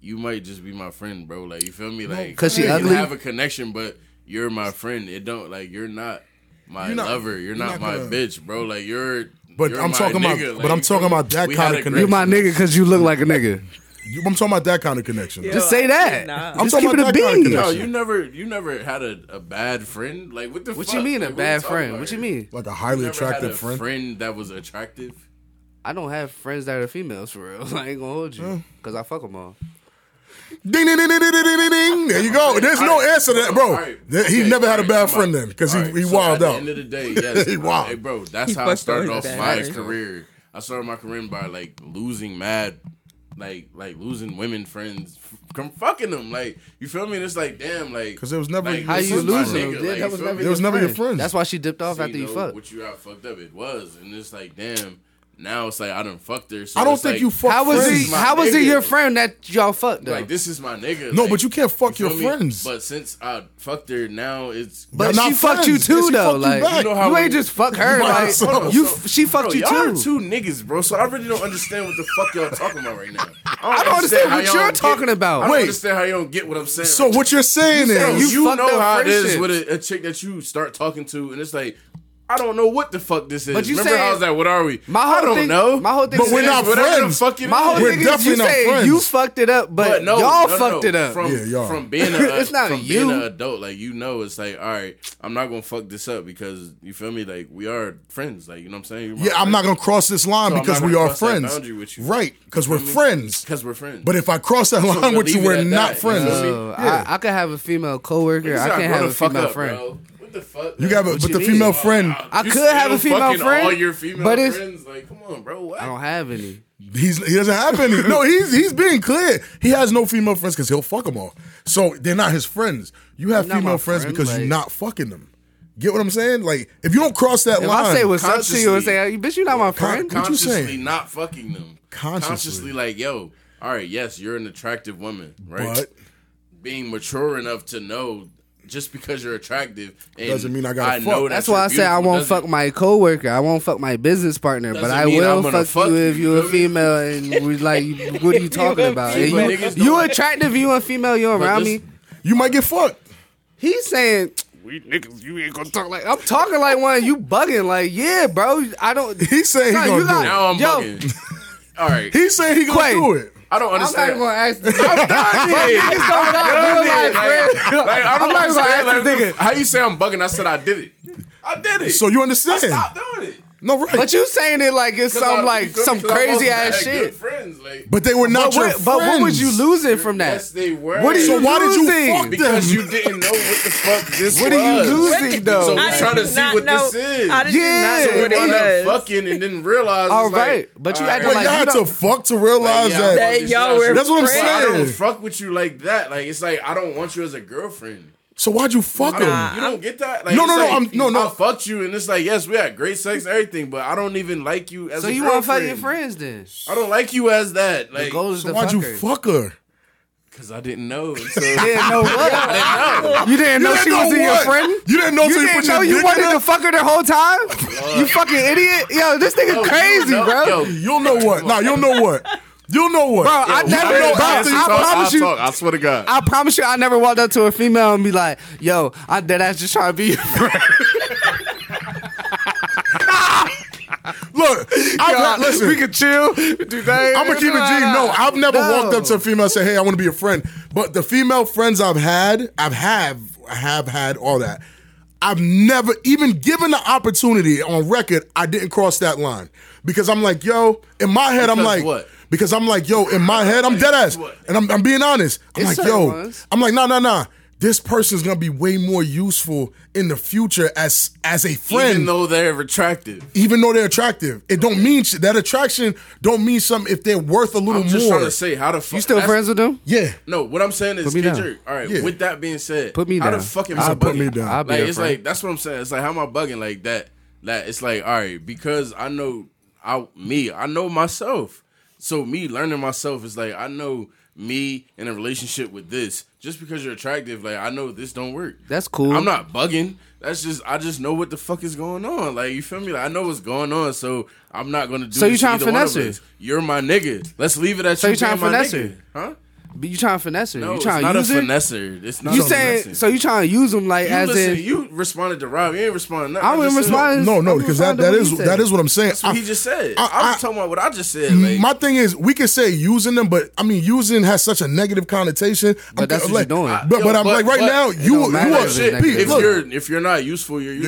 [SPEAKER 6] you might just be my friend, bro. Like you feel me? Like
[SPEAKER 4] 'cause she
[SPEAKER 6] we can
[SPEAKER 4] ugly?
[SPEAKER 6] have a connection, but you're my friend. It don't like you're not my
[SPEAKER 2] You're not-
[SPEAKER 6] lover. You're,
[SPEAKER 2] you're not
[SPEAKER 6] not, my
[SPEAKER 2] gonna-
[SPEAKER 6] bitch, bro. Like you're.
[SPEAKER 2] But
[SPEAKER 6] you're
[SPEAKER 2] I'm
[SPEAKER 6] my
[SPEAKER 2] talking about-
[SPEAKER 6] nigga.
[SPEAKER 2] but I'm talking
[SPEAKER 6] you feel me?
[SPEAKER 2] about that
[SPEAKER 6] We
[SPEAKER 2] kinda
[SPEAKER 6] had a great-
[SPEAKER 4] You my nigga because you look like a nigga.
[SPEAKER 2] You- I'm talking about that kind of connection.
[SPEAKER 5] Yeah.
[SPEAKER 4] Just say that.
[SPEAKER 5] Nah.
[SPEAKER 2] I'm
[SPEAKER 4] Just
[SPEAKER 2] talking
[SPEAKER 4] keep it
[SPEAKER 2] about
[SPEAKER 4] a
[SPEAKER 2] that kind of
[SPEAKER 4] bean.
[SPEAKER 2] connection.
[SPEAKER 6] No, you never, you never had a, a bad friend. Like what the?
[SPEAKER 4] What
[SPEAKER 6] fuck?
[SPEAKER 4] you mean a
[SPEAKER 6] Like, what we
[SPEAKER 4] bad
[SPEAKER 6] talking
[SPEAKER 4] friend?
[SPEAKER 6] about
[SPEAKER 4] What you
[SPEAKER 6] here?
[SPEAKER 4] mean?
[SPEAKER 2] like a highly
[SPEAKER 6] You never had
[SPEAKER 2] attractive
[SPEAKER 6] a
[SPEAKER 2] friend.
[SPEAKER 6] friend that was attractive.
[SPEAKER 4] I don't have friends that are females for real. I ain't gonna hold you because I fuck them all.
[SPEAKER 2] Ding, ding, ding, ding, ding, ding, ding, ding, ding. There you go. There's no
[SPEAKER 6] All right.
[SPEAKER 2] answer to that, bro.
[SPEAKER 6] All right.
[SPEAKER 2] That- He
[SPEAKER 6] Okay,
[SPEAKER 2] never had a
[SPEAKER 6] all right,
[SPEAKER 2] bad
[SPEAKER 6] come
[SPEAKER 2] friend
[SPEAKER 6] on.
[SPEAKER 2] then because he,
[SPEAKER 6] All right,
[SPEAKER 2] he
[SPEAKER 6] so
[SPEAKER 2] wilded
[SPEAKER 6] at
[SPEAKER 2] out.
[SPEAKER 6] the end of the day, yes.
[SPEAKER 2] He wilded.
[SPEAKER 6] Hey, bro, that's
[SPEAKER 5] He
[SPEAKER 6] how I
[SPEAKER 5] fucked
[SPEAKER 6] started
[SPEAKER 5] up
[SPEAKER 6] off
[SPEAKER 5] his
[SPEAKER 6] my
[SPEAKER 5] battery.
[SPEAKER 6] career. I started my career by like losing mad, like like losing women friends from fucking them. Like you feel me? And it's like damn, like
[SPEAKER 2] 'Cause it was never-
[SPEAKER 6] like,
[SPEAKER 4] How
[SPEAKER 6] this
[SPEAKER 4] you
[SPEAKER 6] is my
[SPEAKER 4] losing them?
[SPEAKER 6] nigga,
[SPEAKER 4] Yeah,
[SPEAKER 6] like,
[SPEAKER 4] that
[SPEAKER 6] you
[SPEAKER 4] was
[SPEAKER 6] feel
[SPEAKER 4] never.
[SPEAKER 6] me?
[SPEAKER 2] That was never your friend.
[SPEAKER 4] That's why she dipped off
[SPEAKER 6] See,
[SPEAKER 4] after you
[SPEAKER 6] though,
[SPEAKER 4] fucked.
[SPEAKER 6] What you got fucked up? It was, and it's like damn. Now it's like I done fucked her. So
[SPEAKER 2] I don't
[SPEAKER 6] it's
[SPEAKER 2] think
[SPEAKER 6] like,
[SPEAKER 2] you fucked
[SPEAKER 4] How was
[SPEAKER 2] friends.
[SPEAKER 4] he?
[SPEAKER 6] my
[SPEAKER 4] How was he
[SPEAKER 6] nigga.
[SPEAKER 4] your friend that y'all fucked though?
[SPEAKER 6] Like this is my nigga.
[SPEAKER 2] No,
[SPEAKER 6] like,
[SPEAKER 2] but you can't fuck your
[SPEAKER 6] feel me?
[SPEAKER 2] friends.
[SPEAKER 6] But since I fucked her, now it's
[SPEAKER 4] but
[SPEAKER 2] Y'all
[SPEAKER 4] she
[SPEAKER 2] not
[SPEAKER 4] fucked you
[SPEAKER 2] friends.
[SPEAKER 4] too
[SPEAKER 2] Yeah, she
[SPEAKER 4] though.
[SPEAKER 2] fucked you
[SPEAKER 4] Like
[SPEAKER 2] back.
[SPEAKER 6] You know how
[SPEAKER 4] you ain't
[SPEAKER 6] we-
[SPEAKER 4] just fuck her.
[SPEAKER 2] Right,
[SPEAKER 4] Like
[SPEAKER 2] so- so-
[SPEAKER 4] you, she fucked
[SPEAKER 6] Bro,
[SPEAKER 4] you
[SPEAKER 6] y'all
[SPEAKER 4] too.
[SPEAKER 6] are two niggas, bro. So I really don't understand what the fuck y'all talking about right now.
[SPEAKER 4] I don't understand what
[SPEAKER 6] how y'all
[SPEAKER 4] you're
[SPEAKER 6] don't
[SPEAKER 4] talking
[SPEAKER 6] get-
[SPEAKER 4] about.
[SPEAKER 6] I don't
[SPEAKER 2] Wait.
[SPEAKER 6] understand how you don't get what I'm saying.
[SPEAKER 2] So what you're saying
[SPEAKER 6] Bro,
[SPEAKER 2] is,
[SPEAKER 4] you
[SPEAKER 6] you
[SPEAKER 4] fucked
[SPEAKER 6] know
[SPEAKER 4] up
[SPEAKER 6] how it is
[SPEAKER 4] friendships.
[SPEAKER 6] with a, a chick that you start talking to, and it's like, I don't know what the fuck this is.
[SPEAKER 4] But you
[SPEAKER 6] Remember
[SPEAKER 4] saying-
[SPEAKER 6] how's that? What are we?
[SPEAKER 4] My
[SPEAKER 6] I
[SPEAKER 4] whole
[SPEAKER 6] don't
[SPEAKER 4] thing-
[SPEAKER 6] know.
[SPEAKER 4] my whole thing
[SPEAKER 2] But
[SPEAKER 6] It
[SPEAKER 2] we're
[SPEAKER 6] is
[SPEAKER 2] not
[SPEAKER 6] whatever the
[SPEAKER 2] friends.
[SPEAKER 6] fuck it
[SPEAKER 4] My
[SPEAKER 6] is.
[SPEAKER 4] whole
[SPEAKER 2] We're
[SPEAKER 4] thing is
[SPEAKER 2] definitely
[SPEAKER 4] you
[SPEAKER 2] not
[SPEAKER 4] say
[SPEAKER 2] friends.
[SPEAKER 4] you fucked it up, but,
[SPEAKER 6] But no,
[SPEAKER 4] y'all
[SPEAKER 6] no, no,
[SPEAKER 4] fucked
[SPEAKER 6] no.
[SPEAKER 4] it up.
[SPEAKER 6] From,
[SPEAKER 2] Yeah, y'all.
[SPEAKER 6] from being a,
[SPEAKER 4] It's not
[SPEAKER 6] from
[SPEAKER 4] you.
[SPEAKER 6] being an adult, like you know, it's like, all right, I'm not gonna fuck this up because you feel me, like we are friends, like you know what I'm saying. You're my
[SPEAKER 2] yeah, I'm
[SPEAKER 6] friend.
[SPEAKER 2] not gonna cross this line
[SPEAKER 6] So I'm
[SPEAKER 2] because
[SPEAKER 6] not
[SPEAKER 2] we
[SPEAKER 6] gonna
[SPEAKER 2] are
[SPEAKER 6] cross that
[SPEAKER 2] friends,
[SPEAKER 6] boundary with you.
[SPEAKER 2] right? Because we're
[SPEAKER 6] feel me?
[SPEAKER 2] friends.
[SPEAKER 6] because we're friends.
[SPEAKER 2] But if I cross that line
[SPEAKER 6] we're
[SPEAKER 2] with you,
[SPEAKER 6] leaving it
[SPEAKER 2] we're
[SPEAKER 6] at
[SPEAKER 2] not
[SPEAKER 6] that, you
[SPEAKER 2] friends.
[SPEAKER 6] know what I mean?
[SPEAKER 4] So, I, I could have a female coworker.
[SPEAKER 6] Niggas
[SPEAKER 4] Oh, I
[SPEAKER 6] gotta
[SPEAKER 4] can't
[SPEAKER 6] grow
[SPEAKER 4] have
[SPEAKER 6] the
[SPEAKER 4] a
[SPEAKER 6] fuck
[SPEAKER 4] female
[SPEAKER 6] up,
[SPEAKER 4] friend.
[SPEAKER 6] bro. What What the fuck?
[SPEAKER 2] You got, a, but
[SPEAKER 4] you
[SPEAKER 2] the
[SPEAKER 4] mean?
[SPEAKER 2] female friend,
[SPEAKER 4] I could have a female friend,
[SPEAKER 6] All your female
[SPEAKER 4] but it's-
[SPEAKER 6] friends, like, come on, bro. What?
[SPEAKER 4] I don't have any.
[SPEAKER 2] he's, he doesn't have any. No, he's he's being clear. He has no female friends because he'll fuck them all. So they're not his friends. You have
[SPEAKER 4] Not my
[SPEAKER 2] female friends
[SPEAKER 4] friend,
[SPEAKER 2] because
[SPEAKER 4] like-
[SPEAKER 2] you're not fucking them. Get what I'm saying? Like if you don't cross that
[SPEAKER 4] If
[SPEAKER 2] line,
[SPEAKER 4] I say what's up to you and say, bitch, you not my
[SPEAKER 2] Con-
[SPEAKER 4] friend.
[SPEAKER 2] con- What you
[SPEAKER 6] consciously
[SPEAKER 2] saying?
[SPEAKER 6] not fucking them.
[SPEAKER 2] Consciously.
[SPEAKER 6] like, yo, all right, yes, you're an attractive woman, right?
[SPEAKER 2] But-
[SPEAKER 6] Being mature enough to know just because you're attractive and
[SPEAKER 2] Doesn't mean I gotta fuck.
[SPEAKER 6] know that
[SPEAKER 4] That's why I
[SPEAKER 6] you're
[SPEAKER 4] say I
[SPEAKER 6] beautiful
[SPEAKER 4] won't
[SPEAKER 6] doesn't-
[SPEAKER 4] fuck my coworker. I won't fuck my business partner, but
[SPEAKER 6] Doesn't
[SPEAKER 4] I
[SPEAKER 6] mean
[SPEAKER 4] will
[SPEAKER 6] I'm gonna
[SPEAKER 4] fuck,
[SPEAKER 6] fuck
[SPEAKER 4] you
[SPEAKER 6] you,
[SPEAKER 4] if you
[SPEAKER 6] you
[SPEAKER 4] a
[SPEAKER 6] feel me?
[SPEAKER 4] female and we like, what are you talking about? And
[SPEAKER 6] But
[SPEAKER 4] you,
[SPEAKER 6] niggas
[SPEAKER 4] you
[SPEAKER 6] don't-
[SPEAKER 4] attractive, you a female, you
[SPEAKER 6] But
[SPEAKER 4] around
[SPEAKER 6] this-
[SPEAKER 4] me.
[SPEAKER 2] you might get fucked.
[SPEAKER 4] He's saying. We niggas, you ain't gonna talk like I'm talking like one. You bugging like yeah, bro. I don't.
[SPEAKER 2] He's saying
[SPEAKER 4] Nah,
[SPEAKER 2] he
[SPEAKER 4] you
[SPEAKER 2] gonna
[SPEAKER 4] got-
[SPEAKER 2] do it.
[SPEAKER 6] Now I'm
[SPEAKER 4] Yo.
[SPEAKER 6] bugging. all right,
[SPEAKER 2] He's saying he gonna
[SPEAKER 4] Quay.
[SPEAKER 2] do it.
[SPEAKER 6] I don't
[SPEAKER 4] I'm not
[SPEAKER 6] understand.
[SPEAKER 4] even gonna ask. This. I'm done.
[SPEAKER 6] Yeah.
[SPEAKER 4] Niggas don't
[SPEAKER 6] Yeah,
[SPEAKER 4] not realize,
[SPEAKER 6] like,
[SPEAKER 4] friend.
[SPEAKER 6] like, I
[SPEAKER 4] I'm
[SPEAKER 6] don't
[SPEAKER 4] not even
[SPEAKER 6] understand.
[SPEAKER 4] gonna ask this
[SPEAKER 6] like, How you say I'm bugging? I said I did it. I did it.
[SPEAKER 2] So you understand?
[SPEAKER 6] stop doing it.
[SPEAKER 2] No, right?
[SPEAKER 4] But you saying it like it's
[SPEAKER 6] 'Cause
[SPEAKER 4] some
[SPEAKER 6] I-
[SPEAKER 4] like
[SPEAKER 6] because
[SPEAKER 4] some
[SPEAKER 6] I wasn't
[SPEAKER 4] crazy
[SPEAKER 6] that
[SPEAKER 4] ass
[SPEAKER 6] good
[SPEAKER 4] shit.
[SPEAKER 6] Friends, like,
[SPEAKER 2] But they were not
[SPEAKER 4] But
[SPEAKER 2] your
[SPEAKER 4] what,
[SPEAKER 2] friends.
[SPEAKER 4] but what was you losing from that?
[SPEAKER 6] yes, they were.
[SPEAKER 4] What are you
[SPEAKER 2] So why did you
[SPEAKER 4] losing?
[SPEAKER 2] fuck them?
[SPEAKER 6] Because you didn't know what the fuck this
[SPEAKER 4] What
[SPEAKER 6] was.
[SPEAKER 4] are you
[SPEAKER 5] What
[SPEAKER 4] losing
[SPEAKER 5] the-
[SPEAKER 4] though?
[SPEAKER 6] So we
[SPEAKER 5] I
[SPEAKER 6] trying to
[SPEAKER 5] did
[SPEAKER 6] see
[SPEAKER 5] not
[SPEAKER 6] what
[SPEAKER 5] know-
[SPEAKER 6] this is.
[SPEAKER 5] I did
[SPEAKER 4] Yeah.
[SPEAKER 5] not know what
[SPEAKER 6] We
[SPEAKER 5] it
[SPEAKER 6] wound up
[SPEAKER 5] was.
[SPEAKER 6] fucking and didn't realize. it's
[SPEAKER 4] All
[SPEAKER 6] like,
[SPEAKER 4] right, but you
[SPEAKER 6] all
[SPEAKER 4] acting
[SPEAKER 2] Like,
[SPEAKER 4] like
[SPEAKER 2] y'all
[SPEAKER 4] you
[SPEAKER 2] had to
[SPEAKER 4] don't-
[SPEAKER 2] fuck to realize
[SPEAKER 6] yeah,
[SPEAKER 2] that.
[SPEAKER 6] I'm
[SPEAKER 5] that
[SPEAKER 6] just
[SPEAKER 5] y'all
[SPEAKER 6] not
[SPEAKER 5] were
[SPEAKER 6] sure.
[SPEAKER 2] That's what I'm
[SPEAKER 5] friends.
[SPEAKER 6] I don't
[SPEAKER 2] saying.
[SPEAKER 6] fuck with you like that. Like it's like I don't want you as a girlfriend.
[SPEAKER 2] So why'd you fuck him?
[SPEAKER 6] You don't get that. Like,
[SPEAKER 2] No,
[SPEAKER 6] it's
[SPEAKER 2] no, no,
[SPEAKER 6] like,
[SPEAKER 2] I'm- no, no.
[SPEAKER 6] I fucked you, and it's like yes, we had great sex, and everything, but I don't even like you as.
[SPEAKER 4] So
[SPEAKER 6] a
[SPEAKER 4] you
[SPEAKER 6] girlfriend.
[SPEAKER 4] want to fuck your friends then?
[SPEAKER 6] I don't like you as that.
[SPEAKER 4] The
[SPEAKER 6] Like
[SPEAKER 4] goal is
[SPEAKER 2] So
[SPEAKER 4] to
[SPEAKER 2] why'd
[SPEAKER 4] fuck
[SPEAKER 2] you
[SPEAKER 4] her.
[SPEAKER 2] fuck her?
[SPEAKER 6] because I didn't know. So,
[SPEAKER 4] You didn't know what? You didn't know
[SPEAKER 2] You
[SPEAKER 4] she
[SPEAKER 2] didn't
[SPEAKER 4] was
[SPEAKER 2] know
[SPEAKER 4] in your
[SPEAKER 2] what?
[SPEAKER 4] friend.
[SPEAKER 2] You didn't know
[SPEAKER 4] You
[SPEAKER 2] till you
[SPEAKER 4] didn't
[SPEAKER 2] put
[SPEAKER 4] know
[SPEAKER 2] your
[SPEAKER 4] you
[SPEAKER 2] dick in
[SPEAKER 4] wanted
[SPEAKER 2] her?
[SPEAKER 4] to fuck her the whole time. You fucking idiot! Yo, this nigga
[SPEAKER 6] Yo, you
[SPEAKER 4] crazy,
[SPEAKER 6] know-
[SPEAKER 4] bro.
[SPEAKER 6] yo,
[SPEAKER 2] You'll know what. Nah, you'll know what. You'll know what.
[SPEAKER 4] Bro, I
[SPEAKER 2] you
[SPEAKER 4] never-
[SPEAKER 2] know
[SPEAKER 4] bro,
[SPEAKER 2] after you
[SPEAKER 4] I
[SPEAKER 2] talk-
[SPEAKER 4] promise
[SPEAKER 6] I'll
[SPEAKER 4] you-
[SPEAKER 6] Talk, I swear to God.
[SPEAKER 4] I promise you, I never walked up to a female and be like, "Yo, I dead ass just trying to be your friend."
[SPEAKER 2] Look, I've had- listen.
[SPEAKER 4] we can chill. Do that.
[SPEAKER 2] I'm gonna keep it G. No, I've never walked up to a female and said, "Hey, I want to be your friend." But the female friends I've had, I've have have had all that. I've never even given the opportunity on record. I didn't cross that line because I'm like, yo, in my head, I'm
[SPEAKER 6] Because
[SPEAKER 2] like,
[SPEAKER 6] what?
[SPEAKER 2] because I'm like, yo, in my head, I'm dead ass,
[SPEAKER 6] What?
[SPEAKER 2] and I'm, I'm being honest. I'm
[SPEAKER 4] It's
[SPEAKER 2] like,
[SPEAKER 4] certain
[SPEAKER 2] yo,
[SPEAKER 4] ones.
[SPEAKER 2] I'm like, nah, nah, nah. This person's gonna be way more useful in the future as as a friend
[SPEAKER 6] Even though they're attractive.
[SPEAKER 2] even though they're attractive. It don't mean sh- that attraction don't mean something if they're worth a little
[SPEAKER 6] I'm just
[SPEAKER 2] more.
[SPEAKER 6] trying to say how the fuck
[SPEAKER 4] You still
[SPEAKER 6] that's-
[SPEAKER 4] friends with them?
[SPEAKER 2] yeah.
[SPEAKER 6] No, what I'm saying is
[SPEAKER 4] me
[SPEAKER 6] get
[SPEAKER 4] down.
[SPEAKER 6] your- All right.
[SPEAKER 2] Yeah.
[SPEAKER 6] With that being said,
[SPEAKER 4] Put me
[SPEAKER 6] how
[SPEAKER 4] down.
[SPEAKER 6] the fuck am
[SPEAKER 4] I
[SPEAKER 6] I
[SPEAKER 4] put
[SPEAKER 6] bugging?
[SPEAKER 2] me down.
[SPEAKER 4] I'll be
[SPEAKER 6] Like
[SPEAKER 4] your
[SPEAKER 6] it's
[SPEAKER 4] friend.
[SPEAKER 6] like that's what I'm saying. It's like how am I bugging like that? That it's like all right because I know I me I know myself. So me learning myself is like I know me in a relationship with this. Just because you're attractive, like I know this don't work.
[SPEAKER 4] That's cool.
[SPEAKER 6] I'm not bugging. That's just I just know what the fuck is going on. Like you feel me? Like, I know what's going on. So I'm not gonna do.
[SPEAKER 4] So you
[SPEAKER 6] this
[SPEAKER 4] trying to
[SPEAKER 6] either one of
[SPEAKER 4] finesse her?
[SPEAKER 6] us. You're my nigga. Let's leave it at
[SPEAKER 4] So
[SPEAKER 6] you.
[SPEAKER 4] you trying
[SPEAKER 6] being
[SPEAKER 4] to
[SPEAKER 6] my
[SPEAKER 4] finesse her?
[SPEAKER 6] nigga. Huh?
[SPEAKER 4] But you trying to finesse her?
[SPEAKER 6] No,
[SPEAKER 4] you trying
[SPEAKER 6] it's
[SPEAKER 4] to
[SPEAKER 6] not
[SPEAKER 4] use
[SPEAKER 6] a
[SPEAKER 4] it?
[SPEAKER 6] finesser. It's not
[SPEAKER 4] You
[SPEAKER 6] a
[SPEAKER 4] saying
[SPEAKER 6] finesser.
[SPEAKER 4] so? You trying to use them like
[SPEAKER 6] you
[SPEAKER 4] as
[SPEAKER 6] listen,
[SPEAKER 4] in?
[SPEAKER 6] you responded to Rob. You ain't responding.
[SPEAKER 4] I wouldn't respond.
[SPEAKER 2] No, no,
[SPEAKER 4] I'm
[SPEAKER 2] because that,
[SPEAKER 4] responding
[SPEAKER 2] that
[SPEAKER 4] to
[SPEAKER 2] is
[SPEAKER 4] what he
[SPEAKER 2] that
[SPEAKER 4] said.
[SPEAKER 2] is what I'm saying.
[SPEAKER 6] That's what
[SPEAKER 2] I-
[SPEAKER 6] he just said.
[SPEAKER 2] I-
[SPEAKER 6] I,
[SPEAKER 2] I-
[SPEAKER 6] am talking about what I just said. Like,
[SPEAKER 2] my thing is, we can say using them, but I mean, using has such a negative connotation. I'm
[SPEAKER 4] that's
[SPEAKER 2] ca-
[SPEAKER 4] what
[SPEAKER 2] like-
[SPEAKER 4] you're doing.
[SPEAKER 2] I- But, but I'm
[SPEAKER 6] But-
[SPEAKER 2] like right
[SPEAKER 6] but-
[SPEAKER 2] now,
[SPEAKER 6] it
[SPEAKER 2] you
[SPEAKER 4] don't
[SPEAKER 2] you
[SPEAKER 4] matter
[SPEAKER 2] are
[SPEAKER 4] if it's
[SPEAKER 2] shit.
[SPEAKER 4] negative.
[SPEAKER 6] if
[SPEAKER 2] look,
[SPEAKER 6] you're if you're not useful, you're
[SPEAKER 2] you're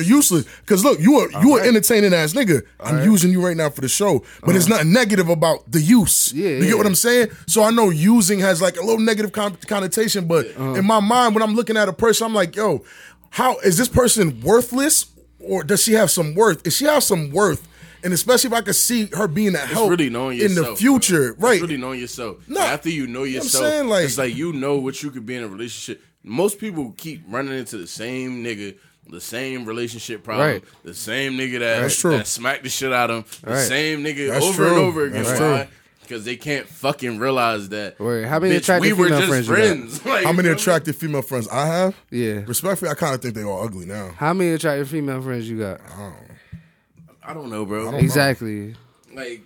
[SPEAKER 2] useless.
[SPEAKER 6] useless.
[SPEAKER 2] Cause look, you are you are entertaining ass nigga. I'm using you right now for the show, but there's nothing negative about the use.
[SPEAKER 4] Yeah,
[SPEAKER 2] you
[SPEAKER 4] yeah.
[SPEAKER 2] get what I'm saying? So I know using has like a little negative con- connotation, but
[SPEAKER 6] uh-huh.
[SPEAKER 2] in my mind, when I'm looking at a person, I'm like, yo, how is this person worthless, or does she have some worth? If she has some worth, and especially if I could see her being a help
[SPEAKER 6] really knowing
[SPEAKER 2] in
[SPEAKER 6] yourself,
[SPEAKER 2] the future,
[SPEAKER 6] bro.
[SPEAKER 2] right?
[SPEAKER 6] It's really knowing yourself.
[SPEAKER 2] No.
[SPEAKER 6] after you know
[SPEAKER 2] I'm
[SPEAKER 6] yourself,
[SPEAKER 2] saying, like-
[SPEAKER 6] it's like you know what you could be in a relationship. Most people keep running into the same nigga, the same relationship problem,
[SPEAKER 4] Right.
[SPEAKER 6] the same nigga that,
[SPEAKER 2] That's true.
[SPEAKER 6] that smacked the shit out of him, the
[SPEAKER 4] Right.
[SPEAKER 6] same nigga
[SPEAKER 2] That's
[SPEAKER 6] over and
[SPEAKER 2] true.
[SPEAKER 6] over again.
[SPEAKER 2] That's
[SPEAKER 6] Why?
[SPEAKER 2] true.
[SPEAKER 6] Because they can't fucking realize that.
[SPEAKER 4] Wait, how many attractive
[SPEAKER 6] we were
[SPEAKER 4] female
[SPEAKER 6] just
[SPEAKER 4] friends you got?
[SPEAKER 6] friends. Like,
[SPEAKER 2] how many
[SPEAKER 6] you know?
[SPEAKER 2] attractive female friends I have?
[SPEAKER 4] Yeah.
[SPEAKER 2] Respectfully, I kind of think they all ugly now.
[SPEAKER 4] How many attractive female friends you got?
[SPEAKER 6] I don't know, bro.
[SPEAKER 4] Exactly.
[SPEAKER 6] Like,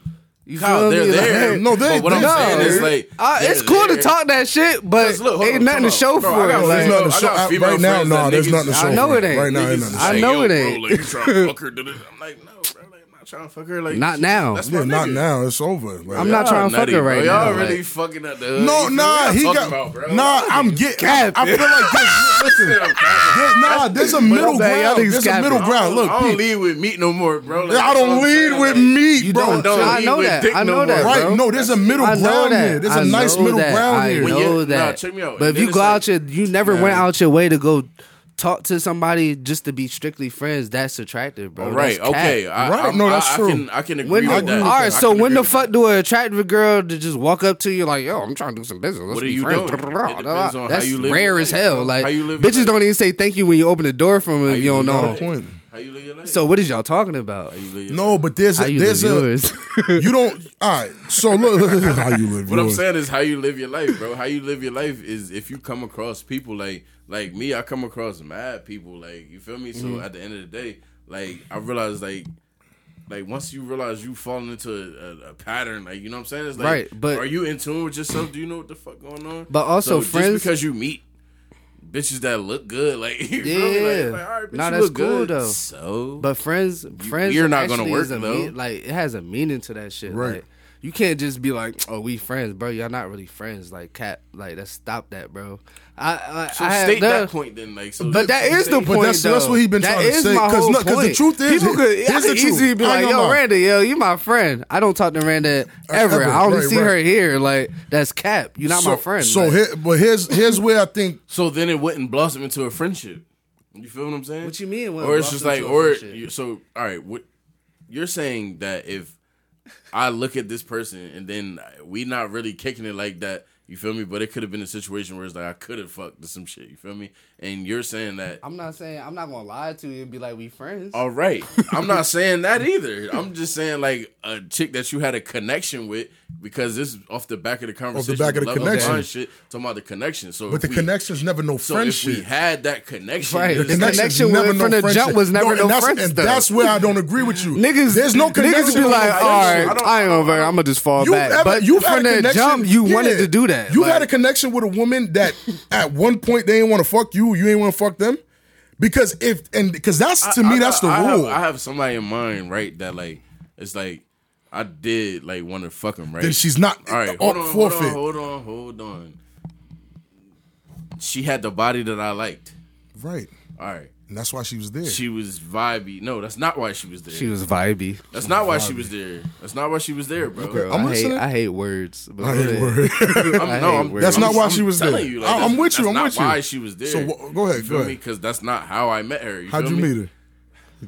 [SPEAKER 4] You
[SPEAKER 6] Kyle, they're
[SPEAKER 4] me? Like,
[SPEAKER 6] there.
[SPEAKER 2] no, they-
[SPEAKER 6] But what I'm
[SPEAKER 2] they-
[SPEAKER 6] saying is like,
[SPEAKER 4] Uh, it's
[SPEAKER 6] they're
[SPEAKER 4] cool
[SPEAKER 6] there.
[SPEAKER 4] to talk that shit, but
[SPEAKER 6] 'Cause look, hold
[SPEAKER 4] ain't
[SPEAKER 6] on,
[SPEAKER 4] nothing to
[SPEAKER 6] come
[SPEAKER 4] show
[SPEAKER 6] on. Bro, I
[SPEAKER 4] for it.
[SPEAKER 6] got
[SPEAKER 2] There's
[SPEAKER 4] Like,
[SPEAKER 6] female-
[SPEAKER 2] nothing to
[SPEAKER 6] I
[SPEAKER 2] show.
[SPEAKER 6] got
[SPEAKER 2] I-
[SPEAKER 6] female
[SPEAKER 2] Right now,
[SPEAKER 6] friends
[SPEAKER 2] no,
[SPEAKER 6] that
[SPEAKER 2] there's
[SPEAKER 6] niggas-
[SPEAKER 2] nothing to show.
[SPEAKER 4] I know
[SPEAKER 2] for
[SPEAKER 4] it ain't.
[SPEAKER 2] Right now, ain't
[SPEAKER 6] Niggas
[SPEAKER 2] nothing
[SPEAKER 6] is
[SPEAKER 2] to
[SPEAKER 4] I
[SPEAKER 2] show.
[SPEAKER 6] like,
[SPEAKER 4] know
[SPEAKER 6] yo,
[SPEAKER 4] it
[SPEAKER 6] bro,
[SPEAKER 4] ain't.
[SPEAKER 6] Like, you trying to fuck her? da- da- da. I'm like, no, bro. Like, I'm not trying to fuck her. Like,
[SPEAKER 4] Not now.
[SPEAKER 6] That's my
[SPEAKER 2] Yeah, not
[SPEAKER 6] nigga.
[SPEAKER 2] now. It's over. Like,
[SPEAKER 4] I'm not
[SPEAKER 6] Y'all
[SPEAKER 4] trying to fuck
[SPEAKER 6] nutty,
[SPEAKER 4] her
[SPEAKER 6] bro.
[SPEAKER 4] right
[SPEAKER 6] Y'all
[SPEAKER 4] now,
[SPEAKER 6] really
[SPEAKER 4] like-
[SPEAKER 6] fucking up the hood.
[SPEAKER 2] No,
[SPEAKER 6] Uh, You
[SPEAKER 2] nah,
[SPEAKER 6] feel me?
[SPEAKER 2] he
[SPEAKER 6] What
[SPEAKER 2] got.
[SPEAKER 6] I'm talking about, bro.
[SPEAKER 2] Nah, I'm getting. I, I feel like this. Listen,
[SPEAKER 6] Shit, I'm capping.
[SPEAKER 2] there- nah, there's a middle
[SPEAKER 4] that y'all
[SPEAKER 2] ground.
[SPEAKER 4] niggas
[SPEAKER 2] There's a
[SPEAKER 4] capping.
[SPEAKER 2] middle
[SPEAKER 4] I
[SPEAKER 2] ground. Look,
[SPEAKER 6] I don't
[SPEAKER 2] Pete,
[SPEAKER 6] lead with meat no more, bro. Like,
[SPEAKER 2] I
[SPEAKER 6] that's what
[SPEAKER 2] don't
[SPEAKER 6] I'm
[SPEAKER 2] lead
[SPEAKER 6] saying,
[SPEAKER 2] with
[SPEAKER 6] like,
[SPEAKER 2] meat,
[SPEAKER 4] You
[SPEAKER 2] bro.
[SPEAKER 4] don't,
[SPEAKER 6] don't
[SPEAKER 4] I
[SPEAKER 6] lead
[SPEAKER 4] know
[SPEAKER 6] with
[SPEAKER 4] that.
[SPEAKER 6] dick
[SPEAKER 4] I
[SPEAKER 6] no
[SPEAKER 4] know that,
[SPEAKER 6] more.
[SPEAKER 2] Right?
[SPEAKER 4] bro.
[SPEAKER 2] No, there's a middle
[SPEAKER 4] I know
[SPEAKER 2] ground
[SPEAKER 4] that.
[SPEAKER 2] here. There's
[SPEAKER 4] I
[SPEAKER 2] a nice
[SPEAKER 4] know
[SPEAKER 2] middle
[SPEAKER 4] that.
[SPEAKER 2] ground
[SPEAKER 4] I
[SPEAKER 2] here.
[SPEAKER 4] know
[SPEAKER 6] When you-
[SPEAKER 4] that.
[SPEAKER 6] nah, check me out.
[SPEAKER 4] But if
[SPEAKER 6] Then
[SPEAKER 4] you
[SPEAKER 6] it's
[SPEAKER 4] go
[SPEAKER 6] like-
[SPEAKER 4] out your, you never went out your way to go talk to somebody just to be strictly friends, that's attractive, bro.
[SPEAKER 6] All right.
[SPEAKER 4] That's cap.
[SPEAKER 6] Okay. I,
[SPEAKER 2] Right,
[SPEAKER 6] I'm-
[SPEAKER 2] no,
[SPEAKER 6] I-
[SPEAKER 2] that's
[SPEAKER 6] I,
[SPEAKER 2] true.
[SPEAKER 6] can, I can agree
[SPEAKER 4] When the,
[SPEAKER 6] with that.
[SPEAKER 4] all right,
[SPEAKER 6] I
[SPEAKER 4] so
[SPEAKER 6] can
[SPEAKER 4] when the
[SPEAKER 6] agree with
[SPEAKER 4] fuck do an attractive girl to just walk up to you like, yo, I'm trying to do some business. Let's
[SPEAKER 6] What are
[SPEAKER 4] be
[SPEAKER 6] you
[SPEAKER 4] friends.
[SPEAKER 6] doing? It depends on how
[SPEAKER 4] That's
[SPEAKER 6] you live
[SPEAKER 4] rare
[SPEAKER 6] your
[SPEAKER 4] as
[SPEAKER 6] life,
[SPEAKER 4] hell.
[SPEAKER 6] bro.
[SPEAKER 4] Like
[SPEAKER 6] How you live your
[SPEAKER 4] bitches
[SPEAKER 6] life.
[SPEAKER 4] don't even say thank you when you open the door from them if
[SPEAKER 6] you
[SPEAKER 4] you don't
[SPEAKER 6] live
[SPEAKER 4] know.
[SPEAKER 6] your
[SPEAKER 4] them.
[SPEAKER 6] life.
[SPEAKER 2] Point.
[SPEAKER 6] that. How you live your life?
[SPEAKER 4] So what is y'all talking about?
[SPEAKER 6] How you live your life?
[SPEAKER 2] No, but there's
[SPEAKER 4] How
[SPEAKER 2] a,
[SPEAKER 4] you
[SPEAKER 2] there's
[SPEAKER 4] live
[SPEAKER 2] a
[SPEAKER 4] yours?
[SPEAKER 2] you don't. All right, so look how you live.
[SPEAKER 6] What I'm
[SPEAKER 2] yours.
[SPEAKER 6] saying is how you live your life, bro. How you live your life is if you come across people like like me, I come across mad people, like you feel me. So
[SPEAKER 4] Mm-hmm.
[SPEAKER 6] at the end of the day, like I realize like like once you realize you falling into a, a, a pattern, like you know what I'm saying? It's like,
[SPEAKER 4] Right, but-
[SPEAKER 6] are you in tune with yourself? Do you know what the fuck going on?
[SPEAKER 4] But also
[SPEAKER 6] just
[SPEAKER 4] friends-
[SPEAKER 6] because you meet bitches that look good, like you yeah,
[SPEAKER 4] Yeah.
[SPEAKER 6] like, like, all right, bitch,
[SPEAKER 4] Nah,
[SPEAKER 6] you
[SPEAKER 4] that's
[SPEAKER 6] look
[SPEAKER 4] cool,
[SPEAKER 6] good,
[SPEAKER 4] though.
[SPEAKER 6] So,
[SPEAKER 4] But friends, friends,
[SPEAKER 6] you're not gonna
[SPEAKER 4] actually
[SPEAKER 6] work,
[SPEAKER 4] is a
[SPEAKER 6] though.
[SPEAKER 4] mean- like it has a meaning to that shit.
[SPEAKER 2] Right.
[SPEAKER 4] Like, you can't just be like, "Oh, we friends, bro." Y'all not really friends. Like, cat, like, let's stop that, bro. I, I,
[SPEAKER 6] so
[SPEAKER 4] I have
[SPEAKER 6] state
[SPEAKER 4] the-
[SPEAKER 6] that point then, like so.
[SPEAKER 4] But that is the
[SPEAKER 6] state-
[SPEAKER 4] point.
[SPEAKER 2] But that's-
[SPEAKER 4] though.
[SPEAKER 2] that's what he been
[SPEAKER 4] That
[SPEAKER 2] trying to
[SPEAKER 4] is
[SPEAKER 2] say,
[SPEAKER 4] my
[SPEAKER 2] 'cause
[SPEAKER 4] whole
[SPEAKER 2] no, 'cause the
[SPEAKER 4] point.
[SPEAKER 2] truth is-
[SPEAKER 4] people could
[SPEAKER 2] here's
[SPEAKER 4] I could
[SPEAKER 2] the truth.
[SPEAKER 4] easily be
[SPEAKER 2] I ain't
[SPEAKER 4] like,
[SPEAKER 2] gonna
[SPEAKER 4] "Yo,
[SPEAKER 2] lie."
[SPEAKER 4] Randa, yo, you my friend. I don't talk to Randa ever.
[SPEAKER 2] ever,
[SPEAKER 4] I only
[SPEAKER 2] right,
[SPEAKER 4] see
[SPEAKER 2] right.
[SPEAKER 4] her here. Like, that's cap. You're not
[SPEAKER 2] so,
[SPEAKER 4] my friend."
[SPEAKER 2] So
[SPEAKER 4] Like,
[SPEAKER 2] here, but here's here's where I think
[SPEAKER 6] So then it wouldn't blossom into a friendship. You feel what I'm saying?
[SPEAKER 4] What you mean it wouldn't
[SPEAKER 6] Or it's just
[SPEAKER 4] blossom
[SPEAKER 6] like,
[SPEAKER 4] into a
[SPEAKER 6] or
[SPEAKER 4] friendship?
[SPEAKER 6] you, so. All right, what you're saying that if I look at this person and then we not really kicking it like that, you feel me? But it could have been a situation where it's like I could have fucked to some shit. You feel me? And you're saying that.
[SPEAKER 4] I'm not saying I'm not gonna lie to you and be like, "We friends."
[SPEAKER 2] Oh,
[SPEAKER 6] all right, I'm not saying that either. I'm just saying like a chick that you had a connection with because this is off the back of the conversation.
[SPEAKER 2] back of the
[SPEAKER 6] love
[SPEAKER 2] connection.
[SPEAKER 6] line shit, talking about the connection. So
[SPEAKER 2] But
[SPEAKER 6] if
[SPEAKER 2] the
[SPEAKER 6] we-
[SPEAKER 2] connection's never no
[SPEAKER 6] So
[SPEAKER 2] friendship.
[SPEAKER 6] if we had that connection,
[SPEAKER 4] Right.
[SPEAKER 6] it was
[SPEAKER 4] The
[SPEAKER 6] like-
[SPEAKER 2] Connection's
[SPEAKER 4] connection with- from the jump was never no
[SPEAKER 2] and that's,
[SPEAKER 4] friendship.
[SPEAKER 2] And that's where I don't agree with you.
[SPEAKER 4] Niggas,
[SPEAKER 2] there's no connection.
[SPEAKER 4] Niggas be
[SPEAKER 2] on
[SPEAKER 4] like,
[SPEAKER 2] the
[SPEAKER 4] all
[SPEAKER 2] friendship.
[SPEAKER 4] right, I ain't over. I'm gonna just fall
[SPEAKER 2] You've
[SPEAKER 4] back.
[SPEAKER 2] ever-
[SPEAKER 4] but
[SPEAKER 2] you've had
[SPEAKER 4] from
[SPEAKER 2] a
[SPEAKER 4] that
[SPEAKER 2] connection-
[SPEAKER 4] jump, you
[SPEAKER 2] yeah.
[SPEAKER 4] wanted to do that.
[SPEAKER 2] You
[SPEAKER 4] Like,
[SPEAKER 2] had a connection with a woman that at one point they didn't want to fuck you. You ain't want to fuck them because if and because that's to me that's the
[SPEAKER 6] I have-
[SPEAKER 2] rule.
[SPEAKER 6] I have somebody in mind, right? That like it's like I did like want to fuck him, right?
[SPEAKER 2] then she's not
[SPEAKER 6] all right.
[SPEAKER 2] on
[SPEAKER 6] Hold on, hold on,
[SPEAKER 2] forfeit.
[SPEAKER 6] hold on, hold on. She had the body that I liked.
[SPEAKER 2] Right,
[SPEAKER 6] All right,
[SPEAKER 2] and that's why she was there.
[SPEAKER 6] she was vibey. No, that's not why she was there.
[SPEAKER 4] She was vibey.
[SPEAKER 6] that's not why she was there. That's not why she was there, bro.
[SPEAKER 4] Bro,
[SPEAKER 2] I'm
[SPEAKER 4] I hate,
[SPEAKER 2] listening.
[SPEAKER 4] I hate words. but
[SPEAKER 2] I
[SPEAKER 4] go
[SPEAKER 2] ain't
[SPEAKER 4] ahead.
[SPEAKER 2] worried.
[SPEAKER 6] I'm, no, I'm,
[SPEAKER 4] words. That's
[SPEAKER 6] I'm-
[SPEAKER 2] not why
[SPEAKER 6] I'm
[SPEAKER 2] she was
[SPEAKER 6] telling
[SPEAKER 2] there.
[SPEAKER 6] You,
[SPEAKER 2] I-
[SPEAKER 6] that's-
[SPEAKER 2] I'm with you,
[SPEAKER 6] that's
[SPEAKER 2] I'm
[SPEAKER 6] not
[SPEAKER 2] with you.
[SPEAKER 6] Why she was there?
[SPEAKER 2] So, wh- go ahead, go
[SPEAKER 6] You feel
[SPEAKER 2] ahead.
[SPEAKER 6] Because that's not how I met her. You
[SPEAKER 2] How'd
[SPEAKER 6] feel
[SPEAKER 2] you
[SPEAKER 6] me?
[SPEAKER 2] meet her?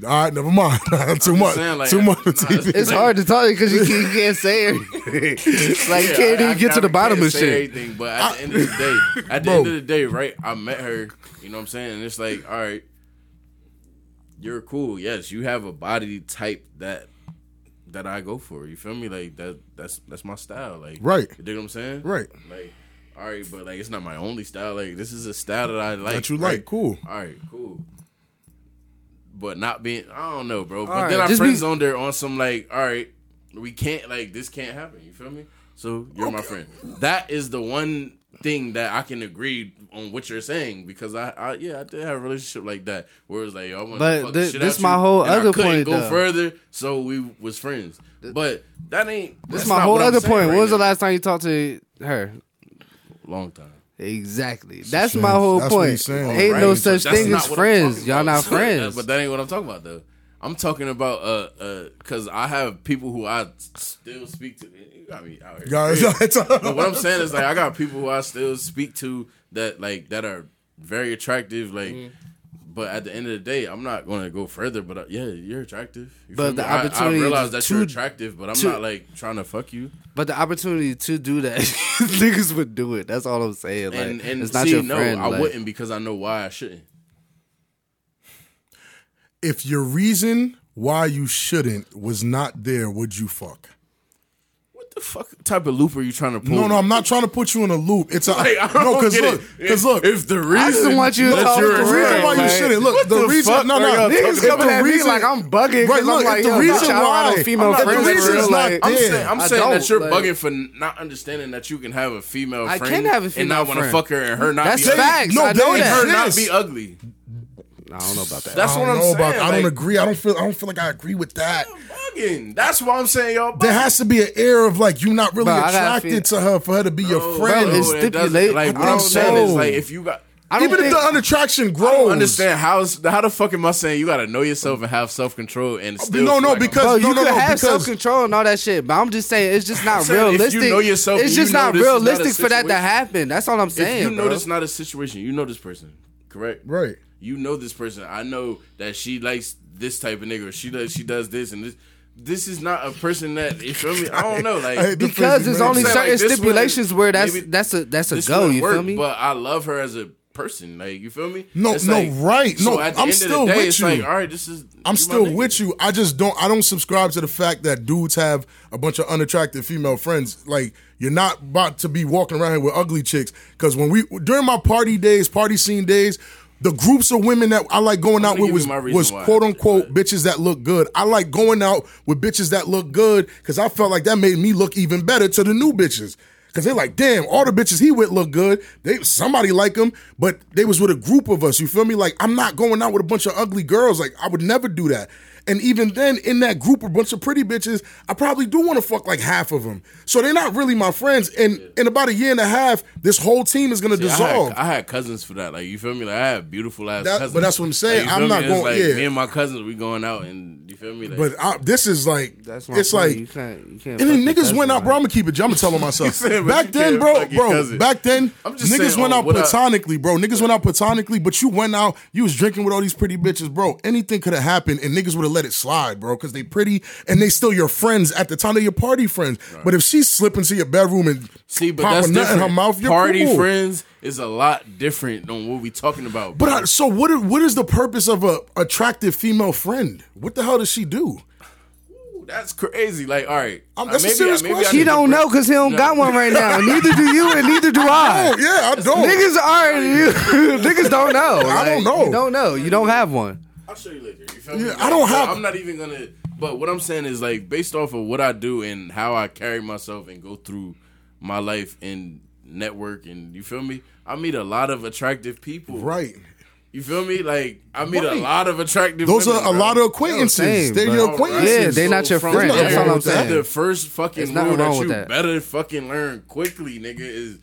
[SPEAKER 2] All right, never mind. too much.
[SPEAKER 6] saying, like,
[SPEAKER 2] too much.
[SPEAKER 6] nah,
[SPEAKER 2] TV.
[SPEAKER 6] it's-
[SPEAKER 4] It's hard to talk because you, can't- you can't say everything. like you
[SPEAKER 6] Yeah,
[SPEAKER 4] can't
[SPEAKER 6] I-
[SPEAKER 4] even
[SPEAKER 6] I-
[SPEAKER 4] get
[SPEAKER 6] I
[SPEAKER 4] to the
[SPEAKER 6] can't
[SPEAKER 4] bottom of
[SPEAKER 6] say
[SPEAKER 4] shit.
[SPEAKER 6] Anything, but at the end of the day, at the
[SPEAKER 2] Bro.
[SPEAKER 6] end of the day, right? I met her. You know what I'm saying? And it's like, all right, you're cool. Yes, you have a body type that that I go for. You feel me? Like that. That's that's my style. Like
[SPEAKER 2] Right.
[SPEAKER 6] You dig what I'm saying?
[SPEAKER 2] Right.
[SPEAKER 6] Like. All right, but like it's not my only style. Like this is a style that I like.
[SPEAKER 2] That you
[SPEAKER 6] right?
[SPEAKER 2] like, cool.
[SPEAKER 6] All right, cool. But not being, I don't know, bro. But
[SPEAKER 4] right,
[SPEAKER 6] then our
[SPEAKER 4] just be-
[SPEAKER 6] friends on there on some like, all right, we can't like this can't happen. You feel me? So you're my friend. That is the one thing that I can agree on what you're saying because I, I yeah, I did have a relationship like that where it's like, yo, I want
[SPEAKER 4] But
[SPEAKER 6] to fuck
[SPEAKER 4] thi-
[SPEAKER 6] the shit
[SPEAKER 4] this
[SPEAKER 6] out
[SPEAKER 4] my
[SPEAKER 6] you,
[SPEAKER 4] whole
[SPEAKER 6] and I
[SPEAKER 4] other
[SPEAKER 6] couldn't
[SPEAKER 4] point,
[SPEAKER 6] Go
[SPEAKER 4] though.
[SPEAKER 6] further, so we was friends. But that ain't.
[SPEAKER 4] That's
[SPEAKER 6] that's
[SPEAKER 4] my
[SPEAKER 6] not
[SPEAKER 4] whole
[SPEAKER 6] what I'm
[SPEAKER 4] other
[SPEAKER 6] saying
[SPEAKER 4] point.
[SPEAKER 6] right
[SPEAKER 4] when was the
[SPEAKER 6] now.
[SPEAKER 4] last time you talked to her?
[SPEAKER 6] long time?
[SPEAKER 4] Exactly. That's
[SPEAKER 2] saying-
[SPEAKER 4] my whole
[SPEAKER 2] that's what
[SPEAKER 4] point.
[SPEAKER 2] he's saying.
[SPEAKER 4] Ain't no
[SPEAKER 2] Right.
[SPEAKER 6] So
[SPEAKER 4] such
[SPEAKER 6] that's
[SPEAKER 4] thing
[SPEAKER 6] not
[SPEAKER 4] as
[SPEAKER 6] what I'm talking
[SPEAKER 4] friends. Y'all
[SPEAKER 6] about.
[SPEAKER 4] not friends.
[SPEAKER 6] but that ain't what I'm talking about though. I'm talking about uh uh because I have people who I still speak to. You got me out here.
[SPEAKER 2] Guys, it's
[SPEAKER 6] But what I'm saying is like I got people who I still speak to that like that are very attractive. Like,
[SPEAKER 4] Mm-hmm.
[SPEAKER 6] but at the end of the day, I'm not going to go further. But uh, yeah, you're attractive. You
[SPEAKER 4] But
[SPEAKER 6] feel
[SPEAKER 4] the
[SPEAKER 6] me?
[SPEAKER 4] opportunity
[SPEAKER 6] I, I realize
[SPEAKER 4] to-
[SPEAKER 6] that you're
[SPEAKER 4] to-
[SPEAKER 6] attractive, but I'm
[SPEAKER 4] to-
[SPEAKER 6] not like trying to fuck you.
[SPEAKER 4] But the opportunity to do that, niggas would do it. That's all I'm saying. Like,
[SPEAKER 6] And and
[SPEAKER 4] it's not
[SPEAKER 6] see,
[SPEAKER 4] your
[SPEAKER 6] no,
[SPEAKER 4] friend.
[SPEAKER 6] I
[SPEAKER 4] like-
[SPEAKER 6] wouldn't because I know why I shouldn't.
[SPEAKER 2] if your reason why you shouldn't was not there, would you fuck?
[SPEAKER 6] What the fuck type of loop are you trying to pull?
[SPEAKER 2] No, no, I'm not trying to put you in a loop. It's a
[SPEAKER 6] Like, I don't
[SPEAKER 2] no, because
[SPEAKER 6] get
[SPEAKER 2] look,
[SPEAKER 6] it.
[SPEAKER 2] because look,
[SPEAKER 6] if the reason
[SPEAKER 4] just want you to
[SPEAKER 6] that
[SPEAKER 4] talk
[SPEAKER 6] you're
[SPEAKER 2] the
[SPEAKER 4] for
[SPEAKER 6] attracted-
[SPEAKER 4] real,
[SPEAKER 2] reason why you
[SPEAKER 4] like,
[SPEAKER 2] shouldn't look. The,
[SPEAKER 6] the
[SPEAKER 2] reason,
[SPEAKER 6] fuck
[SPEAKER 2] no,
[SPEAKER 6] are
[SPEAKER 2] no,
[SPEAKER 6] y'all
[SPEAKER 2] if
[SPEAKER 4] Niggas
[SPEAKER 2] the
[SPEAKER 4] coming at me
[SPEAKER 2] reason-
[SPEAKER 4] like I'm bugging. 'cause
[SPEAKER 2] Right, look,
[SPEAKER 4] I'm like,
[SPEAKER 2] if the
[SPEAKER 4] yo,
[SPEAKER 2] reason
[SPEAKER 4] bitch, I don't have
[SPEAKER 2] why-
[SPEAKER 4] no female
[SPEAKER 2] I'm not- the
[SPEAKER 4] friends.
[SPEAKER 2] reason's
[SPEAKER 4] bro.
[SPEAKER 2] not
[SPEAKER 4] Like,
[SPEAKER 6] I'm
[SPEAKER 2] Yeah.
[SPEAKER 6] saying, I'm
[SPEAKER 4] I
[SPEAKER 6] saying
[SPEAKER 4] don't,
[SPEAKER 6] that you're
[SPEAKER 4] like-
[SPEAKER 6] bugging for not understanding that you can have a female
[SPEAKER 4] I
[SPEAKER 6] friend
[SPEAKER 4] can have a
[SPEAKER 6] and
[SPEAKER 4] female
[SPEAKER 6] not want to
[SPEAKER 4] friend.
[SPEAKER 6] fuck her and her not
[SPEAKER 4] That's
[SPEAKER 6] be ugly.
[SPEAKER 4] facts.
[SPEAKER 2] no,
[SPEAKER 4] I know
[SPEAKER 2] they
[SPEAKER 6] And her
[SPEAKER 4] that.
[SPEAKER 2] exist.
[SPEAKER 6] not be ugly.
[SPEAKER 4] I don't know about that.
[SPEAKER 6] That's
[SPEAKER 2] I don't
[SPEAKER 6] what I'm
[SPEAKER 2] know
[SPEAKER 6] saying.
[SPEAKER 2] about. I don't
[SPEAKER 6] like,
[SPEAKER 2] agree. I don't feel. I don't feel like I agree with that.
[SPEAKER 6] Bugging. That's why I'm saying y'all.
[SPEAKER 2] There
[SPEAKER 6] bugging.
[SPEAKER 2] has to be an air of like you not really
[SPEAKER 4] Bro, I gotta feel-
[SPEAKER 2] attracted to her for her to be your friend.
[SPEAKER 6] No,
[SPEAKER 4] it's
[SPEAKER 6] it doesn't-
[SPEAKER 4] stipulate-
[SPEAKER 6] Like what
[SPEAKER 2] I
[SPEAKER 6] I'm
[SPEAKER 2] don't
[SPEAKER 6] saying is
[SPEAKER 2] know.
[SPEAKER 6] like if you got.
[SPEAKER 4] I don't
[SPEAKER 2] Even if
[SPEAKER 4] think-
[SPEAKER 2] the unattraction grows,
[SPEAKER 6] I don't understand how is- how the fuck am I saying you gotta know yourself and have self control and still
[SPEAKER 2] Oh, no, no,
[SPEAKER 6] feel like I'm
[SPEAKER 2] because-
[SPEAKER 4] Bro,
[SPEAKER 2] No,
[SPEAKER 4] you
[SPEAKER 2] no,
[SPEAKER 4] could
[SPEAKER 2] no,
[SPEAKER 4] have
[SPEAKER 2] because-
[SPEAKER 4] self control and all that shit, but I'm just saying it's just not
[SPEAKER 6] saying if you
[SPEAKER 4] realistic.
[SPEAKER 6] know yourself
[SPEAKER 4] it's
[SPEAKER 6] and you
[SPEAKER 4] just
[SPEAKER 6] know
[SPEAKER 4] not
[SPEAKER 6] this is not a
[SPEAKER 4] realistic for that to
[SPEAKER 6] situation-
[SPEAKER 4] happen. That's all I'm
[SPEAKER 6] If
[SPEAKER 4] saying. bro.
[SPEAKER 6] you know this not a situation, you know this person, correct?
[SPEAKER 2] Right.
[SPEAKER 6] you know this person. I know that she likes this type of nigga. Or she does she does this and this. This is not a person that you feel me. I don't know.
[SPEAKER 2] I hate
[SPEAKER 6] Like
[SPEAKER 2] the
[SPEAKER 4] because
[SPEAKER 2] Frisbee
[SPEAKER 4] there's
[SPEAKER 2] man.
[SPEAKER 4] only
[SPEAKER 6] I'm saying,
[SPEAKER 4] certain
[SPEAKER 6] like, this
[SPEAKER 4] stipulations
[SPEAKER 6] wouldn't-
[SPEAKER 4] where that's
[SPEAKER 6] maybe
[SPEAKER 4] that's a that's a
[SPEAKER 6] this
[SPEAKER 4] go.
[SPEAKER 6] wouldn't
[SPEAKER 4] You
[SPEAKER 6] work,
[SPEAKER 4] feel me?
[SPEAKER 6] But I love her as a person. Like you feel me?
[SPEAKER 2] No, no, right. No,
[SPEAKER 6] at
[SPEAKER 2] I'm
[SPEAKER 6] the end of the
[SPEAKER 2] still
[SPEAKER 6] day,
[SPEAKER 2] with
[SPEAKER 6] it's
[SPEAKER 2] you.
[SPEAKER 6] Like, all right, this is.
[SPEAKER 2] I'm still with you. I just don't. I don't subscribe to the fact that dudes have a bunch of unattractive female friends. Like you're not about to be walking around here with ugly chicks. Because when we during my party days, party scene days, the groups of women that I like going out
[SPEAKER 6] gonna
[SPEAKER 2] with
[SPEAKER 6] give
[SPEAKER 2] was
[SPEAKER 6] you my reason
[SPEAKER 2] was
[SPEAKER 6] why.
[SPEAKER 2] quote unquote bitches that look good. I like going out with bitches that look good because I felt like that made me look even better to the new bitches. Cause they're like, damn, all the bitches he with look good. They somebody like him, but they was with a group of us. You feel me? Like I'm not going out with a bunch of ugly girls. Like I would never do that. And even then, in that group, a bunch of pretty bitches, I probably do want to fuck like half of them. So they're not really my friends. And in about a year and a half, this whole team is gonna
[SPEAKER 6] I had,
[SPEAKER 2] dissolve.
[SPEAKER 6] I had cousins for that. Like you feel me? Like I had beautiful ass
[SPEAKER 2] That- but
[SPEAKER 6] cousins.
[SPEAKER 2] that's what I'm saying.
[SPEAKER 6] Like, you
[SPEAKER 2] I'm
[SPEAKER 6] feel
[SPEAKER 2] not
[SPEAKER 6] me? It's
[SPEAKER 2] going-
[SPEAKER 6] Like,
[SPEAKER 2] yeah.
[SPEAKER 6] Me and my cousins, we going out and you feel me? Like,
[SPEAKER 2] but I, this is like
[SPEAKER 4] that's my
[SPEAKER 2] it's
[SPEAKER 4] point.
[SPEAKER 2] like
[SPEAKER 4] you can't, you can't
[SPEAKER 2] And then
[SPEAKER 4] fuck your
[SPEAKER 2] niggas went
[SPEAKER 4] cousin,
[SPEAKER 2] out, bro.
[SPEAKER 4] like-
[SPEAKER 2] I'm gonna keep it. I'm gonna tell on myself.
[SPEAKER 6] saying, but
[SPEAKER 2] back
[SPEAKER 6] you
[SPEAKER 2] then,
[SPEAKER 6] can't
[SPEAKER 2] bro,
[SPEAKER 6] fuck your
[SPEAKER 2] bro.
[SPEAKER 6] cousin.
[SPEAKER 2] Back then,
[SPEAKER 6] I'm just
[SPEAKER 2] niggas
[SPEAKER 6] saying,
[SPEAKER 2] went
[SPEAKER 6] oh,
[SPEAKER 2] out
[SPEAKER 6] what I-
[SPEAKER 2] platonically, bro. Niggas went out platonically, but you went out. You was drinking with all these pretty bitches, bro. Anything could have happened, and niggas would have let it slide, bro, because they pretty and they still your friends at the time. They're your party friends. But if she slip into your bedroom and
[SPEAKER 6] See, but
[SPEAKER 2] pop
[SPEAKER 6] that's
[SPEAKER 2] a nut in
[SPEAKER 6] different.
[SPEAKER 2] her mouth, you're
[SPEAKER 6] Party
[SPEAKER 2] cool.
[SPEAKER 6] friends is a lot different than what we talking about.
[SPEAKER 2] But
[SPEAKER 6] bro.
[SPEAKER 2] I, so what? Are, what is the purpose of a attractive female friend? What the hell does she do?
[SPEAKER 6] that's crazy. Like, all right, Uh,
[SPEAKER 2] Um, that's a
[SPEAKER 6] maybe I-
[SPEAKER 2] serious
[SPEAKER 6] maybe I
[SPEAKER 2] question.
[SPEAKER 6] need
[SPEAKER 4] He
[SPEAKER 6] to
[SPEAKER 4] don't
[SPEAKER 6] break-
[SPEAKER 4] know because he don't
[SPEAKER 6] No.
[SPEAKER 4] got one right now. Neither do you, and neither do
[SPEAKER 2] Oh
[SPEAKER 4] I.
[SPEAKER 2] yeah, I don't.
[SPEAKER 4] Niggas are niggas don't know.
[SPEAKER 2] I don't
[SPEAKER 4] Like,
[SPEAKER 2] know.
[SPEAKER 4] You don't know. You don't have one.
[SPEAKER 6] I'll show you later. You feel me?
[SPEAKER 2] Yeah, I don't
[SPEAKER 6] Like,
[SPEAKER 2] have-
[SPEAKER 6] I'm not even gonna. But what I'm saying is like based off of what I do and how I carry myself and go through my life and network and you feel me. I meet a lot of attractive people.
[SPEAKER 2] Right.
[SPEAKER 6] You feel me? Like I meet
[SPEAKER 2] Right.
[SPEAKER 6] a lot of attractive.
[SPEAKER 2] Those
[SPEAKER 6] women,
[SPEAKER 2] are a
[SPEAKER 6] bro.
[SPEAKER 2] lot of acquaintances.
[SPEAKER 4] same,
[SPEAKER 2] they're
[SPEAKER 4] bro.
[SPEAKER 2] your
[SPEAKER 6] Alright,
[SPEAKER 2] acquaintances.
[SPEAKER 4] Yeah, they not your
[SPEAKER 6] from
[SPEAKER 4] friend.
[SPEAKER 6] there,
[SPEAKER 2] That's all I'm
[SPEAKER 6] that's
[SPEAKER 2] saying.
[SPEAKER 6] The first fucking
[SPEAKER 4] There's nothing
[SPEAKER 6] rule
[SPEAKER 4] wrong
[SPEAKER 6] that
[SPEAKER 4] with
[SPEAKER 6] you
[SPEAKER 4] that.
[SPEAKER 6] better fucking learn quickly, nigga, is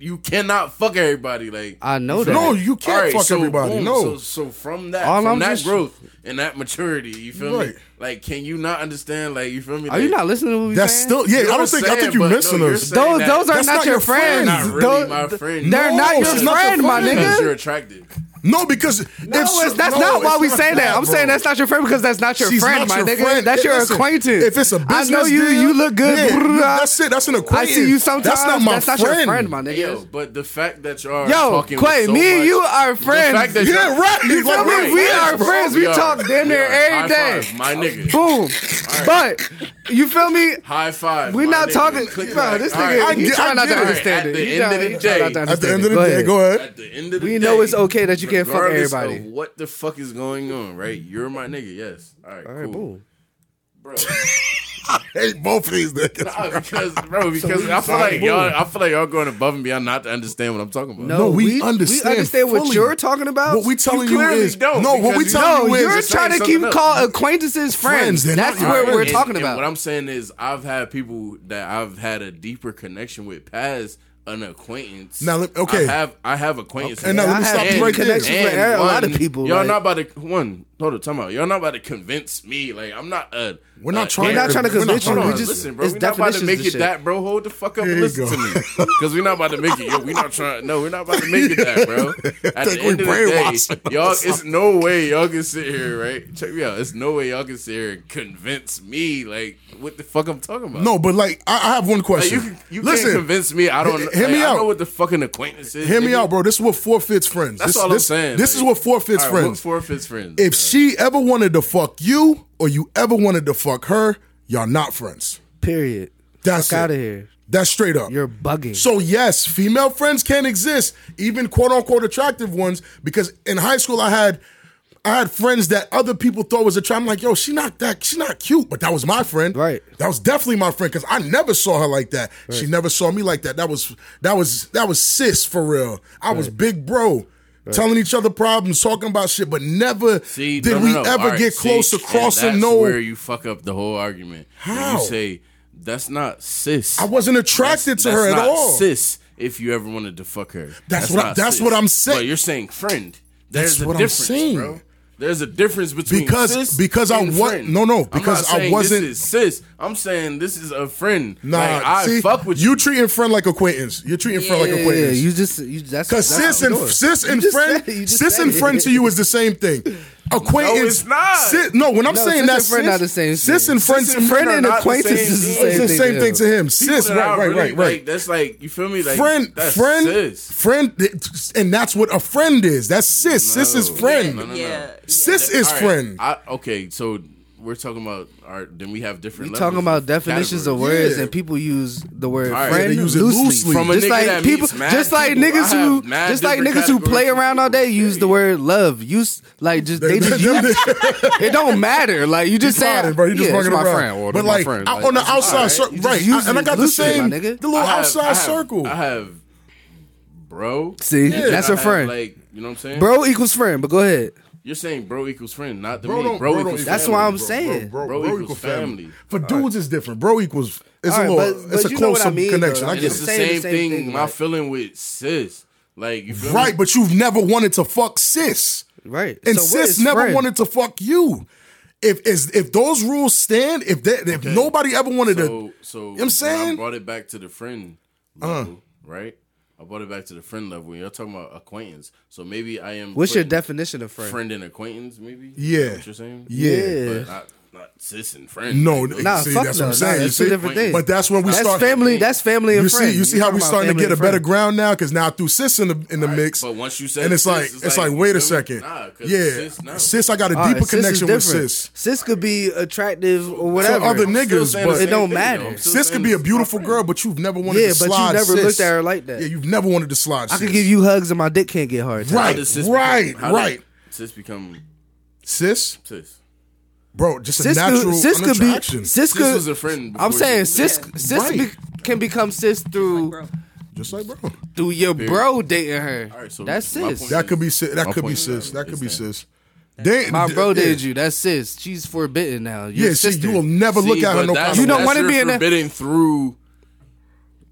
[SPEAKER 6] you cannot fuck everybody. Like
[SPEAKER 4] I know that.
[SPEAKER 2] No, you can't
[SPEAKER 6] Alright,
[SPEAKER 2] fuck
[SPEAKER 6] so
[SPEAKER 2] everybody.
[SPEAKER 6] boom,
[SPEAKER 2] no.
[SPEAKER 6] So, so from that,
[SPEAKER 4] All
[SPEAKER 6] from
[SPEAKER 4] I'm
[SPEAKER 6] that
[SPEAKER 4] just-
[SPEAKER 6] growth and that maturity, you feel
[SPEAKER 2] Right.
[SPEAKER 6] me? Like, can you not understand? Like, you feel me?
[SPEAKER 4] Are you
[SPEAKER 6] Like,
[SPEAKER 4] not listening to what we
[SPEAKER 2] that's
[SPEAKER 4] saying?
[SPEAKER 2] still yeah.
[SPEAKER 6] You know
[SPEAKER 2] I don't
[SPEAKER 6] what I'm
[SPEAKER 2] think I think
[SPEAKER 6] saying?
[SPEAKER 2] you're
[SPEAKER 6] But no,
[SPEAKER 2] missing
[SPEAKER 6] you're
[SPEAKER 2] us.
[SPEAKER 6] saying-
[SPEAKER 4] Those
[SPEAKER 6] that-
[SPEAKER 4] those are
[SPEAKER 2] That's
[SPEAKER 4] not,
[SPEAKER 2] not
[SPEAKER 4] your
[SPEAKER 2] your friend.
[SPEAKER 4] friends.
[SPEAKER 6] Not really
[SPEAKER 4] Those-
[SPEAKER 6] my friend.
[SPEAKER 4] They're
[SPEAKER 2] No,
[SPEAKER 4] not your
[SPEAKER 2] she's
[SPEAKER 4] friend,
[SPEAKER 2] not your
[SPEAKER 4] my
[SPEAKER 2] friend.
[SPEAKER 6] Because you're
[SPEAKER 4] nigga.
[SPEAKER 6] attractive.
[SPEAKER 2] No, because if
[SPEAKER 4] No,
[SPEAKER 2] she-
[SPEAKER 4] it's, that's
[SPEAKER 2] no,
[SPEAKER 4] not why
[SPEAKER 2] it's
[SPEAKER 4] we saying that. I'm
[SPEAKER 2] bro.
[SPEAKER 4] saying that's not your friend because that's not your
[SPEAKER 2] She's
[SPEAKER 4] friend,
[SPEAKER 2] not
[SPEAKER 4] my
[SPEAKER 2] your
[SPEAKER 4] nigga.
[SPEAKER 2] friend.
[SPEAKER 4] That's your
[SPEAKER 2] Listen,
[SPEAKER 4] acquaintance.
[SPEAKER 2] If it's a business,
[SPEAKER 4] I know you.
[SPEAKER 2] deal,
[SPEAKER 4] you look good.
[SPEAKER 2] yeah,
[SPEAKER 4] Brr,
[SPEAKER 2] you-
[SPEAKER 4] I-
[SPEAKER 2] that's it. That's an
[SPEAKER 4] I
[SPEAKER 2] acquaintance.
[SPEAKER 4] see you sometimes.
[SPEAKER 2] That's not my
[SPEAKER 4] your friend, my nigga.
[SPEAKER 6] Yo, but the fact that y'all
[SPEAKER 4] Yo,
[SPEAKER 6] talking
[SPEAKER 4] Clay,
[SPEAKER 6] so
[SPEAKER 4] me and
[SPEAKER 6] much-
[SPEAKER 4] you are friends.
[SPEAKER 6] The fact that
[SPEAKER 2] Yeah,
[SPEAKER 6] y'all-
[SPEAKER 2] right. You
[SPEAKER 6] Like,
[SPEAKER 2] feel me?
[SPEAKER 6] right,
[SPEAKER 2] We
[SPEAKER 6] yes,
[SPEAKER 2] are
[SPEAKER 6] bro.
[SPEAKER 4] friends. We talk damn
[SPEAKER 6] We
[SPEAKER 4] near
[SPEAKER 6] are.
[SPEAKER 4] every
[SPEAKER 6] High
[SPEAKER 4] day.
[SPEAKER 6] five, my nigga.
[SPEAKER 4] Boom. But you feel me?
[SPEAKER 6] High five.
[SPEAKER 4] We're
[SPEAKER 6] my
[SPEAKER 4] not
[SPEAKER 6] nigga.
[SPEAKER 4] talking.
[SPEAKER 6] Click
[SPEAKER 4] Bro,
[SPEAKER 6] back.
[SPEAKER 4] this
[SPEAKER 6] All right.
[SPEAKER 4] nigga,
[SPEAKER 2] I
[SPEAKER 4] he
[SPEAKER 2] get- I
[SPEAKER 4] trying not to
[SPEAKER 2] get it.
[SPEAKER 4] understand
[SPEAKER 6] At
[SPEAKER 4] it.
[SPEAKER 6] the
[SPEAKER 4] He trying-
[SPEAKER 6] end of
[SPEAKER 4] he
[SPEAKER 6] the
[SPEAKER 4] trying
[SPEAKER 6] day-
[SPEAKER 4] not to
[SPEAKER 2] At the
[SPEAKER 4] understand
[SPEAKER 2] end
[SPEAKER 4] it.
[SPEAKER 2] of the day, go ahead.
[SPEAKER 6] At the end of the
[SPEAKER 4] We
[SPEAKER 6] day,
[SPEAKER 4] know it's okay that you can't fuck
[SPEAKER 6] regardless
[SPEAKER 4] everybody.
[SPEAKER 6] Of what the fuck is going on, right? You're my nigga. Yes. All right.
[SPEAKER 4] All right,
[SPEAKER 6] cool.
[SPEAKER 4] boom.
[SPEAKER 6] Bro,
[SPEAKER 2] Hey, both of these niggas.
[SPEAKER 6] Nah, because bro, because I feel like y'all, I feel like y'all going above and beyond not to understand what I'm talking about.
[SPEAKER 2] No, we understand
[SPEAKER 4] We understand what
[SPEAKER 2] fully.
[SPEAKER 4] you're talking about.
[SPEAKER 2] What we telling you,
[SPEAKER 6] clearly
[SPEAKER 2] is
[SPEAKER 6] don't,
[SPEAKER 2] no. What
[SPEAKER 6] because
[SPEAKER 2] we
[SPEAKER 6] you-
[SPEAKER 2] telling
[SPEAKER 4] No,
[SPEAKER 2] you is
[SPEAKER 4] you're
[SPEAKER 6] it's
[SPEAKER 4] trying
[SPEAKER 6] saying
[SPEAKER 4] to keep
[SPEAKER 6] something
[SPEAKER 4] call acquaintances friends.
[SPEAKER 2] Friends, they're
[SPEAKER 4] That's
[SPEAKER 2] not
[SPEAKER 4] what
[SPEAKER 2] your
[SPEAKER 4] we're
[SPEAKER 2] friends.
[SPEAKER 6] And-
[SPEAKER 4] talking
[SPEAKER 6] and
[SPEAKER 4] about.
[SPEAKER 6] what I'm saying is, I've had people that I've had a deeper connection with past an acquaintance.
[SPEAKER 2] Now, let- okay.
[SPEAKER 6] I have I have acquaintances.
[SPEAKER 2] And now let me
[SPEAKER 4] I
[SPEAKER 2] stop
[SPEAKER 4] have
[SPEAKER 2] you right
[SPEAKER 4] connections
[SPEAKER 2] there.
[SPEAKER 4] with a lot of
[SPEAKER 6] one,
[SPEAKER 4] people,
[SPEAKER 6] Y'all
[SPEAKER 4] like-
[SPEAKER 6] not about to one. Hold on, time out. Y'all not about to convince me. Like I'm not a.
[SPEAKER 2] We're not
[SPEAKER 6] a-
[SPEAKER 2] trying-
[SPEAKER 4] We're not trying to
[SPEAKER 6] We're
[SPEAKER 4] convince you.
[SPEAKER 6] hold
[SPEAKER 4] We
[SPEAKER 6] on,
[SPEAKER 4] just-
[SPEAKER 6] listen, bro.
[SPEAKER 4] it's
[SPEAKER 6] We're not about to
[SPEAKER 4] definitions
[SPEAKER 6] make
[SPEAKER 4] and
[SPEAKER 6] it
[SPEAKER 4] shit.
[SPEAKER 6] that, bro. Hold the fuck up
[SPEAKER 2] Here
[SPEAKER 6] and
[SPEAKER 2] you
[SPEAKER 6] listen
[SPEAKER 2] go.
[SPEAKER 6] to me, because we're not about to make it. Yo, we're not trying. No, we're not about to make it that, bro. At
[SPEAKER 2] Think we
[SPEAKER 6] the end of the
[SPEAKER 2] brainwashing
[SPEAKER 6] day, y'all, it's no way y'all can sit here, right? Check me out. It's no way y'all can sit here and convince me, like, what the fuck I'm talking about.
[SPEAKER 2] No, but like I, I have one
[SPEAKER 6] Like,
[SPEAKER 2] question.
[SPEAKER 6] you can, you
[SPEAKER 2] Listen,
[SPEAKER 6] can't convince me. I don't.
[SPEAKER 2] he- hear
[SPEAKER 6] like,
[SPEAKER 2] me
[SPEAKER 6] I
[SPEAKER 2] out.
[SPEAKER 6] know what the fucking acquaintance is.
[SPEAKER 2] hear me
[SPEAKER 6] nigga.
[SPEAKER 2] out, bro. This is what forfeits friends.
[SPEAKER 6] That's
[SPEAKER 2] this,
[SPEAKER 6] all I'm
[SPEAKER 2] this,
[SPEAKER 6] saying.
[SPEAKER 2] This
[SPEAKER 6] like,
[SPEAKER 2] is what forfeits
[SPEAKER 6] all right,
[SPEAKER 2] friends.
[SPEAKER 6] What forfeits friends?
[SPEAKER 2] if she ever wanted to fuck you or you ever wanted to fuck her, y'all not friends.
[SPEAKER 4] Period.
[SPEAKER 2] That's
[SPEAKER 4] Fuck
[SPEAKER 2] it.
[SPEAKER 4] outta here.
[SPEAKER 2] That's straight up.
[SPEAKER 4] You're bugging.
[SPEAKER 2] So yes, female friends can exist, even quote unquote attractive ones, because in high school I had I had friends that other people thought was attractive. I'm like, yo, she not that, she not cute, but that was my friend.
[SPEAKER 4] Right.
[SPEAKER 2] That was definitely my friend because I never saw her like that. She never saw me like that. That was that was that was sis for real. I was big bro. Telling each other problems, talking about shit, but never
[SPEAKER 6] See,
[SPEAKER 2] did
[SPEAKER 6] no, no,
[SPEAKER 2] we
[SPEAKER 6] no.
[SPEAKER 2] ever
[SPEAKER 6] All right,
[SPEAKER 2] get
[SPEAKER 6] see,
[SPEAKER 2] close to
[SPEAKER 6] and
[SPEAKER 2] crossing
[SPEAKER 6] that's
[SPEAKER 2] no.
[SPEAKER 6] where you fuck up the whole argument. When
[SPEAKER 2] How?
[SPEAKER 6] You say that's not sis.
[SPEAKER 2] I wasn't attracted to her
[SPEAKER 6] That's
[SPEAKER 2] at
[SPEAKER 6] not
[SPEAKER 2] all.
[SPEAKER 6] Sis, if you ever wanted to fuck her,
[SPEAKER 2] That's what I-
[SPEAKER 6] not
[SPEAKER 2] that's
[SPEAKER 6] sis.
[SPEAKER 2] what I'm saying.
[SPEAKER 6] But you're saying friend.
[SPEAKER 2] That's
[SPEAKER 6] There's a
[SPEAKER 2] what I'm
[SPEAKER 6] difference,
[SPEAKER 2] saying.
[SPEAKER 6] bro. There's a difference between
[SPEAKER 2] Because-
[SPEAKER 6] sis
[SPEAKER 2] because I
[SPEAKER 6] and
[SPEAKER 2] wa-
[SPEAKER 6] friend.
[SPEAKER 2] no, no,
[SPEAKER 6] I'm not
[SPEAKER 2] because I
[SPEAKER 6] saying
[SPEAKER 2] wasn't-
[SPEAKER 6] This is sis. I'm saying this is a friend.
[SPEAKER 2] Nah,
[SPEAKER 6] like, I
[SPEAKER 2] see,
[SPEAKER 6] fuck with
[SPEAKER 2] you.
[SPEAKER 6] you.
[SPEAKER 2] treating friend like acquaintance. You're treating friend like
[SPEAKER 4] Yeah, yeah,
[SPEAKER 2] acquaintance.
[SPEAKER 4] you just you, that's
[SPEAKER 2] Cause
[SPEAKER 4] that's
[SPEAKER 2] sis
[SPEAKER 4] how
[SPEAKER 2] and
[SPEAKER 4] we do it.
[SPEAKER 2] sis
[SPEAKER 4] You
[SPEAKER 2] and
[SPEAKER 4] just
[SPEAKER 2] friend,
[SPEAKER 4] said it, you just
[SPEAKER 2] sis
[SPEAKER 4] said
[SPEAKER 2] and
[SPEAKER 4] it.
[SPEAKER 2] friend to you is the same thing. Acquaintance,
[SPEAKER 6] No, it's not.
[SPEAKER 2] Sis, no, when I'm
[SPEAKER 4] No,
[SPEAKER 2] saying
[SPEAKER 4] sis
[SPEAKER 2] that,
[SPEAKER 4] and friend
[SPEAKER 2] sis,
[SPEAKER 4] not the same
[SPEAKER 2] Sis
[SPEAKER 4] thing.
[SPEAKER 2] and friend,
[SPEAKER 6] Sis
[SPEAKER 2] to
[SPEAKER 6] and friend
[SPEAKER 2] friend
[SPEAKER 6] are
[SPEAKER 2] and
[SPEAKER 6] not the
[SPEAKER 2] acquaintance
[SPEAKER 6] same
[SPEAKER 2] is the
[SPEAKER 6] thing.
[SPEAKER 2] same,
[SPEAKER 4] It's the same
[SPEAKER 2] thing
[SPEAKER 4] thing
[SPEAKER 2] to
[SPEAKER 4] to
[SPEAKER 2] him.
[SPEAKER 6] People
[SPEAKER 2] Sis,
[SPEAKER 6] that I
[SPEAKER 2] right, right,
[SPEAKER 6] really-
[SPEAKER 2] right,
[SPEAKER 6] Like,
[SPEAKER 2] right.
[SPEAKER 6] that's like you feel me. Like
[SPEAKER 2] friend,
[SPEAKER 6] that's
[SPEAKER 2] friend,
[SPEAKER 6] sis.
[SPEAKER 2] friend, and that's what a friend is. That's sis. sis is
[SPEAKER 6] No.
[SPEAKER 2] friend.
[SPEAKER 6] No, no, no.
[SPEAKER 5] Yeah.
[SPEAKER 2] Sis is
[SPEAKER 6] All right,
[SPEAKER 2] friend.
[SPEAKER 6] I, okay, so we're talking about. All right, then we have different.
[SPEAKER 4] We
[SPEAKER 6] levels
[SPEAKER 4] talking about
[SPEAKER 6] of
[SPEAKER 4] definitions of
[SPEAKER 6] categories.
[SPEAKER 4] words,
[SPEAKER 2] Yeah.
[SPEAKER 4] and people use the word
[SPEAKER 6] right.
[SPEAKER 4] friend
[SPEAKER 6] They
[SPEAKER 2] use it
[SPEAKER 4] loosely.
[SPEAKER 2] loosely.
[SPEAKER 6] From a
[SPEAKER 4] just
[SPEAKER 6] nigga
[SPEAKER 4] like
[SPEAKER 6] that
[SPEAKER 4] people,
[SPEAKER 6] meets mad
[SPEAKER 4] just like
[SPEAKER 6] people.
[SPEAKER 4] niggas
[SPEAKER 6] I have
[SPEAKER 4] who,
[SPEAKER 6] mad
[SPEAKER 4] just like
[SPEAKER 6] different
[SPEAKER 4] niggas who play
[SPEAKER 6] categories
[SPEAKER 4] around all day use the word love. Use like just they just use, it. Don't matter. Like you just say,
[SPEAKER 2] Friend, bro. You just
[SPEAKER 4] yeah, it's
[SPEAKER 2] walking
[SPEAKER 4] my
[SPEAKER 2] around.
[SPEAKER 4] friend. Well,
[SPEAKER 2] but
[SPEAKER 4] they're my
[SPEAKER 2] like
[SPEAKER 4] friend.
[SPEAKER 2] out on the outside circle,
[SPEAKER 4] You just
[SPEAKER 2] right?
[SPEAKER 4] use
[SPEAKER 2] I, and I
[SPEAKER 4] it
[SPEAKER 2] got the
[SPEAKER 4] loosely,
[SPEAKER 2] same,
[SPEAKER 4] my nigga.
[SPEAKER 2] the little
[SPEAKER 6] I have-
[SPEAKER 2] outside
[SPEAKER 6] I have-
[SPEAKER 2] circle.
[SPEAKER 6] I have, bro.
[SPEAKER 4] See,
[SPEAKER 6] and
[SPEAKER 4] that's
[SPEAKER 6] I
[SPEAKER 4] a
[SPEAKER 6] have,
[SPEAKER 4] friend.
[SPEAKER 6] Like you know what I'm saying,
[SPEAKER 4] bro equals friend. But go ahead.
[SPEAKER 6] You're saying bro equals friend, not to
[SPEAKER 2] Bro
[SPEAKER 6] me.
[SPEAKER 2] don't- bro
[SPEAKER 6] Bro,
[SPEAKER 2] don't
[SPEAKER 6] equals
[SPEAKER 2] equal
[SPEAKER 4] That's
[SPEAKER 6] family.
[SPEAKER 4] why I'm
[SPEAKER 6] bro.
[SPEAKER 4] saying.
[SPEAKER 2] bro,
[SPEAKER 6] Bro
[SPEAKER 2] bro
[SPEAKER 6] equals
[SPEAKER 2] equals
[SPEAKER 6] family.
[SPEAKER 2] family. For dudes, it's different. Bro equals it's a
[SPEAKER 4] All right,
[SPEAKER 2] little,
[SPEAKER 4] but-
[SPEAKER 2] it's
[SPEAKER 4] but
[SPEAKER 2] a
[SPEAKER 4] you know what
[SPEAKER 2] close
[SPEAKER 4] I mean,
[SPEAKER 2] connection.
[SPEAKER 4] though.
[SPEAKER 2] I
[SPEAKER 6] And
[SPEAKER 2] get
[SPEAKER 6] it's
[SPEAKER 2] it.
[SPEAKER 6] the
[SPEAKER 4] Saying the
[SPEAKER 6] same,
[SPEAKER 4] same
[SPEAKER 6] thing.
[SPEAKER 4] thing,
[SPEAKER 6] my
[SPEAKER 4] like-
[SPEAKER 6] feeling with sis, like you feel
[SPEAKER 2] Right,
[SPEAKER 6] Me?
[SPEAKER 2] but you've never wanted to fuck sis.
[SPEAKER 4] Right.
[SPEAKER 2] And
[SPEAKER 4] So what
[SPEAKER 2] sis
[SPEAKER 4] is
[SPEAKER 2] never
[SPEAKER 4] friend?
[SPEAKER 2] wanted to fuck you. If is if those rules stand, if that if nobody ever wanted
[SPEAKER 6] So, so
[SPEAKER 2] I'm
[SPEAKER 6] when I
[SPEAKER 2] saying? Uh-huh.
[SPEAKER 6] brought it back to the friend level, right? I brought it back to the friend level. You're talking about acquaintance, so maybe I am.
[SPEAKER 4] What's your
[SPEAKER 6] putting
[SPEAKER 4] definition of friend?
[SPEAKER 6] Friend and acquaintance, maybe. Is that
[SPEAKER 2] Yeah.
[SPEAKER 6] what you're saying.
[SPEAKER 2] to Yeah.
[SPEAKER 6] But
[SPEAKER 4] uh,
[SPEAKER 6] not, not sis and friend.
[SPEAKER 2] No,
[SPEAKER 6] Like,
[SPEAKER 4] Nah,
[SPEAKER 2] see,
[SPEAKER 4] fuck
[SPEAKER 2] that's
[SPEAKER 4] no.
[SPEAKER 2] what
[SPEAKER 4] Nah,
[SPEAKER 2] I'm saying. you
[SPEAKER 4] it's two
[SPEAKER 2] see?
[SPEAKER 4] different things.
[SPEAKER 2] But that's when we
[SPEAKER 4] That's
[SPEAKER 2] start
[SPEAKER 4] family. That's family and
[SPEAKER 2] You
[SPEAKER 4] friend.
[SPEAKER 2] see, you see how
[SPEAKER 4] You're
[SPEAKER 2] we
[SPEAKER 4] talking
[SPEAKER 2] starting to
[SPEAKER 4] about
[SPEAKER 2] get a
[SPEAKER 4] family
[SPEAKER 2] better
[SPEAKER 4] and friend.
[SPEAKER 2] ground now because now I threw sis in the in the mix.
[SPEAKER 6] but once you said
[SPEAKER 2] and it's
[SPEAKER 6] sis,
[SPEAKER 2] like
[SPEAKER 6] it's
[SPEAKER 2] it's,
[SPEAKER 6] like,
[SPEAKER 2] like,
[SPEAKER 6] you
[SPEAKER 2] wait
[SPEAKER 6] feel me?
[SPEAKER 2] a second,
[SPEAKER 6] Nah, 'cause
[SPEAKER 2] yeah,
[SPEAKER 6] sis, no.
[SPEAKER 2] sis, I got a
[SPEAKER 4] All right,
[SPEAKER 2] deeper
[SPEAKER 4] sis is
[SPEAKER 2] connection with
[SPEAKER 4] different.
[SPEAKER 2] sis.
[SPEAKER 4] Sis could be attractive or whatever.
[SPEAKER 2] other
[SPEAKER 6] I'm still
[SPEAKER 2] niggas,
[SPEAKER 6] saying the
[SPEAKER 2] but-
[SPEAKER 6] same
[SPEAKER 4] It don't
[SPEAKER 6] thing,
[SPEAKER 4] matter.
[SPEAKER 6] though. I'm still
[SPEAKER 2] Sis could
[SPEAKER 6] saying
[SPEAKER 2] be a
[SPEAKER 6] it's my
[SPEAKER 2] beautiful
[SPEAKER 6] friend.
[SPEAKER 2] girl, but you've never wanted
[SPEAKER 4] Yeah,
[SPEAKER 2] to
[SPEAKER 4] but you
[SPEAKER 2] slide.
[SPEAKER 4] never
[SPEAKER 2] sis.
[SPEAKER 4] looked at her like that.
[SPEAKER 2] Yeah, you've never wanted to slide.
[SPEAKER 4] I
[SPEAKER 2] sis.
[SPEAKER 4] could give you hugs and my dick can't get hard.
[SPEAKER 6] How
[SPEAKER 2] Right.
[SPEAKER 6] does sis
[SPEAKER 2] right,
[SPEAKER 6] become- how does
[SPEAKER 2] right.
[SPEAKER 6] Sis become
[SPEAKER 2] sis,
[SPEAKER 6] sis.
[SPEAKER 2] bro, just a
[SPEAKER 4] Sis
[SPEAKER 2] natural
[SPEAKER 4] could, sis could be
[SPEAKER 2] unattraction.
[SPEAKER 4] sis
[SPEAKER 6] Sis
[SPEAKER 4] could.
[SPEAKER 6] was a friend.
[SPEAKER 4] I'm
[SPEAKER 6] before
[SPEAKER 4] saying
[SPEAKER 6] you-
[SPEAKER 4] sis sis
[SPEAKER 2] Right.
[SPEAKER 4] be, can become sis through
[SPEAKER 5] Bro.
[SPEAKER 2] just like bro,
[SPEAKER 4] through your bro dating her.
[SPEAKER 6] All right, so
[SPEAKER 4] that's
[SPEAKER 6] my
[SPEAKER 4] sis.
[SPEAKER 6] point-
[SPEAKER 2] that could be sis. That
[SPEAKER 6] My
[SPEAKER 2] could be
[SPEAKER 6] point is
[SPEAKER 2] sis.
[SPEAKER 6] that
[SPEAKER 2] That could be
[SPEAKER 6] it's that.
[SPEAKER 2] sis. They-
[SPEAKER 4] my bro
[SPEAKER 2] yeah.
[SPEAKER 4] dated you. That's sis. She's forbidden now. Your
[SPEAKER 2] Yeah, see,
[SPEAKER 4] sister.
[SPEAKER 2] you will never
[SPEAKER 6] See,
[SPEAKER 2] look at her
[SPEAKER 6] but
[SPEAKER 2] no
[SPEAKER 6] that's-
[SPEAKER 2] kind
[SPEAKER 4] You
[SPEAKER 2] of
[SPEAKER 4] don't
[SPEAKER 2] way.
[SPEAKER 4] want- wanna
[SPEAKER 6] that's
[SPEAKER 4] be in a-
[SPEAKER 6] forbidden through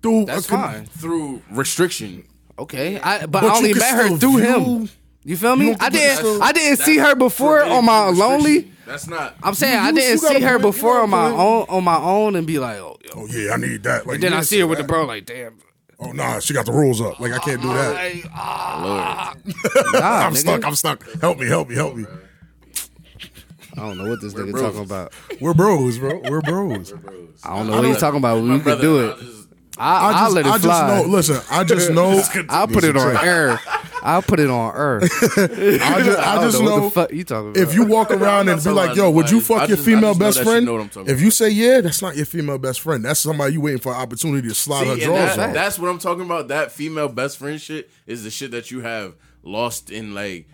[SPEAKER 2] Dude,
[SPEAKER 4] That's
[SPEAKER 2] I could-
[SPEAKER 4] fine.
[SPEAKER 6] through restriction.
[SPEAKER 4] Okay, I, but,
[SPEAKER 2] But
[SPEAKER 4] I
[SPEAKER 2] you
[SPEAKER 4] only
[SPEAKER 2] can
[SPEAKER 4] met her
[SPEAKER 2] still
[SPEAKER 4] through
[SPEAKER 2] view-
[SPEAKER 4] him. You feel me?
[SPEAKER 2] don't
[SPEAKER 4] I
[SPEAKER 2] think
[SPEAKER 4] didn't.
[SPEAKER 2] that's still-
[SPEAKER 4] I didn't
[SPEAKER 6] That's
[SPEAKER 4] see her before
[SPEAKER 6] forbidden
[SPEAKER 4] on my
[SPEAKER 6] through
[SPEAKER 4] lonely.
[SPEAKER 6] restriction. That's not.
[SPEAKER 4] I'm saying I
[SPEAKER 2] you-
[SPEAKER 4] didn't
[SPEAKER 2] you got
[SPEAKER 4] see
[SPEAKER 2] a
[SPEAKER 4] her
[SPEAKER 2] point. You
[SPEAKER 4] before
[SPEAKER 2] got a
[SPEAKER 4] on my
[SPEAKER 2] point.
[SPEAKER 4] own on my own and be like, oh,
[SPEAKER 2] Oh yeah, I need that. Like
[SPEAKER 4] then
[SPEAKER 2] you
[SPEAKER 4] I
[SPEAKER 2] didn't
[SPEAKER 4] see her with
[SPEAKER 2] that.
[SPEAKER 4] the bro like, damn.
[SPEAKER 2] Oh nah, she got the rules up. Like I can't do that.
[SPEAKER 4] Like, ah,
[SPEAKER 6] Lord.
[SPEAKER 4] nah,
[SPEAKER 2] I'm
[SPEAKER 4] nigga.
[SPEAKER 2] stuck. I'm stuck. Help me. Help me. Help me.
[SPEAKER 4] I don't know what this nigga
[SPEAKER 6] bros.
[SPEAKER 4] talking about.
[SPEAKER 2] We're bros, bro. We're bros.
[SPEAKER 4] I don't know what he's talking about. We could
[SPEAKER 6] brother,
[SPEAKER 4] do
[SPEAKER 6] I
[SPEAKER 4] it.
[SPEAKER 6] just-
[SPEAKER 4] I, I will let it
[SPEAKER 2] just
[SPEAKER 4] fly.
[SPEAKER 2] know. Listen, I just know.
[SPEAKER 4] I'll put it on air. I'll put it on air.
[SPEAKER 2] I just, I
[SPEAKER 4] I
[SPEAKER 2] just
[SPEAKER 4] don't know,
[SPEAKER 2] know.
[SPEAKER 4] what the fuck you talking about.
[SPEAKER 2] if you walk around
[SPEAKER 6] I'm
[SPEAKER 2] and
[SPEAKER 6] not
[SPEAKER 2] be like,
[SPEAKER 6] telling
[SPEAKER 2] "Yo, would you
[SPEAKER 6] nobody. I
[SPEAKER 2] fuck your
[SPEAKER 6] just- I
[SPEAKER 2] female
[SPEAKER 6] just know
[SPEAKER 2] best
[SPEAKER 6] that you
[SPEAKER 2] friend?"
[SPEAKER 6] know what I'm talking
[SPEAKER 2] If you say yeah, that's not your female best friend. That's somebody you waiting for an opportunity to slide her
[SPEAKER 6] See, and
[SPEAKER 2] drawers
[SPEAKER 6] that,
[SPEAKER 2] on.
[SPEAKER 6] that's what I'm talking about. That female best friend shit is the shit that you have lost in like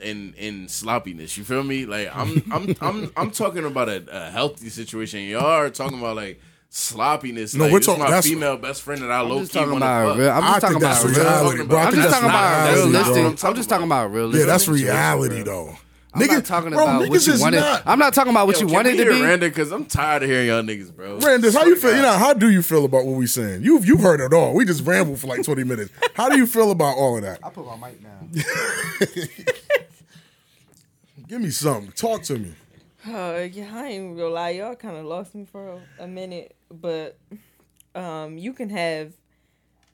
[SPEAKER 6] in in sloppiness. You feel me? Like I'm I'm I'm I'm talking about a, a healthy situation. Y'all are talking about like sloppiness.
[SPEAKER 2] No,
[SPEAKER 6] like,
[SPEAKER 2] we're
[SPEAKER 6] this
[SPEAKER 2] talking-
[SPEAKER 6] my
[SPEAKER 2] that's-
[SPEAKER 6] female best friend that I
[SPEAKER 4] I'm
[SPEAKER 6] low
[SPEAKER 4] just
[SPEAKER 6] key
[SPEAKER 4] talking
[SPEAKER 6] want
[SPEAKER 4] about real. I'm
[SPEAKER 6] to
[SPEAKER 2] I
[SPEAKER 4] just talking
[SPEAKER 2] think that's
[SPEAKER 4] about
[SPEAKER 2] reality,
[SPEAKER 4] real.
[SPEAKER 2] bro. I
[SPEAKER 4] I'm
[SPEAKER 2] think
[SPEAKER 4] just
[SPEAKER 2] that's
[SPEAKER 4] talking about
[SPEAKER 2] reality,
[SPEAKER 4] realistic.
[SPEAKER 6] bro.
[SPEAKER 4] I'm just talking about realistic.
[SPEAKER 2] yeah, that's
[SPEAKER 4] situations,
[SPEAKER 2] reality
[SPEAKER 4] bro.
[SPEAKER 2] though.
[SPEAKER 4] I'm
[SPEAKER 2] nigga,
[SPEAKER 4] not talking
[SPEAKER 2] bro,
[SPEAKER 4] about
[SPEAKER 2] niggas
[SPEAKER 4] what you
[SPEAKER 2] is
[SPEAKER 4] wanted.
[SPEAKER 2] not.
[SPEAKER 4] I'm not talking about what you wanted to be.
[SPEAKER 6] Random, because I'm tired of hearing y'all niggas, bro.
[SPEAKER 2] Brandon, how
[SPEAKER 6] Swear
[SPEAKER 2] you
[SPEAKER 6] to
[SPEAKER 2] feel? You
[SPEAKER 6] God.
[SPEAKER 2] know, how do you feel about what we saying? You've you've heard it all. We just rambled for like twenty minutes. How do you feel about all of that?
[SPEAKER 4] I put my mic down.
[SPEAKER 2] Give me something. Talk to me.
[SPEAKER 5] Uh, yeah, I ain't gonna lie, y'all kind of lost me for a, a minute, but um, you can have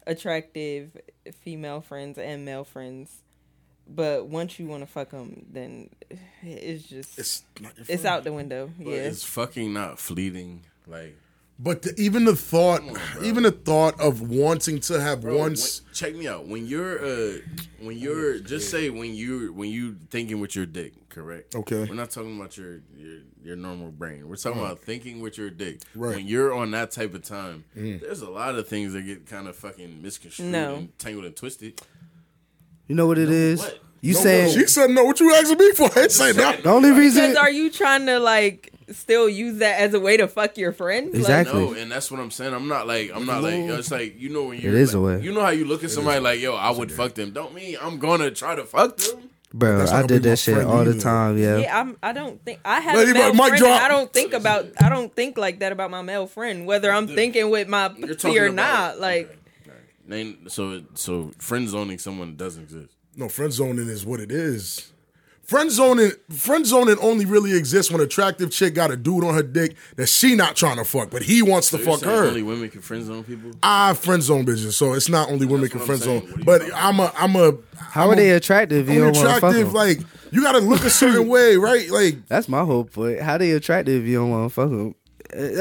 [SPEAKER 5] attractive female friends and male friends, but once you want to fuck them, then it's just it's,
[SPEAKER 2] not your
[SPEAKER 5] out the window.
[SPEAKER 6] But
[SPEAKER 5] yeah,
[SPEAKER 6] It's fucking not fleeting. Like
[SPEAKER 2] But the, even the thought, even the thought of wanting to have
[SPEAKER 6] Bro,
[SPEAKER 2] one. s-
[SPEAKER 6] when- check me out. When you're uh when you're just say when you when you thinking with your dick, correct?
[SPEAKER 2] Okay.
[SPEAKER 6] We're not talking about your your, your normal brain. We're talking about thinking with your dick.
[SPEAKER 2] Right. Mm.
[SPEAKER 6] When you're on that type of time, there's a lot of things that get kind of fucking misconstrued
[SPEAKER 5] No.
[SPEAKER 6] and tangled and twisted.
[SPEAKER 4] You know what it is?
[SPEAKER 6] what?
[SPEAKER 4] You saying
[SPEAKER 2] She said no. What you asking me for? I ain't say no.
[SPEAKER 4] the only reason?
[SPEAKER 5] because are you trying to like still use that as a way to fuck your friend?
[SPEAKER 4] Exactly.
[SPEAKER 6] No, and that's what I'm saying. I'm not like I'm not like it's like you know when you
[SPEAKER 4] is
[SPEAKER 6] like,
[SPEAKER 4] a way.
[SPEAKER 6] you know how you look at somebody like yo I would fuck them. Don't mean I'm gonna try to fuck them.
[SPEAKER 4] bro?
[SPEAKER 2] That's not
[SPEAKER 4] I
[SPEAKER 2] gonna
[SPEAKER 4] did
[SPEAKER 2] be my
[SPEAKER 4] that shit
[SPEAKER 2] friend
[SPEAKER 4] all the
[SPEAKER 2] either.
[SPEAKER 4] time. Yeah.
[SPEAKER 5] Like, yeah, I'm. I don't think I have.
[SPEAKER 2] Lady
[SPEAKER 5] a male
[SPEAKER 2] Bird, mic
[SPEAKER 5] friend,
[SPEAKER 2] drop.
[SPEAKER 5] and I don't think about. I don't think like that about my male friend, whether I'm thinking with my
[SPEAKER 6] You're
[SPEAKER 5] pussy
[SPEAKER 6] talking
[SPEAKER 5] or
[SPEAKER 6] about-
[SPEAKER 5] not. Like.
[SPEAKER 6] Okay. Name, so so friend zoning someone doesn't exist.
[SPEAKER 2] No, friend zoning is what it is. Friend zoning, friend zoning only really exists when attractive chick got a dude on her dick that she not trying to fuck, but he wants to
[SPEAKER 6] You're
[SPEAKER 2] fuck
[SPEAKER 6] saying
[SPEAKER 2] her.
[SPEAKER 6] Only women can friend zone people.
[SPEAKER 2] I friend zone bitches, so it's not only women
[SPEAKER 6] That's
[SPEAKER 2] can
[SPEAKER 6] what
[SPEAKER 2] friend
[SPEAKER 6] I'm saying.
[SPEAKER 2] zone.
[SPEAKER 6] What do you
[SPEAKER 2] But
[SPEAKER 6] mean?
[SPEAKER 2] I'm a, I'm a.
[SPEAKER 4] How
[SPEAKER 2] I'm
[SPEAKER 4] are they
[SPEAKER 2] a-
[SPEAKER 4] attractive? if
[SPEAKER 2] I'm
[SPEAKER 4] You don't want to fuck
[SPEAKER 2] attractive.
[SPEAKER 4] them.
[SPEAKER 2] Like you got to look a certain way, right? Like
[SPEAKER 4] That's my whole point. How they attractive? If you don't want to fuck them.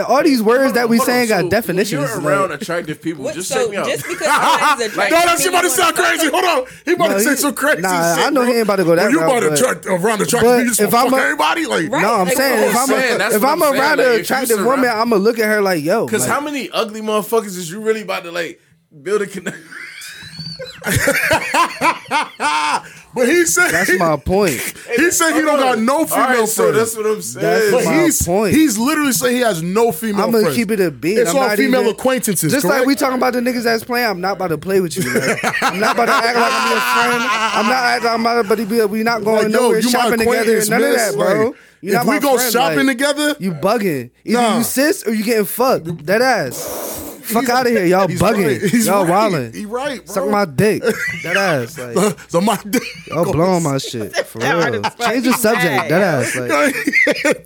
[SPEAKER 4] All these words that we
[SPEAKER 6] Hold on,
[SPEAKER 4] saying
[SPEAKER 6] so
[SPEAKER 4] got
[SPEAKER 6] when
[SPEAKER 4] definitions.
[SPEAKER 6] You're
[SPEAKER 4] like-
[SPEAKER 6] around attractive people.
[SPEAKER 5] What,
[SPEAKER 6] Just
[SPEAKER 5] so
[SPEAKER 6] check me out.
[SPEAKER 5] just because somebody's
[SPEAKER 2] No,
[SPEAKER 5] attractive,
[SPEAKER 2] that shit
[SPEAKER 5] mean
[SPEAKER 2] about to
[SPEAKER 5] you
[SPEAKER 2] sound
[SPEAKER 5] wanna fuck
[SPEAKER 2] crazy.
[SPEAKER 5] them?
[SPEAKER 2] Hold on, he about
[SPEAKER 4] No,
[SPEAKER 2] to say
[SPEAKER 4] he-
[SPEAKER 2] some crazy
[SPEAKER 4] nah,
[SPEAKER 2] shit.
[SPEAKER 4] I know
[SPEAKER 2] bro.
[SPEAKER 4] he ain't about to go that
[SPEAKER 2] When you
[SPEAKER 4] route,
[SPEAKER 2] about to
[SPEAKER 4] but-
[SPEAKER 2] attract around attractive?
[SPEAKER 4] But
[SPEAKER 2] you just
[SPEAKER 4] if
[SPEAKER 2] gonna
[SPEAKER 4] I'm
[SPEAKER 2] fuck
[SPEAKER 4] a-
[SPEAKER 2] everybody, like
[SPEAKER 5] Right.
[SPEAKER 4] No, I'm
[SPEAKER 5] Like,
[SPEAKER 4] saying
[SPEAKER 5] what
[SPEAKER 4] if
[SPEAKER 5] I'm
[SPEAKER 4] I'm,
[SPEAKER 6] saying,
[SPEAKER 4] a,
[SPEAKER 6] that's
[SPEAKER 4] if
[SPEAKER 6] what
[SPEAKER 4] I'm
[SPEAKER 6] I'm saying.
[SPEAKER 4] around
[SPEAKER 6] Like, if
[SPEAKER 4] an
[SPEAKER 6] you
[SPEAKER 4] attractive
[SPEAKER 6] surround-
[SPEAKER 4] woman, I'm gonna look at her like, yo.
[SPEAKER 6] Because
[SPEAKER 4] like,
[SPEAKER 6] how many ugly motherfuckers is you really about to like build a connection?
[SPEAKER 2] but he said
[SPEAKER 4] that's my point.
[SPEAKER 2] he said he don't got no female
[SPEAKER 6] Alright,
[SPEAKER 2] friends.
[SPEAKER 6] So that's what I'm
[SPEAKER 4] That's
[SPEAKER 6] saying.
[SPEAKER 2] but
[SPEAKER 4] my
[SPEAKER 2] he's
[SPEAKER 4] point.
[SPEAKER 2] he's literally saying he has no female.
[SPEAKER 4] I'm gonna
[SPEAKER 2] friends.
[SPEAKER 4] keep it a beat.
[SPEAKER 2] It's
[SPEAKER 4] I'm
[SPEAKER 2] all
[SPEAKER 4] not
[SPEAKER 2] female
[SPEAKER 4] even-
[SPEAKER 2] acquaintances.
[SPEAKER 4] Just
[SPEAKER 2] correct?
[SPEAKER 4] like we talking about the niggas that's playing, I'm not about to play with you. like, I'm not about to act like I'm your friend. I'm not acting. I'm not about to be. We not going
[SPEAKER 2] Like, yo,
[SPEAKER 4] nowhere
[SPEAKER 2] you my
[SPEAKER 4] shopping together.
[SPEAKER 2] acquaintance,
[SPEAKER 4] None of that,
[SPEAKER 2] miss.
[SPEAKER 4] bro.
[SPEAKER 2] Like,
[SPEAKER 4] You
[SPEAKER 2] if
[SPEAKER 4] not
[SPEAKER 2] we
[SPEAKER 4] my
[SPEAKER 2] go
[SPEAKER 4] friend,
[SPEAKER 2] shopping
[SPEAKER 4] like,
[SPEAKER 2] together-
[SPEAKER 4] you bugging. Either
[SPEAKER 2] Nah.
[SPEAKER 4] you sis or you getting fucked. Dead ass. Fuck out of here, y'all
[SPEAKER 2] He's right.
[SPEAKER 4] bugging.
[SPEAKER 2] He's
[SPEAKER 4] y'all
[SPEAKER 2] right.
[SPEAKER 4] wilding.
[SPEAKER 2] He right, bro.
[SPEAKER 4] Suck my dick. Dead ass. Like
[SPEAKER 2] so my dick.
[SPEAKER 4] y'all blowing my shit. For real. Change the subject. Dead ass. Like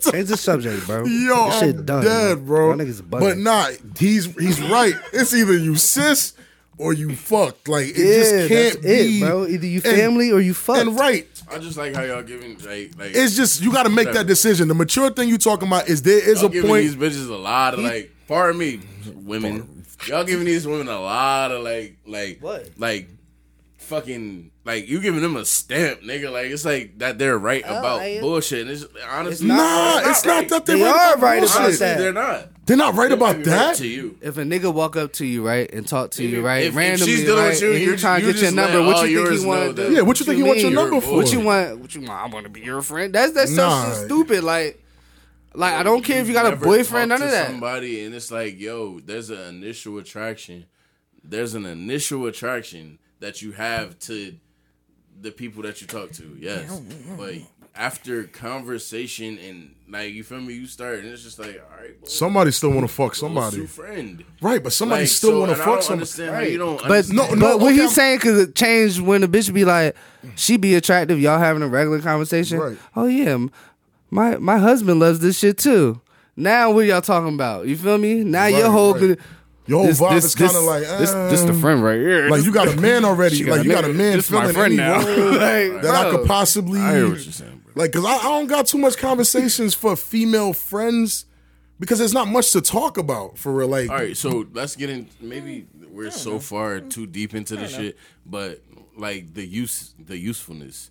[SPEAKER 4] change the subject, bro.
[SPEAKER 2] Yo,
[SPEAKER 4] This shit
[SPEAKER 2] I'm
[SPEAKER 4] done.
[SPEAKER 2] dead, bro.
[SPEAKER 4] Y'all niggas bugging.
[SPEAKER 2] But nah, he's he's right. It's either you sis or you fucked. Like it just can't be,
[SPEAKER 4] it, bro. Either you
[SPEAKER 2] and-
[SPEAKER 4] family or you fucked.
[SPEAKER 2] And right,
[SPEAKER 6] I just like how y'all giving like like
[SPEAKER 2] it's just you got to make that decision. The mature thing you talking about is there is
[SPEAKER 6] y'all
[SPEAKER 2] a
[SPEAKER 6] giving these
[SPEAKER 2] point.
[SPEAKER 6] bitches a lot of like. Pardon me, women. Y'all giving these women a lot of like like
[SPEAKER 4] What?
[SPEAKER 6] like fucking like you giving them a stamp, nigga. Like it's like that they're right about
[SPEAKER 4] I am-
[SPEAKER 6] bullshit. And it's honestly
[SPEAKER 4] not-
[SPEAKER 2] Nah,
[SPEAKER 4] Oh, It's
[SPEAKER 2] it's,
[SPEAKER 4] not
[SPEAKER 2] not
[SPEAKER 6] right.
[SPEAKER 2] that they,
[SPEAKER 4] They
[SPEAKER 2] right
[SPEAKER 4] are
[SPEAKER 2] about
[SPEAKER 4] right
[SPEAKER 2] bullshit.
[SPEAKER 4] about
[SPEAKER 6] honestly,
[SPEAKER 4] that.
[SPEAKER 6] they're not.
[SPEAKER 2] They're not right
[SPEAKER 6] They might
[SPEAKER 2] about
[SPEAKER 6] be right
[SPEAKER 2] that.
[SPEAKER 6] to you.
[SPEAKER 4] If a nigga walk up to you, right, and talk to you,
[SPEAKER 6] If-
[SPEAKER 4] right,
[SPEAKER 6] if- if
[SPEAKER 4] randomly,
[SPEAKER 6] she's dealing
[SPEAKER 4] right,
[SPEAKER 6] with you,
[SPEAKER 4] and
[SPEAKER 6] you're
[SPEAKER 4] you trying to
[SPEAKER 6] just-
[SPEAKER 4] get your
[SPEAKER 6] you just
[SPEAKER 4] number,
[SPEAKER 6] let all
[SPEAKER 4] what you think
[SPEAKER 6] yours
[SPEAKER 4] you want
[SPEAKER 6] know
[SPEAKER 4] to
[SPEAKER 6] that-
[SPEAKER 4] do?
[SPEAKER 2] Yeah, what you think you want your
[SPEAKER 4] mean?
[SPEAKER 2] number for?
[SPEAKER 4] What you want? What you want? I want to be your friend. That's that's
[SPEAKER 2] Nah.
[SPEAKER 4] so stupid. Like, like I don't care if you got a
[SPEAKER 6] never
[SPEAKER 4] boyfriend,
[SPEAKER 6] talk
[SPEAKER 4] none of
[SPEAKER 6] to
[SPEAKER 4] that.
[SPEAKER 6] Somebody and it's like, yo, there's an initial attraction. There's an initial attraction that you have to the people that you talk to. Yes, but after conversation and like you feel me, you start and it's just like, all right, well,
[SPEAKER 2] Somebody still want to fuck
[SPEAKER 6] who's your
[SPEAKER 2] somebody,
[SPEAKER 6] friend.
[SPEAKER 2] right? But somebody
[SPEAKER 6] Like,
[SPEAKER 2] still
[SPEAKER 6] so-
[SPEAKER 2] want to
[SPEAKER 6] and I
[SPEAKER 2] fuck
[SPEAKER 6] don't
[SPEAKER 2] somebody.
[SPEAKER 6] Understand how you don't.
[SPEAKER 4] But
[SPEAKER 6] understand.
[SPEAKER 4] no,
[SPEAKER 2] No, no,
[SPEAKER 4] but what
[SPEAKER 2] okay,
[SPEAKER 4] he's saying could it change when the bitch be like, she be attractive, y'all having a regular conversation.
[SPEAKER 2] Right.
[SPEAKER 4] Oh yeah, m- my my husband loves this shit too. Now what y'all talking about? You feel me? Now
[SPEAKER 2] Right,
[SPEAKER 4] your whole
[SPEAKER 2] right. Your whole vibe is kind of like
[SPEAKER 4] this, this the
[SPEAKER 2] um,
[SPEAKER 4] friend right here.
[SPEAKER 2] Like you got a man already.
[SPEAKER 4] She got
[SPEAKER 2] Like
[SPEAKER 4] a
[SPEAKER 2] you got a
[SPEAKER 4] nigga.
[SPEAKER 2] man
[SPEAKER 4] This my
[SPEAKER 2] filling
[SPEAKER 4] friend
[SPEAKER 2] any
[SPEAKER 4] now.
[SPEAKER 2] role
[SPEAKER 4] Like,
[SPEAKER 2] that I
[SPEAKER 4] bro.
[SPEAKER 2] could possibly.
[SPEAKER 6] I hear what you're saying, bro.
[SPEAKER 2] Like, cause I, I don't got too much conversations for female friends because there's not much to talk about for real. Like,
[SPEAKER 6] All right, so let's get in. Maybe we're so far too deep into the shit, but like the use, the usefulness.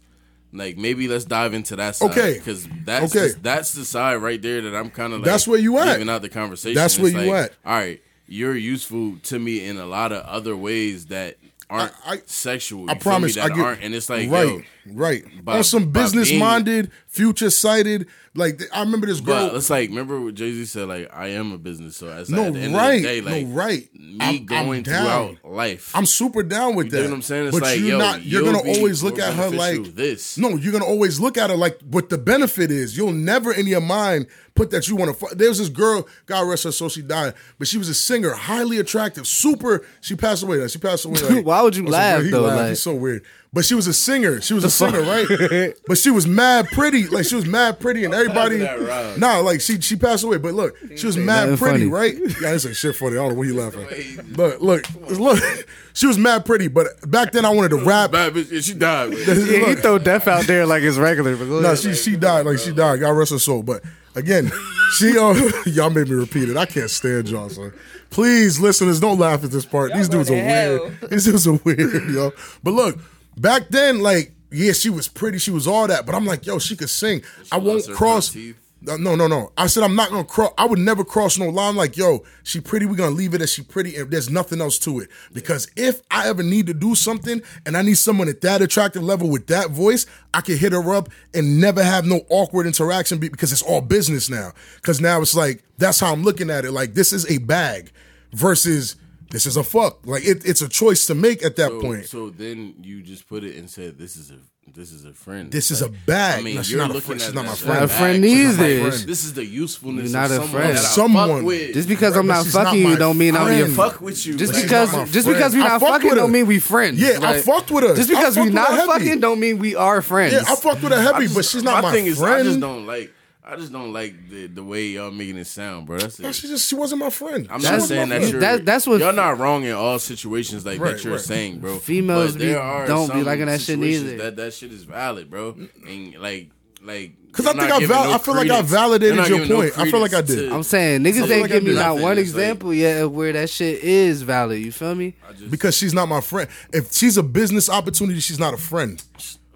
[SPEAKER 6] Like maybe let's dive into that side.
[SPEAKER 2] Okay.
[SPEAKER 6] because that's
[SPEAKER 2] Okay.
[SPEAKER 6] the, that's the side right there that I'm kind of. like
[SPEAKER 2] That's where you at.
[SPEAKER 6] Leaving out the conversation.
[SPEAKER 2] That's
[SPEAKER 6] It's
[SPEAKER 2] where you at.
[SPEAKER 6] like, All right, you're useful to me in a lot of other ways that aren't
[SPEAKER 2] I- I-
[SPEAKER 6] sexual.
[SPEAKER 2] I
[SPEAKER 6] you feel me?
[SPEAKER 2] promise
[SPEAKER 6] that
[SPEAKER 2] I get
[SPEAKER 6] aren't, and it's like
[SPEAKER 2] right,
[SPEAKER 6] yo,
[SPEAKER 2] right.
[SPEAKER 6] by-
[SPEAKER 2] On some
[SPEAKER 6] by
[SPEAKER 2] business
[SPEAKER 6] being-
[SPEAKER 2] minded, future sighted. Like th- I remember this girl.
[SPEAKER 6] But it's like, remember what Jay Z said? Like, I am a business, so as
[SPEAKER 2] no
[SPEAKER 6] at the end
[SPEAKER 2] right,
[SPEAKER 6] of the day, like,
[SPEAKER 2] no right.
[SPEAKER 6] me
[SPEAKER 2] I'm- I'm
[SPEAKER 6] going
[SPEAKER 2] down.
[SPEAKER 6] throughout life,
[SPEAKER 2] I'm super down with
[SPEAKER 6] You
[SPEAKER 2] that.
[SPEAKER 6] dig what I'm saying? It's
[SPEAKER 2] but
[SPEAKER 6] like,
[SPEAKER 2] you're
[SPEAKER 6] yo,
[SPEAKER 2] not. You're
[SPEAKER 6] you'll
[SPEAKER 2] gonna
[SPEAKER 6] be
[SPEAKER 2] always look
[SPEAKER 6] more
[SPEAKER 2] at her
[SPEAKER 6] beneficial
[SPEAKER 2] like
[SPEAKER 6] this.
[SPEAKER 2] No, you're gonna always look at her like what the benefit is. You'll never in your mind put that you want to. Fu- There's this girl, God rest her soul, she died, but she was a singer, highly attractive, super. She passed away. She passed away. like-
[SPEAKER 4] Why would you
[SPEAKER 2] Oh, so
[SPEAKER 4] laugh,
[SPEAKER 2] weird. He
[SPEAKER 4] though,
[SPEAKER 2] laughed.
[SPEAKER 4] like-
[SPEAKER 2] He's so weird. But she was a singer. She was a singer, right? But she was mad pretty. Like she was mad pretty, and everybody.
[SPEAKER 6] that rough.
[SPEAKER 2] Nah, like she she passed away. But look, she was mad
[SPEAKER 4] nothing
[SPEAKER 2] pretty,
[SPEAKER 4] funny.
[SPEAKER 2] right? Yeah, this ain't shit funny. I don't know what he laughing. Look, look, look. She was mad pretty, but back then I wanted to rap.
[SPEAKER 6] bad bitch, and she died.
[SPEAKER 4] yeah, he
[SPEAKER 2] Look,
[SPEAKER 4] throw death out there like it's regular. But
[SPEAKER 2] no, she she died. Like she died. God rest her soul. But again, she uh, y'all made me repeat it. I can't stand Johnson. Please, listeners, don't laugh at this part. These
[SPEAKER 5] Y'all
[SPEAKER 2] dudes are
[SPEAKER 5] going to
[SPEAKER 2] weird. These dudes are weird, yo. But look, back then, like, yeah, she was pretty. She was all that. But I'm like, yo, she could sing. I
[SPEAKER 6] lost
[SPEAKER 2] won't
[SPEAKER 6] her
[SPEAKER 2] cross.
[SPEAKER 6] front teeth.
[SPEAKER 2] No, no, no, no. I said I'm not gonna cross. I would never cross no line. Like, yo, she pretty. We're gonna leave it as she pretty, and there's nothing else to it. Because if I ever need to do something, and I need someone at that attractive level with that voice, I can hit her up and never have no awkward interaction be- because it's all business now. Because now it's like that's how I'm looking at it. Like this is a bag versus This is a fuck. Like it, it's a choice to make at that
[SPEAKER 6] So,
[SPEAKER 2] point.
[SPEAKER 6] so then you just put it and said, "This is a this is a friend.
[SPEAKER 2] this is a
[SPEAKER 6] Like,
[SPEAKER 2] bag.
[SPEAKER 6] I mean,
[SPEAKER 2] No, she's
[SPEAKER 6] you're
[SPEAKER 2] not a
[SPEAKER 6] looking
[SPEAKER 2] friend.
[SPEAKER 6] at
[SPEAKER 2] She's not my
[SPEAKER 6] this
[SPEAKER 2] friend.
[SPEAKER 6] as
[SPEAKER 4] Not a friend
[SPEAKER 6] bag.
[SPEAKER 4] either.
[SPEAKER 6] She's not my
[SPEAKER 2] This-
[SPEAKER 6] This is the usefulness.
[SPEAKER 4] You're not
[SPEAKER 6] of
[SPEAKER 4] a
[SPEAKER 6] someone
[SPEAKER 4] friend.
[SPEAKER 6] That I
[SPEAKER 2] Someone.
[SPEAKER 6] Fuck with.
[SPEAKER 4] Just because I'm
[SPEAKER 2] But
[SPEAKER 4] not
[SPEAKER 2] she's not
[SPEAKER 4] fucking
[SPEAKER 2] my
[SPEAKER 4] you don't mean I'm
[SPEAKER 6] I
[SPEAKER 4] your
[SPEAKER 6] didn't
[SPEAKER 4] fuck.
[SPEAKER 6] fuck with you.
[SPEAKER 4] Just
[SPEAKER 6] Like,
[SPEAKER 4] because
[SPEAKER 2] not my
[SPEAKER 4] just
[SPEAKER 2] friend.
[SPEAKER 4] because we
[SPEAKER 2] I
[SPEAKER 4] not
[SPEAKER 2] fucked
[SPEAKER 4] fucking
[SPEAKER 2] with her.
[SPEAKER 4] don't mean we friends.
[SPEAKER 2] Yeah, I
[SPEAKER 4] Like,
[SPEAKER 2] fucked with her.
[SPEAKER 4] Just
[SPEAKER 2] I
[SPEAKER 4] because
[SPEAKER 2] fucked
[SPEAKER 4] we
[SPEAKER 2] with her
[SPEAKER 4] not
[SPEAKER 2] heavy.
[SPEAKER 4] fucking don't mean we are friends.
[SPEAKER 2] Yeah, I fucked with a
[SPEAKER 6] I
[SPEAKER 2] heavy,
[SPEAKER 6] just-
[SPEAKER 2] but she's not my,
[SPEAKER 6] thing is,
[SPEAKER 2] friend.
[SPEAKER 6] I just don't like. I just don't like the, the way y'all making it sound, bro. That's
[SPEAKER 2] No,
[SPEAKER 6] it.
[SPEAKER 2] she just she wasn't my friend.
[SPEAKER 6] I'm
[SPEAKER 2] She
[SPEAKER 6] not
[SPEAKER 4] That's-
[SPEAKER 2] wasn't
[SPEAKER 6] saying
[SPEAKER 2] my
[SPEAKER 6] that
[SPEAKER 2] friend.
[SPEAKER 6] you're
[SPEAKER 4] that- that's what-
[SPEAKER 6] y'all not wrong in all situations like
[SPEAKER 2] Right,
[SPEAKER 6] that you're
[SPEAKER 2] right.
[SPEAKER 6] saying, bro.
[SPEAKER 4] Females
[SPEAKER 6] but
[SPEAKER 4] be-
[SPEAKER 6] there are
[SPEAKER 4] don't be
[SPEAKER 6] some
[SPEAKER 4] liking that shit
[SPEAKER 6] situations
[SPEAKER 4] neither.
[SPEAKER 6] That that shit is valid, bro. And like, like,
[SPEAKER 2] 'Cause I
[SPEAKER 6] you're
[SPEAKER 2] think
[SPEAKER 6] not
[SPEAKER 2] I
[SPEAKER 6] giving
[SPEAKER 2] val-
[SPEAKER 6] no
[SPEAKER 2] I feel like I
[SPEAKER 6] credence.
[SPEAKER 2] validated
[SPEAKER 6] You're not
[SPEAKER 2] your
[SPEAKER 6] giving
[SPEAKER 2] point. I feel like I
[SPEAKER 6] credence
[SPEAKER 2] did.
[SPEAKER 6] to-
[SPEAKER 4] I'm saying niggas
[SPEAKER 2] Something
[SPEAKER 4] ain't
[SPEAKER 2] like
[SPEAKER 4] give me
[SPEAKER 2] that.
[SPEAKER 4] not
[SPEAKER 6] Nothing.
[SPEAKER 4] one
[SPEAKER 6] It's like-
[SPEAKER 4] example yet of where that shit is valid. You feel me?
[SPEAKER 6] I just-
[SPEAKER 2] because she's not my friend. If she's a business opportunity, she's not a friend.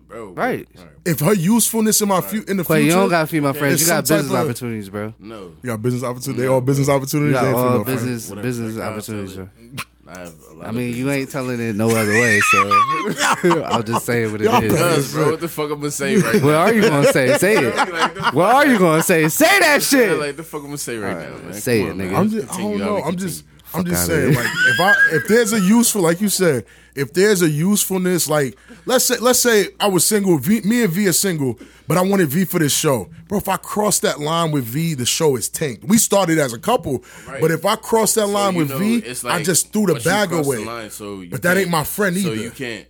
[SPEAKER 6] bro,
[SPEAKER 4] Right.
[SPEAKER 6] all right,
[SPEAKER 2] If her usefulness in my fu- in the
[SPEAKER 4] Quay,
[SPEAKER 2] future,
[SPEAKER 4] you don't got female
[SPEAKER 2] It's
[SPEAKER 4] friends. You got
[SPEAKER 2] some type
[SPEAKER 4] business
[SPEAKER 2] of-
[SPEAKER 4] opportunities, bro.
[SPEAKER 6] No,
[SPEAKER 2] You got business opportunities. They all business opportunities.
[SPEAKER 4] You got
[SPEAKER 2] They ain't
[SPEAKER 4] all
[SPEAKER 2] female friends.
[SPEAKER 4] business
[SPEAKER 6] Whatever.
[SPEAKER 4] business
[SPEAKER 6] Like, I'll tell
[SPEAKER 4] opportunities,
[SPEAKER 6] it.
[SPEAKER 4] bro.
[SPEAKER 6] I have a lot.
[SPEAKER 4] I
[SPEAKER 6] of
[SPEAKER 4] mean, you
[SPEAKER 6] business.
[SPEAKER 4] ain't telling it no other way, so I'm just saying what
[SPEAKER 2] Y'all
[SPEAKER 4] it is.
[SPEAKER 6] Cuz, bro. What the fuck I'm gonna say right
[SPEAKER 4] What
[SPEAKER 6] now?
[SPEAKER 4] are you gonna say? Say it.
[SPEAKER 6] Like, the fuck-
[SPEAKER 4] What are you gonna say? Say that shit.
[SPEAKER 6] Like the fuck I'm gonna say right now, man.
[SPEAKER 4] say
[SPEAKER 6] Come
[SPEAKER 4] it,
[SPEAKER 6] on,
[SPEAKER 4] nigga.
[SPEAKER 6] man.
[SPEAKER 2] I'm just, I
[SPEAKER 6] Continue,
[SPEAKER 2] don't
[SPEAKER 6] y'all
[SPEAKER 2] know.
[SPEAKER 6] can
[SPEAKER 2] I'm just,
[SPEAKER 6] continue.
[SPEAKER 2] I'm just
[SPEAKER 4] outta
[SPEAKER 2] saying. Like, if I, if there's a useful, like you said, if there's a usefulness, like let's say, let's say I was single. V, me and V are single, but I wanted V for this show, bro. If I cross that line with V, the show is tanked. We started as a couple,
[SPEAKER 6] Right.
[SPEAKER 2] but if I cross that
[SPEAKER 6] So,
[SPEAKER 2] line
[SPEAKER 6] you
[SPEAKER 2] with
[SPEAKER 6] know,
[SPEAKER 2] V, I
[SPEAKER 6] it's like,
[SPEAKER 2] just threw the
[SPEAKER 6] once you
[SPEAKER 2] bag
[SPEAKER 6] cross
[SPEAKER 2] away.
[SPEAKER 6] line, so you
[SPEAKER 2] But that ain't
[SPEAKER 6] can't-
[SPEAKER 2] my friend
[SPEAKER 6] So
[SPEAKER 2] either.
[SPEAKER 6] you can't.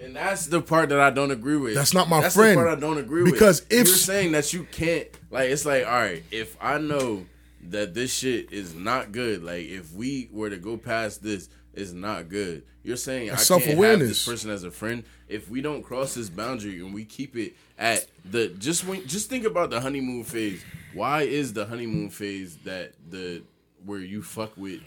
[SPEAKER 6] And that's the part that I don't agree with.
[SPEAKER 2] That's not my
[SPEAKER 6] that's
[SPEAKER 2] friend.
[SPEAKER 6] The part I don't agree
[SPEAKER 2] Because
[SPEAKER 6] with.
[SPEAKER 2] if-
[SPEAKER 6] you're saying that you can't, like, it's like, all right, if I know that this shit is not good, like, if we were to go past this, it's not good. You're saying I
[SPEAKER 2] That's
[SPEAKER 6] can't have
[SPEAKER 2] self-awareness.
[SPEAKER 6] this person as a friend if we don't cross this boundary and we keep it at the just when just think about the honeymoon phase. Why is the honeymoon phase that the where you fuck with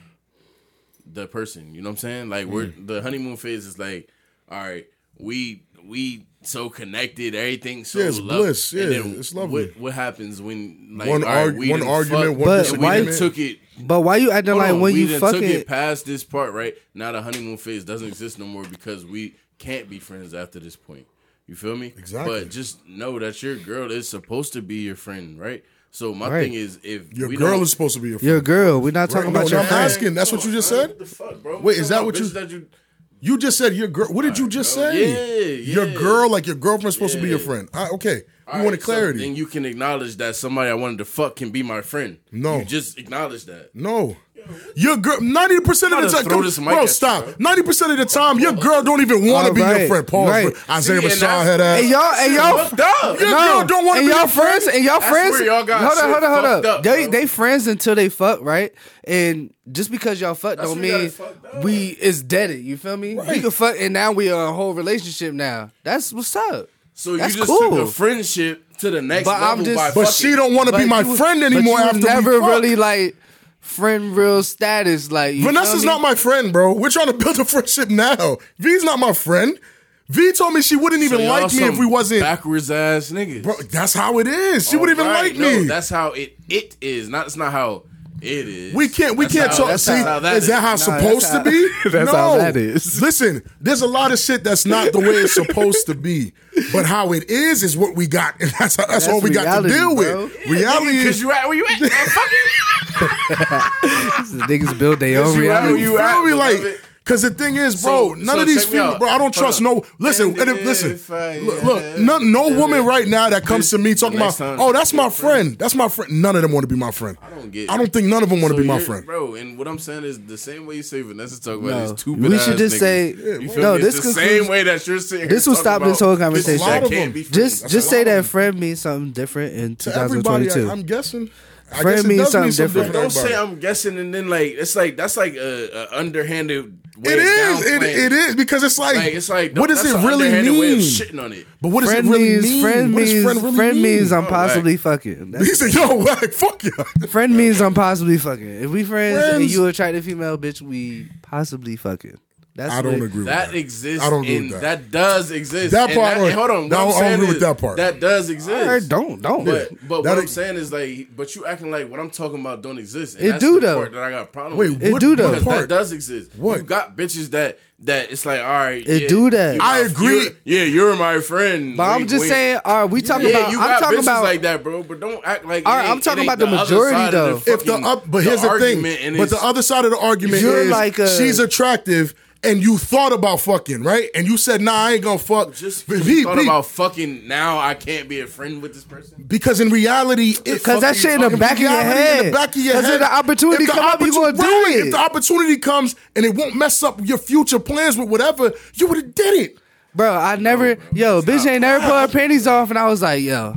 [SPEAKER 6] the person. You know what I'm saying? Like we're
[SPEAKER 2] Mm.
[SPEAKER 6] the honeymoon phase is like, all right, we we so connected, everything so
[SPEAKER 2] Yeah, it's
[SPEAKER 6] lovely.
[SPEAKER 2] bliss.
[SPEAKER 6] And
[SPEAKER 2] Yeah,
[SPEAKER 6] then
[SPEAKER 2] it's lovely.
[SPEAKER 6] What, what happens when like
[SPEAKER 2] One
[SPEAKER 6] all right,
[SPEAKER 2] arg-
[SPEAKER 6] we
[SPEAKER 2] one
[SPEAKER 6] done
[SPEAKER 2] argument,
[SPEAKER 6] fucked,
[SPEAKER 2] one
[SPEAKER 4] But
[SPEAKER 6] and
[SPEAKER 4] why-
[SPEAKER 6] we done took it.
[SPEAKER 4] But why you acting
[SPEAKER 6] Hold
[SPEAKER 4] like
[SPEAKER 6] on,
[SPEAKER 4] when
[SPEAKER 6] we
[SPEAKER 4] you
[SPEAKER 6] done
[SPEAKER 4] fuck
[SPEAKER 6] took
[SPEAKER 4] it?
[SPEAKER 6] it past this part, right? Now the honeymoon phase doesn't exist no more because we can't be friends after this point. You feel me?
[SPEAKER 2] Exactly.
[SPEAKER 6] But just know that your girl is supposed to be your friend, right? So my
[SPEAKER 4] Right.
[SPEAKER 6] thing is, if
[SPEAKER 2] Your
[SPEAKER 6] we
[SPEAKER 2] girl
[SPEAKER 6] don't-
[SPEAKER 2] is supposed to be your friend.
[SPEAKER 4] Your girl. We're not talking
[SPEAKER 2] no,
[SPEAKER 4] about
[SPEAKER 2] no,
[SPEAKER 4] your
[SPEAKER 2] I'm
[SPEAKER 4] friend.
[SPEAKER 2] asking. That's what you just said?
[SPEAKER 6] What the fuck, bro?
[SPEAKER 2] Wait, is that
[SPEAKER 6] Talking
[SPEAKER 2] what
[SPEAKER 6] about
[SPEAKER 2] you-
[SPEAKER 6] bitches that you
[SPEAKER 2] You just said your girl. What did you just
[SPEAKER 6] bro.
[SPEAKER 2] say?
[SPEAKER 6] Yeah,
[SPEAKER 2] Your
[SPEAKER 6] yeah.
[SPEAKER 2] girl, like your girlfriend's supposed to be your
[SPEAKER 6] Yeah.
[SPEAKER 2] friend. I, okay, you
[SPEAKER 6] All
[SPEAKER 2] wanted
[SPEAKER 6] right, so
[SPEAKER 2] clarity.
[SPEAKER 6] then you can acknowledge that somebody I wanted to fuck can be my friend.
[SPEAKER 2] No.
[SPEAKER 6] you just acknowledge that.
[SPEAKER 2] No. Your girl, ninety percent of
[SPEAKER 6] I'm
[SPEAKER 2] the
[SPEAKER 6] about to
[SPEAKER 2] time,
[SPEAKER 6] throw this mic at
[SPEAKER 2] bro,
[SPEAKER 6] you,
[SPEAKER 2] stop.
[SPEAKER 6] bro.
[SPEAKER 2] Ninety percent of the time, your girl don't even want to
[SPEAKER 4] All
[SPEAKER 2] be your
[SPEAKER 4] right,
[SPEAKER 2] friend. Pause.
[SPEAKER 4] right.
[SPEAKER 2] bro. Isaiah
[SPEAKER 6] See, and
[SPEAKER 2] Bashar
[SPEAKER 6] that's-
[SPEAKER 2] had ass.
[SPEAKER 4] And y'all, and y'all,
[SPEAKER 6] Fucked up.
[SPEAKER 2] Your girl don't wanna
[SPEAKER 4] and
[SPEAKER 2] be
[SPEAKER 4] y'all
[SPEAKER 2] your
[SPEAKER 4] friends, and y'all
[SPEAKER 6] That's
[SPEAKER 4] friends.
[SPEAKER 6] where y'all got
[SPEAKER 4] hold on,
[SPEAKER 6] shit
[SPEAKER 4] hold on, hold
[SPEAKER 6] fucked
[SPEAKER 4] on.
[SPEAKER 6] up,
[SPEAKER 4] They
[SPEAKER 6] bro.
[SPEAKER 4] they friends until they fuck, right? And just because y'all fuck
[SPEAKER 6] That's
[SPEAKER 4] don't
[SPEAKER 6] where y'all
[SPEAKER 4] mean
[SPEAKER 6] is fucked up.
[SPEAKER 4] we is dead. You feel me? We can fuck, and now we are a whole relationship. Now that's what's up.
[SPEAKER 6] So
[SPEAKER 4] That's
[SPEAKER 6] you just
[SPEAKER 4] cool.
[SPEAKER 6] took a friendship to the next
[SPEAKER 4] But I'm
[SPEAKER 6] level
[SPEAKER 4] just-
[SPEAKER 6] by
[SPEAKER 2] but
[SPEAKER 6] fucking.
[SPEAKER 2] she don't want to be
[SPEAKER 4] But
[SPEAKER 2] my
[SPEAKER 4] you-
[SPEAKER 2] friend anymore.
[SPEAKER 4] But you
[SPEAKER 2] after we
[SPEAKER 4] never
[SPEAKER 2] fuck.
[SPEAKER 4] really like friend real status. Like you
[SPEAKER 2] Vanessa's
[SPEAKER 4] feel
[SPEAKER 2] not
[SPEAKER 4] me?
[SPEAKER 2] my friend, bro. We're trying to build a friendship now. V's not my friend. V told me she wouldn't
[SPEAKER 6] So
[SPEAKER 2] even
[SPEAKER 6] y'all
[SPEAKER 2] like me if
[SPEAKER 6] some
[SPEAKER 2] we wasn't.
[SPEAKER 6] backwards ass niggas.
[SPEAKER 2] Bro, that's how it is. She wouldn't even
[SPEAKER 6] Alright,
[SPEAKER 2] like
[SPEAKER 6] no,
[SPEAKER 2] me.
[SPEAKER 6] That's how it it is. Not it's not how it is.
[SPEAKER 2] We can't. We
[SPEAKER 6] That's
[SPEAKER 2] can't
[SPEAKER 6] how-
[SPEAKER 2] talk.
[SPEAKER 6] that's
[SPEAKER 2] See,
[SPEAKER 6] how that
[SPEAKER 2] is that how it's
[SPEAKER 4] Nah,
[SPEAKER 2] supposed
[SPEAKER 4] that's
[SPEAKER 2] to be?
[SPEAKER 4] that's
[SPEAKER 2] no.
[SPEAKER 4] how that is.
[SPEAKER 2] Listen, there's a lot of shit that's not the way it's supposed to be, but how it is is what we got, and that's how, that's,
[SPEAKER 4] That's
[SPEAKER 2] all we got to
[SPEAKER 4] reality,
[SPEAKER 2] deal
[SPEAKER 4] bro.
[SPEAKER 2] with. reality
[SPEAKER 6] Cause
[SPEAKER 2] is.
[SPEAKER 6] you at where you at? man. Fuck
[SPEAKER 4] The niggas build their own
[SPEAKER 6] you out
[SPEAKER 4] reality.
[SPEAKER 6] where
[SPEAKER 2] You
[SPEAKER 6] you
[SPEAKER 2] feel
[SPEAKER 6] at,
[SPEAKER 2] me?
[SPEAKER 6] beloved?
[SPEAKER 2] Like, cause the thing is, bro,
[SPEAKER 6] So-
[SPEAKER 2] none
[SPEAKER 6] so
[SPEAKER 2] of these
[SPEAKER 6] check me
[SPEAKER 2] females,
[SPEAKER 6] out.
[SPEAKER 2] bro. I don't
[SPEAKER 6] Hold
[SPEAKER 2] trust
[SPEAKER 6] up.
[SPEAKER 2] no. Listen,
[SPEAKER 6] And
[SPEAKER 2] and if, listen.
[SPEAKER 6] if I
[SPEAKER 2] Look, look,
[SPEAKER 6] had
[SPEAKER 2] no, no woman right now that comes to me talking about,
[SPEAKER 6] Next time,
[SPEAKER 2] oh, that's my
[SPEAKER 6] your
[SPEAKER 2] friend. That's my friend. None of them want to be my friend. I
[SPEAKER 6] don't get it.
[SPEAKER 2] I don't think none of them want to
[SPEAKER 6] So
[SPEAKER 2] be my
[SPEAKER 6] you're-
[SPEAKER 2] friend.
[SPEAKER 6] bro. And what I'm saying is the same way you say Vanessa talk about
[SPEAKER 4] No.
[SPEAKER 6] is two.
[SPEAKER 4] We should just
[SPEAKER 6] niggas.
[SPEAKER 4] say-
[SPEAKER 6] You feel
[SPEAKER 4] no,
[SPEAKER 6] me?
[SPEAKER 4] this
[SPEAKER 6] It's the
[SPEAKER 4] concludes-
[SPEAKER 6] same way that you're saying.
[SPEAKER 4] this will stop this whole conversation.
[SPEAKER 2] Lot of them.
[SPEAKER 4] Just just say that friend means something different in
[SPEAKER 2] To everybody,
[SPEAKER 4] 2022.
[SPEAKER 2] I, I'm guessing. I
[SPEAKER 4] Friend
[SPEAKER 2] guess it
[SPEAKER 4] means
[SPEAKER 2] does
[SPEAKER 4] something
[SPEAKER 2] mean something
[SPEAKER 4] different.
[SPEAKER 2] different.
[SPEAKER 6] Don't
[SPEAKER 2] to everybody.
[SPEAKER 6] say I'm guessing, and then like it's like that's like a, a underhanded. Way
[SPEAKER 2] It
[SPEAKER 6] of
[SPEAKER 2] is. It,
[SPEAKER 6] downplaying
[SPEAKER 2] it is because it's like,
[SPEAKER 6] Like it's like
[SPEAKER 2] what does
[SPEAKER 6] that's
[SPEAKER 2] it
[SPEAKER 6] an
[SPEAKER 2] really
[SPEAKER 6] underhanded Way of
[SPEAKER 2] mean?
[SPEAKER 6] shitting on it.
[SPEAKER 2] But what does
[SPEAKER 4] friend
[SPEAKER 2] it really
[SPEAKER 4] means
[SPEAKER 2] mean?
[SPEAKER 4] friend
[SPEAKER 2] What does
[SPEAKER 4] means friend,
[SPEAKER 2] really
[SPEAKER 4] means I'm
[SPEAKER 6] Oh,
[SPEAKER 4] possibly fucking.
[SPEAKER 2] He
[SPEAKER 4] That's-
[SPEAKER 2] said, "Yo, like, fuck you."
[SPEAKER 4] friend means I'm possibly fucking. If we friends, and
[SPEAKER 2] Friends-
[SPEAKER 4] you attract a female bitch, we possibly fucking. That's
[SPEAKER 2] I don't
[SPEAKER 4] what-
[SPEAKER 2] agree with that.
[SPEAKER 6] That exists.
[SPEAKER 2] I don't agree
[SPEAKER 6] and
[SPEAKER 2] with
[SPEAKER 6] that.
[SPEAKER 2] that.
[SPEAKER 6] does exist.
[SPEAKER 2] That
[SPEAKER 6] And
[SPEAKER 2] part I don't-
[SPEAKER 6] hold on. What
[SPEAKER 2] I don't-
[SPEAKER 6] I'm
[SPEAKER 2] I don't
[SPEAKER 6] saying
[SPEAKER 2] agree with
[SPEAKER 6] is
[SPEAKER 2] that part.
[SPEAKER 6] That does exist.
[SPEAKER 4] All right, don't don't.
[SPEAKER 6] But but
[SPEAKER 2] That
[SPEAKER 6] what I'm
[SPEAKER 2] ex-
[SPEAKER 6] saying is like, but you acting like what I'm talking about don't exist. And
[SPEAKER 4] It
[SPEAKER 6] that's
[SPEAKER 4] do,
[SPEAKER 6] the
[SPEAKER 4] though.
[SPEAKER 6] Part that I got a problem
[SPEAKER 2] Wait,
[SPEAKER 6] with.
[SPEAKER 4] It
[SPEAKER 2] what,
[SPEAKER 4] do though.
[SPEAKER 2] What
[SPEAKER 6] Because
[SPEAKER 2] part?
[SPEAKER 6] that does exist.
[SPEAKER 2] What?
[SPEAKER 6] you got bitches that that it's like all right.
[SPEAKER 4] It
[SPEAKER 6] yeah,
[SPEAKER 4] do that.
[SPEAKER 6] you're
[SPEAKER 2] I
[SPEAKER 6] my-
[SPEAKER 2] agree.
[SPEAKER 6] you're- yeah, you're my friend.
[SPEAKER 4] But I'm
[SPEAKER 6] Wink,
[SPEAKER 4] just
[SPEAKER 6] wink.
[SPEAKER 4] saying. All right, we talking
[SPEAKER 6] yeah,
[SPEAKER 4] about.
[SPEAKER 6] you
[SPEAKER 4] I'm
[SPEAKER 6] got
[SPEAKER 4] talking
[SPEAKER 6] bitches
[SPEAKER 4] about.
[SPEAKER 6] like that, bro. But don't act like.
[SPEAKER 4] All
[SPEAKER 6] it
[SPEAKER 4] right, I'm
[SPEAKER 6] ain't-
[SPEAKER 4] talking
[SPEAKER 6] it
[SPEAKER 4] about
[SPEAKER 6] ain't
[SPEAKER 4] the
[SPEAKER 6] other
[SPEAKER 4] majority,
[SPEAKER 6] side of
[SPEAKER 2] if the
[SPEAKER 6] fucking-
[SPEAKER 2] up, but here's the thing.
[SPEAKER 6] argument, and
[SPEAKER 2] But
[SPEAKER 6] it's-
[SPEAKER 2] the other side of the argument
[SPEAKER 4] You're
[SPEAKER 2] is
[SPEAKER 4] like a-
[SPEAKER 2] she's attractive, and you thought about fucking, right? And you said, "Nah, I ain't gonna fuck."
[SPEAKER 6] just
[SPEAKER 2] Be-
[SPEAKER 6] you thought
[SPEAKER 2] be-
[SPEAKER 6] about fucking now. I can't be a friend with this person.
[SPEAKER 2] because in reality, it-
[SPEAKER 4] Because that shit in the
[SPEAKER 2] in
[SPEAKER 4] back of your
[SPEAKER 2] reality,
[SPEAKER 4] head.
[SPEAKER 2] in the back of your
[SPEAKER 4] 'Cause
[SPEAKER 2] head.
[SPEAKER 4] if the opportunity
[SPEAKER 2] if the
[SPEAKER 4] come up, you
[SPEAKER 2] opportu-
[SPEAKER 4] gonna do
[SPEAKER 2] right,
[SPEAKER 4] it.
[SPEAKER 2] If the opportunity comes and it won't mess up your future plans with whatever, you would have did it.
[SPEAKER 4] Bro, I never,
[SPEAKER 2] Oh,
[SPEAKER 4] yo, bitch ain't never put her panties off, and I was like, yo,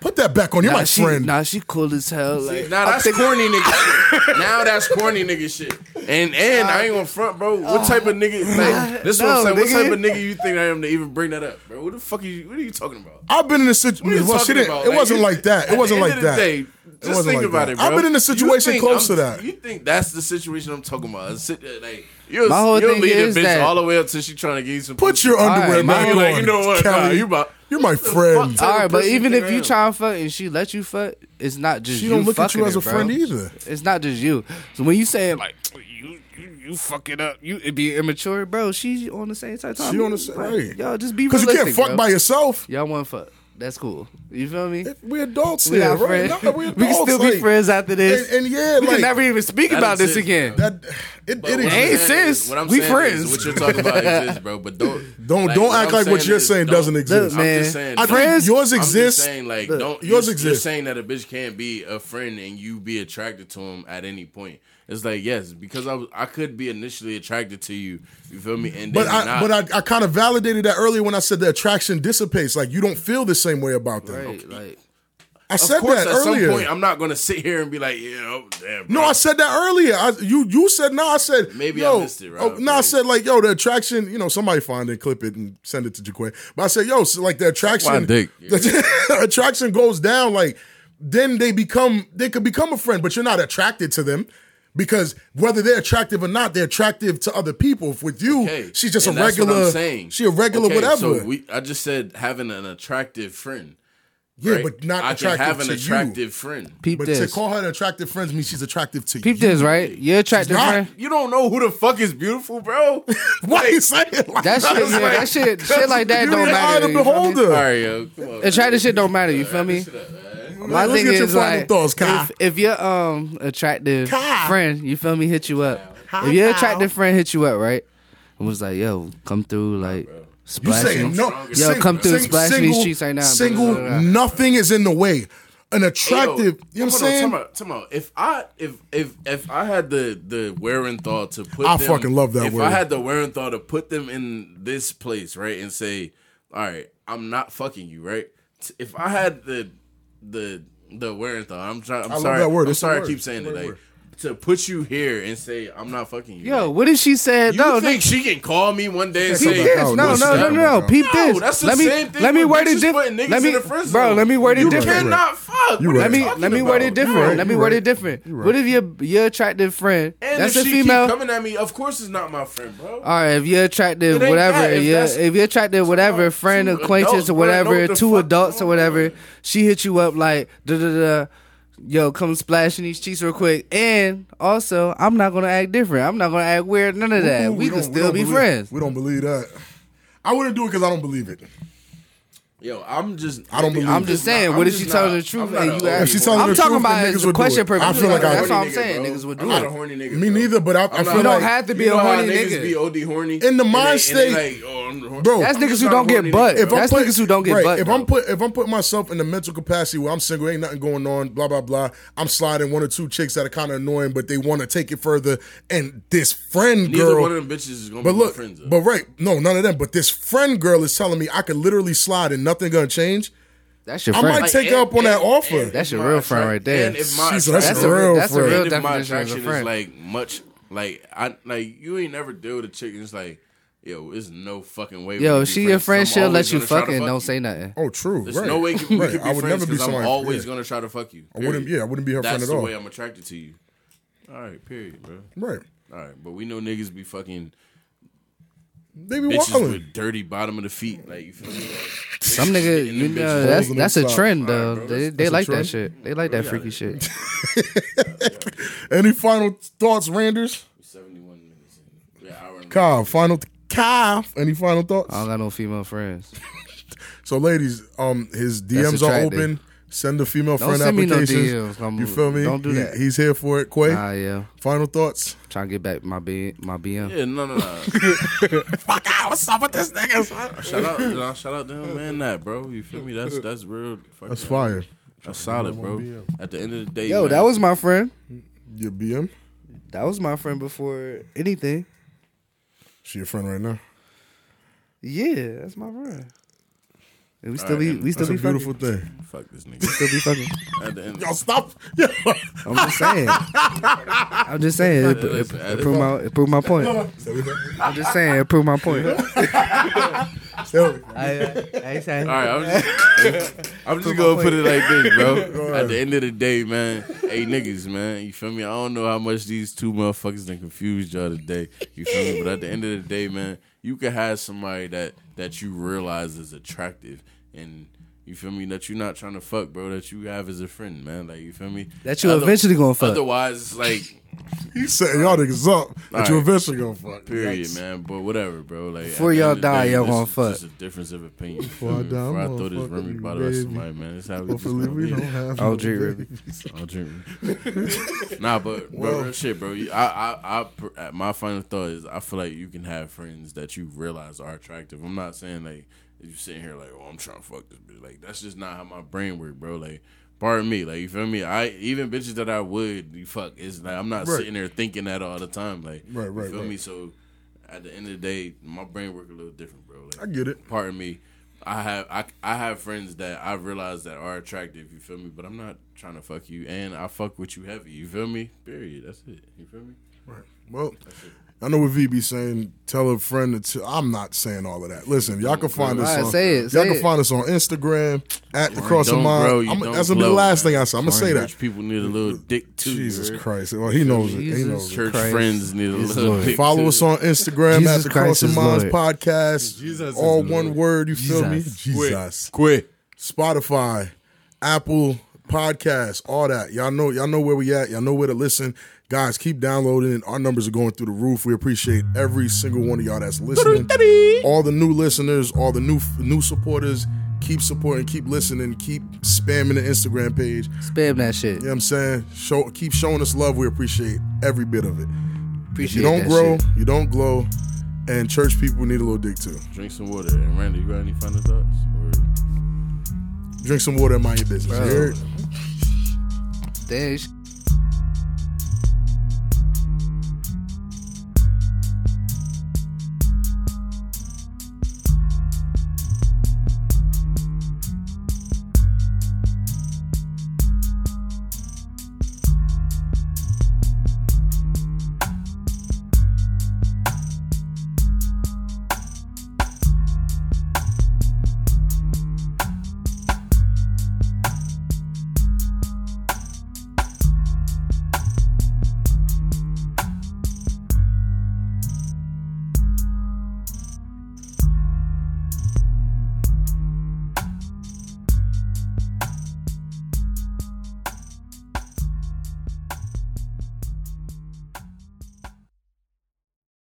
[SPEAKER 2] Put that back on. You're
[SPEAKER 4] nah,
[SPEAKER 2] my
[SPEAKER 4] she,
[SPEAKER 2] friend.
[SPEAKER 4] nah, she cool as hell. Like,
[SPEAKER 6] Now that's corny nigga shit. Now that's corny nigga shit. And and I ain't gonna front, bro. What
[SPEAKER 2] Oh.
[SPEAKER 6] type of nigga? Like, this
[SPEAKER 4] No,
[SPEAKER 6] what I'm saying.
[SPEAKER 4] nigga.
[SPEAKER 6] What type of nigga you think I am to even bring that up, bro? What the fuck are you? What are you talking about?
[SPEAKER 2] I've been in a
[SPEAKER 6] What are you
[SPEAKER 2] situation. Well, she
[SPEAKER 6] talking
[SPEAKER 2] didn't.
[SPEAKER 6] about?
[SPEAKER 2] It wasn't
[SPEAKER 6] you-
[SPEAKER 2] like that.
[SPEAKER 6] at
[SPEAKER 2] It wasn't
[SPEAKER 6] the
[SPEAKER 2] like
[SPEAKER 6] end of
[SPEAKER 2] that.
[SPEAKER 6] the day, just
[SPEAKER 2] wasn't
[SPEAKER 6] think
[SPEAKER 2] like
[SPEAKER 6] about
[SPEAKER 2] that.
[SPEAKER 6] it, bro.
[SPEAKER 2] I've been in a situation
[SPEAKER 6] You think
[SPEAKER 2] close to
[SPEAKER 6] I'm-
[SPEAKER 2] that.
[SPEAKER 6] You think that's the situation I'm talking about? It's sit- Like, you'll,
[SPEAKER 4] My whole
[SPEAKER 6] you'll
[SPEAKER 4] thing
[SPEAKER 6] lead
[SPEAKER 4] is
[SPEAKER 6] a bitch
[SPEAKER 4] that-
[SPEAKER 6] all the way up till she trying to get you some.
[SPEAKER 2] Put your
[SPEAKER 4] right,
[SPEAKER 2] underwear
[SPEAKER 4] my
[SPEAKER 2] back
[SPEAKER 6] you
[SPEAKER 2] on.
[SPEAKER 6] like, you know what?
[SPEAKER 2] Kelly.
[SPEAKER 6] Nah, you about
[SPEAKER 2] You're my
[SPEAKER 6] fuck
[SPEAKER 2] friend.
[SPEAKER 6] type-
[SPEAKER 4] all right, but
[SPEAKER 6] person
[SPEAKER 4] even
[SPEAKER 6] you
[SPEAKER 4] if you
[SPEAKER 6] think I
[SPEAKER 4] try and fuck and she let you fuck, it's not just
[SPEAKER 2] She
[SPEAKER 4] you
[SPEAKER 2] don't look at
[SPEAKER 4] fucking
[SPEAKER 2] you as
[SPEAKER 4] her,
[SPEAKER 2] a
[SPEAKER 4] bro.
[SPEAKER 2] friend either.
[SPEAKER 4] It's not just you. So when you say like you you, you fuck it up, you it be immature, bro. She's on the same type of time.
[SPEAKER 2] She on the same-
[SPEAKER 4] Like,
[SPEAKER 2] right.
[SPEAKER 4] Yo, just be
[SPEAKER 2] Because you can't
[SPEAKER 4] realistic,
[SPEAKER 2] fuck
[SPEAKER 4] bro.
[SPEAKER 2] by yourself.
[SPEAKER 4] Y'all want to fuck? That's cool. You feel me?
[SPEAKER 2] We're adults
[SPEAKER 4] We
[SPEAKER 2] here,
[SPEAKER 4] got
[SPEAKER 2] right?
[SPEAKER 4] friends.
[SPEAKER 2] Nah, we're
[SPEAKER 4] we can
[SPEAKER 2] adults,
[SPEAKER 4] still be
[SPEAKER 2] like-
[SPEAKER 4] friends after this.
[SPEAKER 2] And, and yeah,
[SPEAKER 4] we
[SPEAKER 2] like
[SPEAKER 4] can never even speak
[SPEAKER 6] that
[SPEAKER 4] about
[SPEAKER 6] is
[SPEAKER 4] this
[SPEAKER 6] it,
[SPEAKER 4] again.
[SPEAKER 2] that. It,
[SPEAKER 6] But
[SPEAKER 2] it
[SPEAKER 6] what I'm
[SPEAKER 2] exists.
[SPEAKER 4] Hey,
[SPEAKER 6] saying is-
[SPEAKER 4] sis,
[SPEAKER 6] what I'm
[SPEAKER 4] we
[SPEAKER 6] saying is
[SPEAKER 4] friends.
[SPEAKER 6] What you're talking about exists, bro. But don't
[SPEAKER 2] Don't
[SPEAKER 6] like,
[SPEAKER 2] don't
[SPEAKER 6] what
[SPEAKER 2] act
[SPEAKER 6] I'm
[SPEAKER 2] like what you're
[SPEAKER 6] is
[SPEAKER 2] saying
[SPEAKER 6] don't-
[SPEAKER 2] doesn't exist.
[SPEAKER 4] Look, man.
[SPEAKER 6] I'm just saying,
[SPEAKER 2] I
[SPEAKER 6] don't-
[SPEAKER 2] think
[SPEAKER 4] Friends-
[SPEAKER 2] yours
[SPEAKER 6] I'm just
[SPEAKER 2] exists.
[SPEAKER 6] saying, like,
[SPEAKER 2] Look,
[SPEAKER 6] don't
[SPEAKER 2] yours
[SPEAKER 6] you're, you're
[SPEAKER 2] exists.
[SPEAKER 6] saying that a bitch can't be a friend and you be attracted to him at any point. It's like yes, because I was, I could be initially attracted to you. You feel me? And
[SPEAKER 2] But
[SPEAKER 6] then
[SPEAKER 2] I,
[SPEAKER 6] not.
[SPEAKER 2] but I, I kind of validated that earlier when I said the attraction dissipates. Like you don't feel the same way about them.
[SPEAKER 4] right, like
[SPEAKER 2] I
[SPEAKER 6] of
[SPEAKER 2] said
[SPEAKER 6] course,
[SPEAKER 2] that
[SPEAKER 6] at
[SPEAKER 2] earlier.
[SPEAKER 6] some point, I'm not gonna sit here and be like, you know, damn.
[SPEAKER 2] no,
[SPEAKER 6] bro.
[SPEAKER 2] I said that earlier. I, you you said no. I said
[SPEAKER 6] Maybe I
[SPEAKER 2] yo,
[SPEAKER 6] missed it,
[SPEAKER 2] Oh,
[SPEAKER 6] Rob.
[SPEAKER 2] no, I
[SPEAKER 6] Maybe.
[SPEAKER 2] said like yo, the attraction. You know, somebody find it, clip it, and send it to Jaquay. But I said yo, so, like the attraction,
[SPEAKER 6] my dick.
[SPEAKER 2] the attraction goes down. Like then they become they could become a friend, but you're not attracted to them. Because whether they're attractive or not, they're attractive to other people. If with you,
[SPEAKER 6] Okay.
[SPEAKER 2] she's just
[SPEAKER 6] And
[SPEAKER 2] a
[SPEAKER 6] that's what I'm
[SPEAKER 2] regular.
[SPEAKER 6] saying.
[SPEAKER 2] She a regular
[SPEAKER 6] Okay,
[SPEAKER 2] whatever.
[SPEAKER 6] So we, I just said having an attractive friend.
[SPEAKER 2] yeah,
[SPEAKER 6] right?
[SPEAKER 2] but not
[SPEAKER 6] I can
[SPEAKER 2] attractive
[SPEAKER 6] have an
[SPEAKER 2] to
[SPEAKER 6] attractive
[SPEAKER 2] you.
[SPEAKER 6] friend.
[SPEAKER 4] peep
[SPEAKER 2] But to
[SPEAKER 4] this,
[SPEAKER 2] call her an attractive friend means she's attractive to
[SPEAKER 4] peep
[SPEAKER 2] you.
[SPEAKER 4] this, right? You're attractive,
[SPEAKER 2] not.
[SPEAKER 4] friend.
[SPEAKER 6] You don't know who the fuck is beautiful, bro.
[SPEAKER 2] Why you saying it like
[SPEAKER 4] That shit, yeah,
[SPEAKER 2] Like,
[SPEAKER 4] that shit, shit like that
[SPEAKER 2] you're
[SPEAKER 4] don't
[SPEAKER 2] the eye of
[SPEAKER 4] matter.
[SPEAKER 2] the
[SPEAKER 4] You feel me?
[SPEAKER 2] beholder.
[SPEAKER 6] Sorry, yo, come on.
[SPEAKER 4] Attractive shit don't matter. You feel me? My
[SPEAKER 2] Let's
[SPEAKER 4] thing
[SPEAKER 2] get your
[SPEAKER 4] is
[SPEAKER 2] final
[SPEAKER 4] like,
[SPEAKER 2] thoughts, Kai.
[SPEAKER 4] if, if your um attractive
[SPEAKER 2] Kai.
[SPEAKER 4] friend, you feel me, hit you up.
[SPEAKER 2] Hi,
[SPEAKER 4] If your
[SPEAKER 2] Kyle.
[SPEAKER 4] attractive friend hit you up, right, and was like, "Yo, come through, like,
[SPEAKER 2] You
[SPEAKER 4] splash me."
[SPEAKER 2] saying no?
[SPEAKER 4] Yo, come through and splash in these streets right now, bro.
[SPEAKER 2] Single,
[SPEAKER 4] Blah, blah, blah.
[SPEAKER 2] nothing is in the way. An
[SPEAKER 6] Hey, yo,
[SPEAKER 2] attractive, you know what I'm
[SPEAKER 6] hold on,
[SPEAKER 2] saying?
[SPEAKER 6] time out, time out. If I if if if I had the the wherewithal to put,
[SPEAKER 2] I
[SPEAKER 6] them-
[SPEAKER 2] fucking love that
[SPEAKER 6] If
[SPEAKER 2] word.
[SPEAKER 6] I had the wherewithal to put them in this place, right, and say, all right, I'm not fucking you, right? T- If I had the the the wherewithal, I'm trying. I'm
[SPEAKER 2] love
[SPEAKER 6] sorry.
[SPEAKER 2] that word.
[SPEAKER 6] I'm
[SPEAKER 2] It's a
[SPEAKER 6] sorry.
[SPEAKER 2] word.
[SPEAKER 6] I keep
[SPEAKER 2] It's
[SPEAKER 6] saying
[SPEAKER 2] a
[SPEAKER 6] it.
[SPEAKER 2] great
[SPEAKER 6] Like,
[SPEAKER 2] word.
[SPEAKER 6] to put you here and say, I'm not fucking you.
[SPEAKER 4] Yo,
[SPEAKER 6] like,
[SPEAKER 4] what if she said
[SPEAKER 6] you
[SPEAKER 4] no?
[SPEAKER 6] think
[SPEAKER 4] nigga,
[SPEAKER 6] she can call me one day and
[SPEAKER 4] Peep
[SPEAKER 6] say,
[SPEAKER 2] she-
[SPEAKER 4] this.
[SPEAKER 2] No,
[SPEAKER 4] No, no,
[SPEAKER 2] listen,
[SPEAKER 4] no, no, no.
[SPEAKER 2] bro.
[SPEAKER 4] Peep
[SPEAKER 6] No,
[SPEAKER 4] this.
[SPEAKER 6] that's the
[SPEAKER 4] let me,
[SPEAKER 6] same thing
[SPEAKER 4] Let me
[SPEAKER 6] with
[SPEAKER 4] word it
[SPEAKER 6] bitches
[SPEAKER 4] different.
[SPEAKER 6] putting niggas
[SPEAKER 4] Let me,
[SPEAKER 6] in the friend
[SPEAKER 4] bro.
[SPEAKER 6] zone.
[SPEAKER 4] Let me word it
[SPEAKER 6] You
[SPEAKER 4] different.
[SPEAKER 6] cannot fuck.
[SPEAKER 2] You
[SPEAKER 6] What are
[SPEAKER 2] right.
[SPEAKER 4] Let
[SPEAKER 6] you
[SPEAKER 4] me
[SPEAKER 6] talking
[SPEAKER 4] let me
[SPEAKER 6] about?
[SPEAKER 4] word it different.
[SPEAKER 6] No.
[SPEAKER 4] let me word it different. What if your your attractive friend?
[SPEAKER 6] And
[SPEAKER 4] that's
[SPEAKER 6] if
[SPEAKER 4] a
[SPEAKER 6] she
[SPEAKER 4] female.
[SPEAKER 6] keep coming at me, of course it's not my friend, bro.
[SPEAKER 4] All right, if you're attractive,
[SPEAKER 6] It ain't
[SPEAKER 4] whatever,
[SPEAKER 6] that,
[SPEAKER 4] if
[SPEAKER 6] if
[SPEAKER 4] you're,
[SPEAKER 6] that's-
[SPEAKER 4] if you're attractive, whatever,
[SPEAKER 6] about
[SPEAKER 4] friend,
[SPEAKER 6] two
[SPEAKER 4] acquaintance,
[SPEAKER 6] adults,
[SPEAKER 4] or
[SPEAKER 6] bro, know
[SPEAKER 4] whatever,
[SPEAKER 6] what the
[SPEAKER 4] two
[SPEAKER 6] fuck
[SPEAKER 4] adults or
[SPEAKER 6] going on.
[SPEAKER 4] whatever, she hit you up like, da da da, yo, come splash in these cheeks real quick. And also, I'm not gonna act different. I'm not gonna act weird. None of that.
[SPEAKER 2] Ooh,
[SPEAKER 4] we,
[SPEAKER 2] don't-
[SPEAKER 4] can still
[SPEAKER 2] don't
[SPEAKER 4] be
[SPEAKER 2] believe-
[SPEAKER 4] friends.
[SPEAKER 2] We don't believe that. I wouldn't do it because I don't believe it.
[SPEAKER 6] Yo, I'm just.
[SPEAKER 2] I don't believe
[SPEAKER 4] I'm
[SPEAKER 2] it.
[SPEAKER 4] just saying, what if she telling the truth and you ask?
[SPEAKER 2] If she telling
[SPEAKER 4] I'm
[SPEAKER 2] the
[SPEAKER 4] talking
[SPEAKER 2] truth,
[SPEAKER 4] about
[SPEAKER 2] then
[SPEAKER 4] it
[SPEAKER 2] niggas
[SPEAKER 4] as a
[SPEAKER 2] would do
[SPEAKER 4] question
[SPEAKER 2] it. I
[SPEAKER 4] purpose.
[SPEAKER 2] feel like I-
[SPEAKER 4] that's what I'm saying. Niggas would
[SPEAKER 6] I'm
[SPEAKER 4] do
[SPEAKER 6] not a
[SPEAKER 4] it.
[SPEAKER 6] horny nigga.
[SPEAKER 2] Me
[SPEAKER 6] bro.
[SPEAKER 2] neither, but I-
[SPEAKER 6] I'm
[SPEAKER 2] I feel
[SPEAKER 6] not a
[SPEAKER 2] like-
[SPEAKER 6] horny-
[SPEAKER 4] You don't have to be
[SPEAKER 6] you
[SPEAKER 4] a
[SPEAKER 6] know how
[SPEAKER 4] horny
[SPEAKER 6] niggas
[SPEAKER 4] nigga.
[SPEAKER 6] Be OD horny
[SPEAKER 2] In the
[SPEAKER 6] And
[SPEAKER 2] mind
[SPEAKER 6] they- and they
[SPEAKER 2] state-
[SPEAKER 6] like, oh, I'm the horny-
[SPEAKER 2] Bro,
[SPEAKER 4] That's
[SPEAKER 6] I'm
[SPEAKER 4] niggas
[SPEAKER 6] just
[SPEAKER 4] who
[SPEAKER 6] not a
[SPEAKER 4] don't get
[SPEAKER 6] horny nigga.
[SPEAKER 4] butt.
[SPEAKER 2] if
[SPEAKER 4] That's
[SPEAKER 2] I'm put,
[SPEAKER 4] niggas who don't get
[SPEAKER 2] right,
[SPEAKER 4] butt,
[SPEAKER 2] If
[SPEAKER 4] though.
[SPEAKER 2] I'm put if I'm putting myself in the mental capacity where I'm single, ain't nothing going on, blah blah blah. I'm sliding one or two chicks that are kind of annoying, but they want to take it further. And this friend
[SPEAKER 6] Neither
[SPEAKER 2] girl,
[SPEAKER 6] one of them bitches is gonna
[SPEAKER 2] but
[SPEAKER 6] be
[SPEAKER 2] look,
[SPEAKER 6] my friends. though.
[SPEAKER 2] but right, no, none of them. But this friend girl is telling me I could literally slide and nothing gonna change.
[SPEAKER 4] That's your
[SPEAKER 2] I
[SPEAKER 4] friend.
[SPEAKER 2] might take her up on that offer.
[SPEAKER 4] That's your
[SPEAKER 6] my
[SPEAKER 4] real friend
[SPEAKER 6] attract-
[SPEAKER 4] right there.
[SPEAKER 6] And if my
[SPEAKER 2] She's- that's
[SPEAKER 6] attraction-
[SPEAKER 2] a real
[SPEAKER 4] that's a
[SPEAKER 2] friend.
[SPEAKER 4] real
[SPEAKER 6] and if my
[SPEAKER 4] definition of a
[SPEAKER 6] attraction is
[SPEAKER 4] friend.
[SPEAKER 6] like much, like I like you ain't never deal with a chick and it's like, yo, there's no fucking way. we
[SPEAKER 4] Yo,
[SPEAKER 6] could
[SPEAKER 4] if
[SPEAKER 6] be
[SPEAKER 4] she your
[SPEAKER 6] friends.
[SPEAKER 4] friend,
[SPEAKER 6] I'm
[SPEAKER 4] she'll let
[SPEAKER 6] always
[SPEAKER 4] you
[SPEAKER 6] gonna try to
[SPEAKER 4] fuck it.
[SPEAKER 6] fuck
[SPEAKER 4] Don't
[SPEAKER 6] you.
[SPEAKER 4] say nothing.
[SPEAKER 2] oh, true.
[SPEAKER 6] There's
[SPEAKER 2] right.
[SPEAKER 6] no way we
[SPEAKER 2] Right,
[SPEAKER 6] could be
[SPEAKER 2] I would never
[SPEAKER 6] friends
[SPEAKER 2] be
[SPEAKER 6] because I'm
[SPEAKER 2] somebody-
[SPEAKER 6] always
[SPEAKER 2] yeah.
[SPEAKER 6] gonna try to fuck you.
[SPEAKER 2] I wouldn't.
[SPEAKER 6] period.
[SPEAKER 2] Yeah, I wouldn't be her
[SPEAKER 6] That's
[SPEAKER 2] friend at
[SPEAKER 6] the
[SPEAKER 2] all.
[SPEAKER 6] way I'm attracted to you. All right, period, bro.
[SPEAKER 2] Right.
[SPEAKER 6] All right, but we know niggas be fucking
[SPEAKER 2] They be
[SPEAKER 6] Bitches
[SPEAKER 2] wilding.
[SPEAKER 6] with dirty bottom of the feet. Like you feel me? Like,
[SPEAKER 4] Some nigga, you
[SPEAKER 6] bitch
[SPEAKER 4] know,
[SPEAKER 2] holes
[SPEAKER 4] that's
[SPEAKER 2] in
[SPEAKER 4] that's
[SPEAKER 2] them
[SPEAKER 4] a
[SPEAKER 2] socks.
[SPEAKER 4] trend
[SPEAKER 2] All right, bro,
[SPEAKER 4] though. they
[SPEAKER 2] that's-
[SPEAKER 4] they
[SPEAKER 2] that's a
[SPEAKER 4] like that
[SPEAKER 2] trend.
[SPEAKER 4] shit. They like that freaky shit.
[SPEAKER 2] Any final thoughts, Randers?
[SPEAKER 6] 71 minutes in. Yeah, hour and
[SPEAKER 2] Kyle, final th- Kyle. Any final thoughts?
[SPEAKER 4] I don't got no female friends.
[SPEAKER 2] So, ladies, um, his DMs are
[SPEAKER 4] attractive.
[SPEAKER 2] open. Send the female
[SPEAKER 4] Don't
[SPEAKER 2] friend
[SPEAKER 4] send me no
[SPEAKER 2] applications.
[SPEAKER 4] DMs. Come
[SPEAKER 2] you
[SPEAKER 4] on.
[SPEAKER 2] feel me?
[SPEAKER 4] Don't do
[SPEAKER 2] He-
[SPEAKER 4] that.
[SPEAKER 2] He's here for it. Quay,
[SPEAKER 4] Ah yeah,
[SPEAKER 2] final thoughts.
[SPEAKER 4] trying to get back my B my BM.
[SPEAKER 6] Yeah, no, no, no.
[SPEAKER 2] Fuck out. Ah, What's up with this nigga?
[SPEAKER 6] shout out, nah, shout out to him, man. That bro, you feel me? That's that's real. fucking-
[SPEAKER 2] That's fire.
[SPEAKER 6] That's solid, bro. At the end of the day,
[SPEAKER 4] Yo,
[SPEAKER 6] man,
[SPEAKER 4] that was my friend.
[SPEAKER 2] Your BM?
[SPEAKER 4] That was my friend before anything.
[SPEAKER 2] She your friend right now.
[SPEAKER 4] Yeah, that's my friend. And we still
[SPEAKER 6] right,
[SPEAKER 4] be
[SPEAKER 6] then.
[SPEAKER 4] we still
[SPEAKER 2] That's a
[SPEAKER 4] be
[SPEAKER 2] beautiful
[SPEAKER 4] fucking.
[SPEAKER 2] thing.
[SPEAKER 6] fuck this nigga.
[SPEAKER 4] Still be fucking.
[SPEAKER 6] At the end,
[SPEAKER 2] Yo, stop. Yo,
[SPEAKER 4] I'm just saying. I'm just saying. It, it,
[SPEAKER 6] Listen,
[SPEAKER 4] it proved my it proved my point. I'm just saying. It proved my point.
[SPEAKER 6] all right, I'm just, I'm just gonna put it like this, bro. At the end of the day, man, hey niggas, man, you feel me? I don't know how much these two motherfuckers done confused y'all today. You feel me? But at the end of the day, man, you can have somebody that that you realize is attractive and. You feel me? That you're not trying to fuck, bro. That you have as a friend, man. Like you feel me?
[SPEAKER 4] That you eventually gonna fuck.
[SPEAKER 6] Otherwise, it's like
[SPEAKER 2] he's setting y'all niggas up. That
[SPEAKER 6] right.
[SPEAKER 2] you eventually gonna fuck.
[SPEAKER 6] Period, man. But whatever, bro. Like
[SPEAKER 4] Before
[SPEAKER 6] at the
[SPEAKER 4] y'all
[SPEAKER 6] end of the
[SPEAKER 4] die,
[SPEAKER 6] day,
[SPEAKER 4] y'all
[SPEAKER 6] this
[SPEAKER 4] gonna
[SPEAKER 6] is
[SPEAKER 4] fuck.
[SPEAKER 6] Just a difference of opinion.
[SPEAKER 2] I
[SPEAKER 6] Before I,
[SPEAKER 2] die,
[SPEAKER 6] Before I throw this
[SPEAKER 2] motherfucker,
[SPEAKER 6] Remy
[SPEAKER 2] you
[SPEAKER 6] bottle at
[SPEAKER 2] baby.
[SPEAKER 6] somebody, man. That's how we just
[SPEAKER 2] Hopefully,
[SPEAKER 6] gonna
[SPEAKER 2] we
[SPEAKER 6] be.
[SPEAKER 2] don't have.
[SPEAKER 4] I'll
[SPEAKER 2] no
[SPEAKER 4] drink
[SPEAKER 2] baby.
[SPEAKER 4] Remy.
[SPEAKER 6] I'll drink. nah, but bro, real shit, bro. You- I, I, I, pr- uh, my final thought is, I feel like you can have friends that you realize are attractive. I'm not saying like you sitting here like, oh, I'm trying to fuck this bitch. Like that's just not how my brain work, bro. Like. Pardon me, like you feel me. I even bitches that I would you fuck is like I'm not
[SPEAKER 2] Right.
[SPEAKER 6] sitting there thinking that all the time. Like
[SPEAKER 2] Right,
[SPEAKER 6] you
[SPEAKER 2] right,
[SPEAKER 6] feel
[SPEAKER 2] right.
[SPEAKER 6] me. So at the end of the day, my brain work a little different, bro. Like,
[SPEAKER 2] I get it.
[SPEAKER 6] Pardon me. I have I, I have friends that I realize that are attractive. You feel me? But I'm not trying to fuck you, and I fuck with you heavy. You feel me? Period. That's it. You feel me?
[SPEAKER 2] Right. Well, I know what V be saying. Tell a friend to. T- I'm not saying all of that. Listen, y'all can find us.
[SPEAKER 4] Alright,
[SPEAKER 2] on,
[SPEAKER 4] say it,
[SPEAKER 2] y'all
[SPEAKER 4] say
[SPEAKER 2] can
[SPEAKER 4] it.
[SPEAKER 2] find us on Instagram at the Cross of
[SPEAKER 6] Don't
[SPEAKER 2] Mind.
[SPEAKER 6] grow, you
[SPEAKER 2] I'm-
[SPEAKER 6] don't
[SPEAKER 2] that's gonna be the
[SPEAKER 6] blow,
[SPEAKER 2] last
[SPEAKER 6] man.
[SPEAKER 2] thing I say. I'm gonna say
[SPEAKER 6] Foreign
[SPEAKER 2] that.
[SPEAKER 6] Rich people need a little dick too.
[SPEAKER 2] Jesus
[SPEAKER 6] you heard?
[SPEAKER 2] Christ! Well, he knows it. He
[SPEAKER 4] Jesus
[SPEAKER 2] knows it.
[SPEAKER 6] Church
[SPEAKER 4] Christ.
[SPEAKER 6] friends need a little
[SPEAKER 4] Lord.
[SPEAKER 6] dick.
[SPEAKER 2] Follow us on Instagram
[SPEAKER 4] Jesus
[SPEAKER 2] at the
[SPEAKER 4] Christ
[SPEAKER 2] Cross of
[SPEAKER 4] is
[SPEAKER 2] Minds
[SPEAKER 4] Lord.
[SPEAKER 2] podcast.
[SPEAKER 6] Jesus is
[SPEAKER 2] all
[SPEAKER 6] Lord.
[SPEAKER 2] one word. You feel me?
[SPEAKER 4] Jesus.
[SPEAKER 2] Jesus.
[SPEAKER 6] Quit.
[SPEAKER 2] Spotify, Apple Podcasts, all that. Y'all know, y'all know where we at. Y'all know where to listen. Guys, keep downloading. Our numbers are going through the roof. We appreciate every single one of y'all that's listening. All the new listeners, all the new new supporters. Keep supporting, keep listening, keep spamming the Instagram page.
[SPEAKER 4] Spam that shit.
[SPEAKER 2] You know what I'm saying? Show keep showing us love. We appreciate every bit of it. If
[SPEAKER 4] Appreciate
[SPEAKER 2] you don't
[SPEAKER 4] that
[SPEAKER 2] grow,
[SPEAKER 4] shit.
[SPEAKER 2] you don't glow, and church people need a little dick too.
[SPEAKER 6] Drink some water. And Randy, you got any final thoughts? Or
[SPEAKER 2] Drink some water and mind your business. You heard?
[SPEAKER 4] Damn, you should-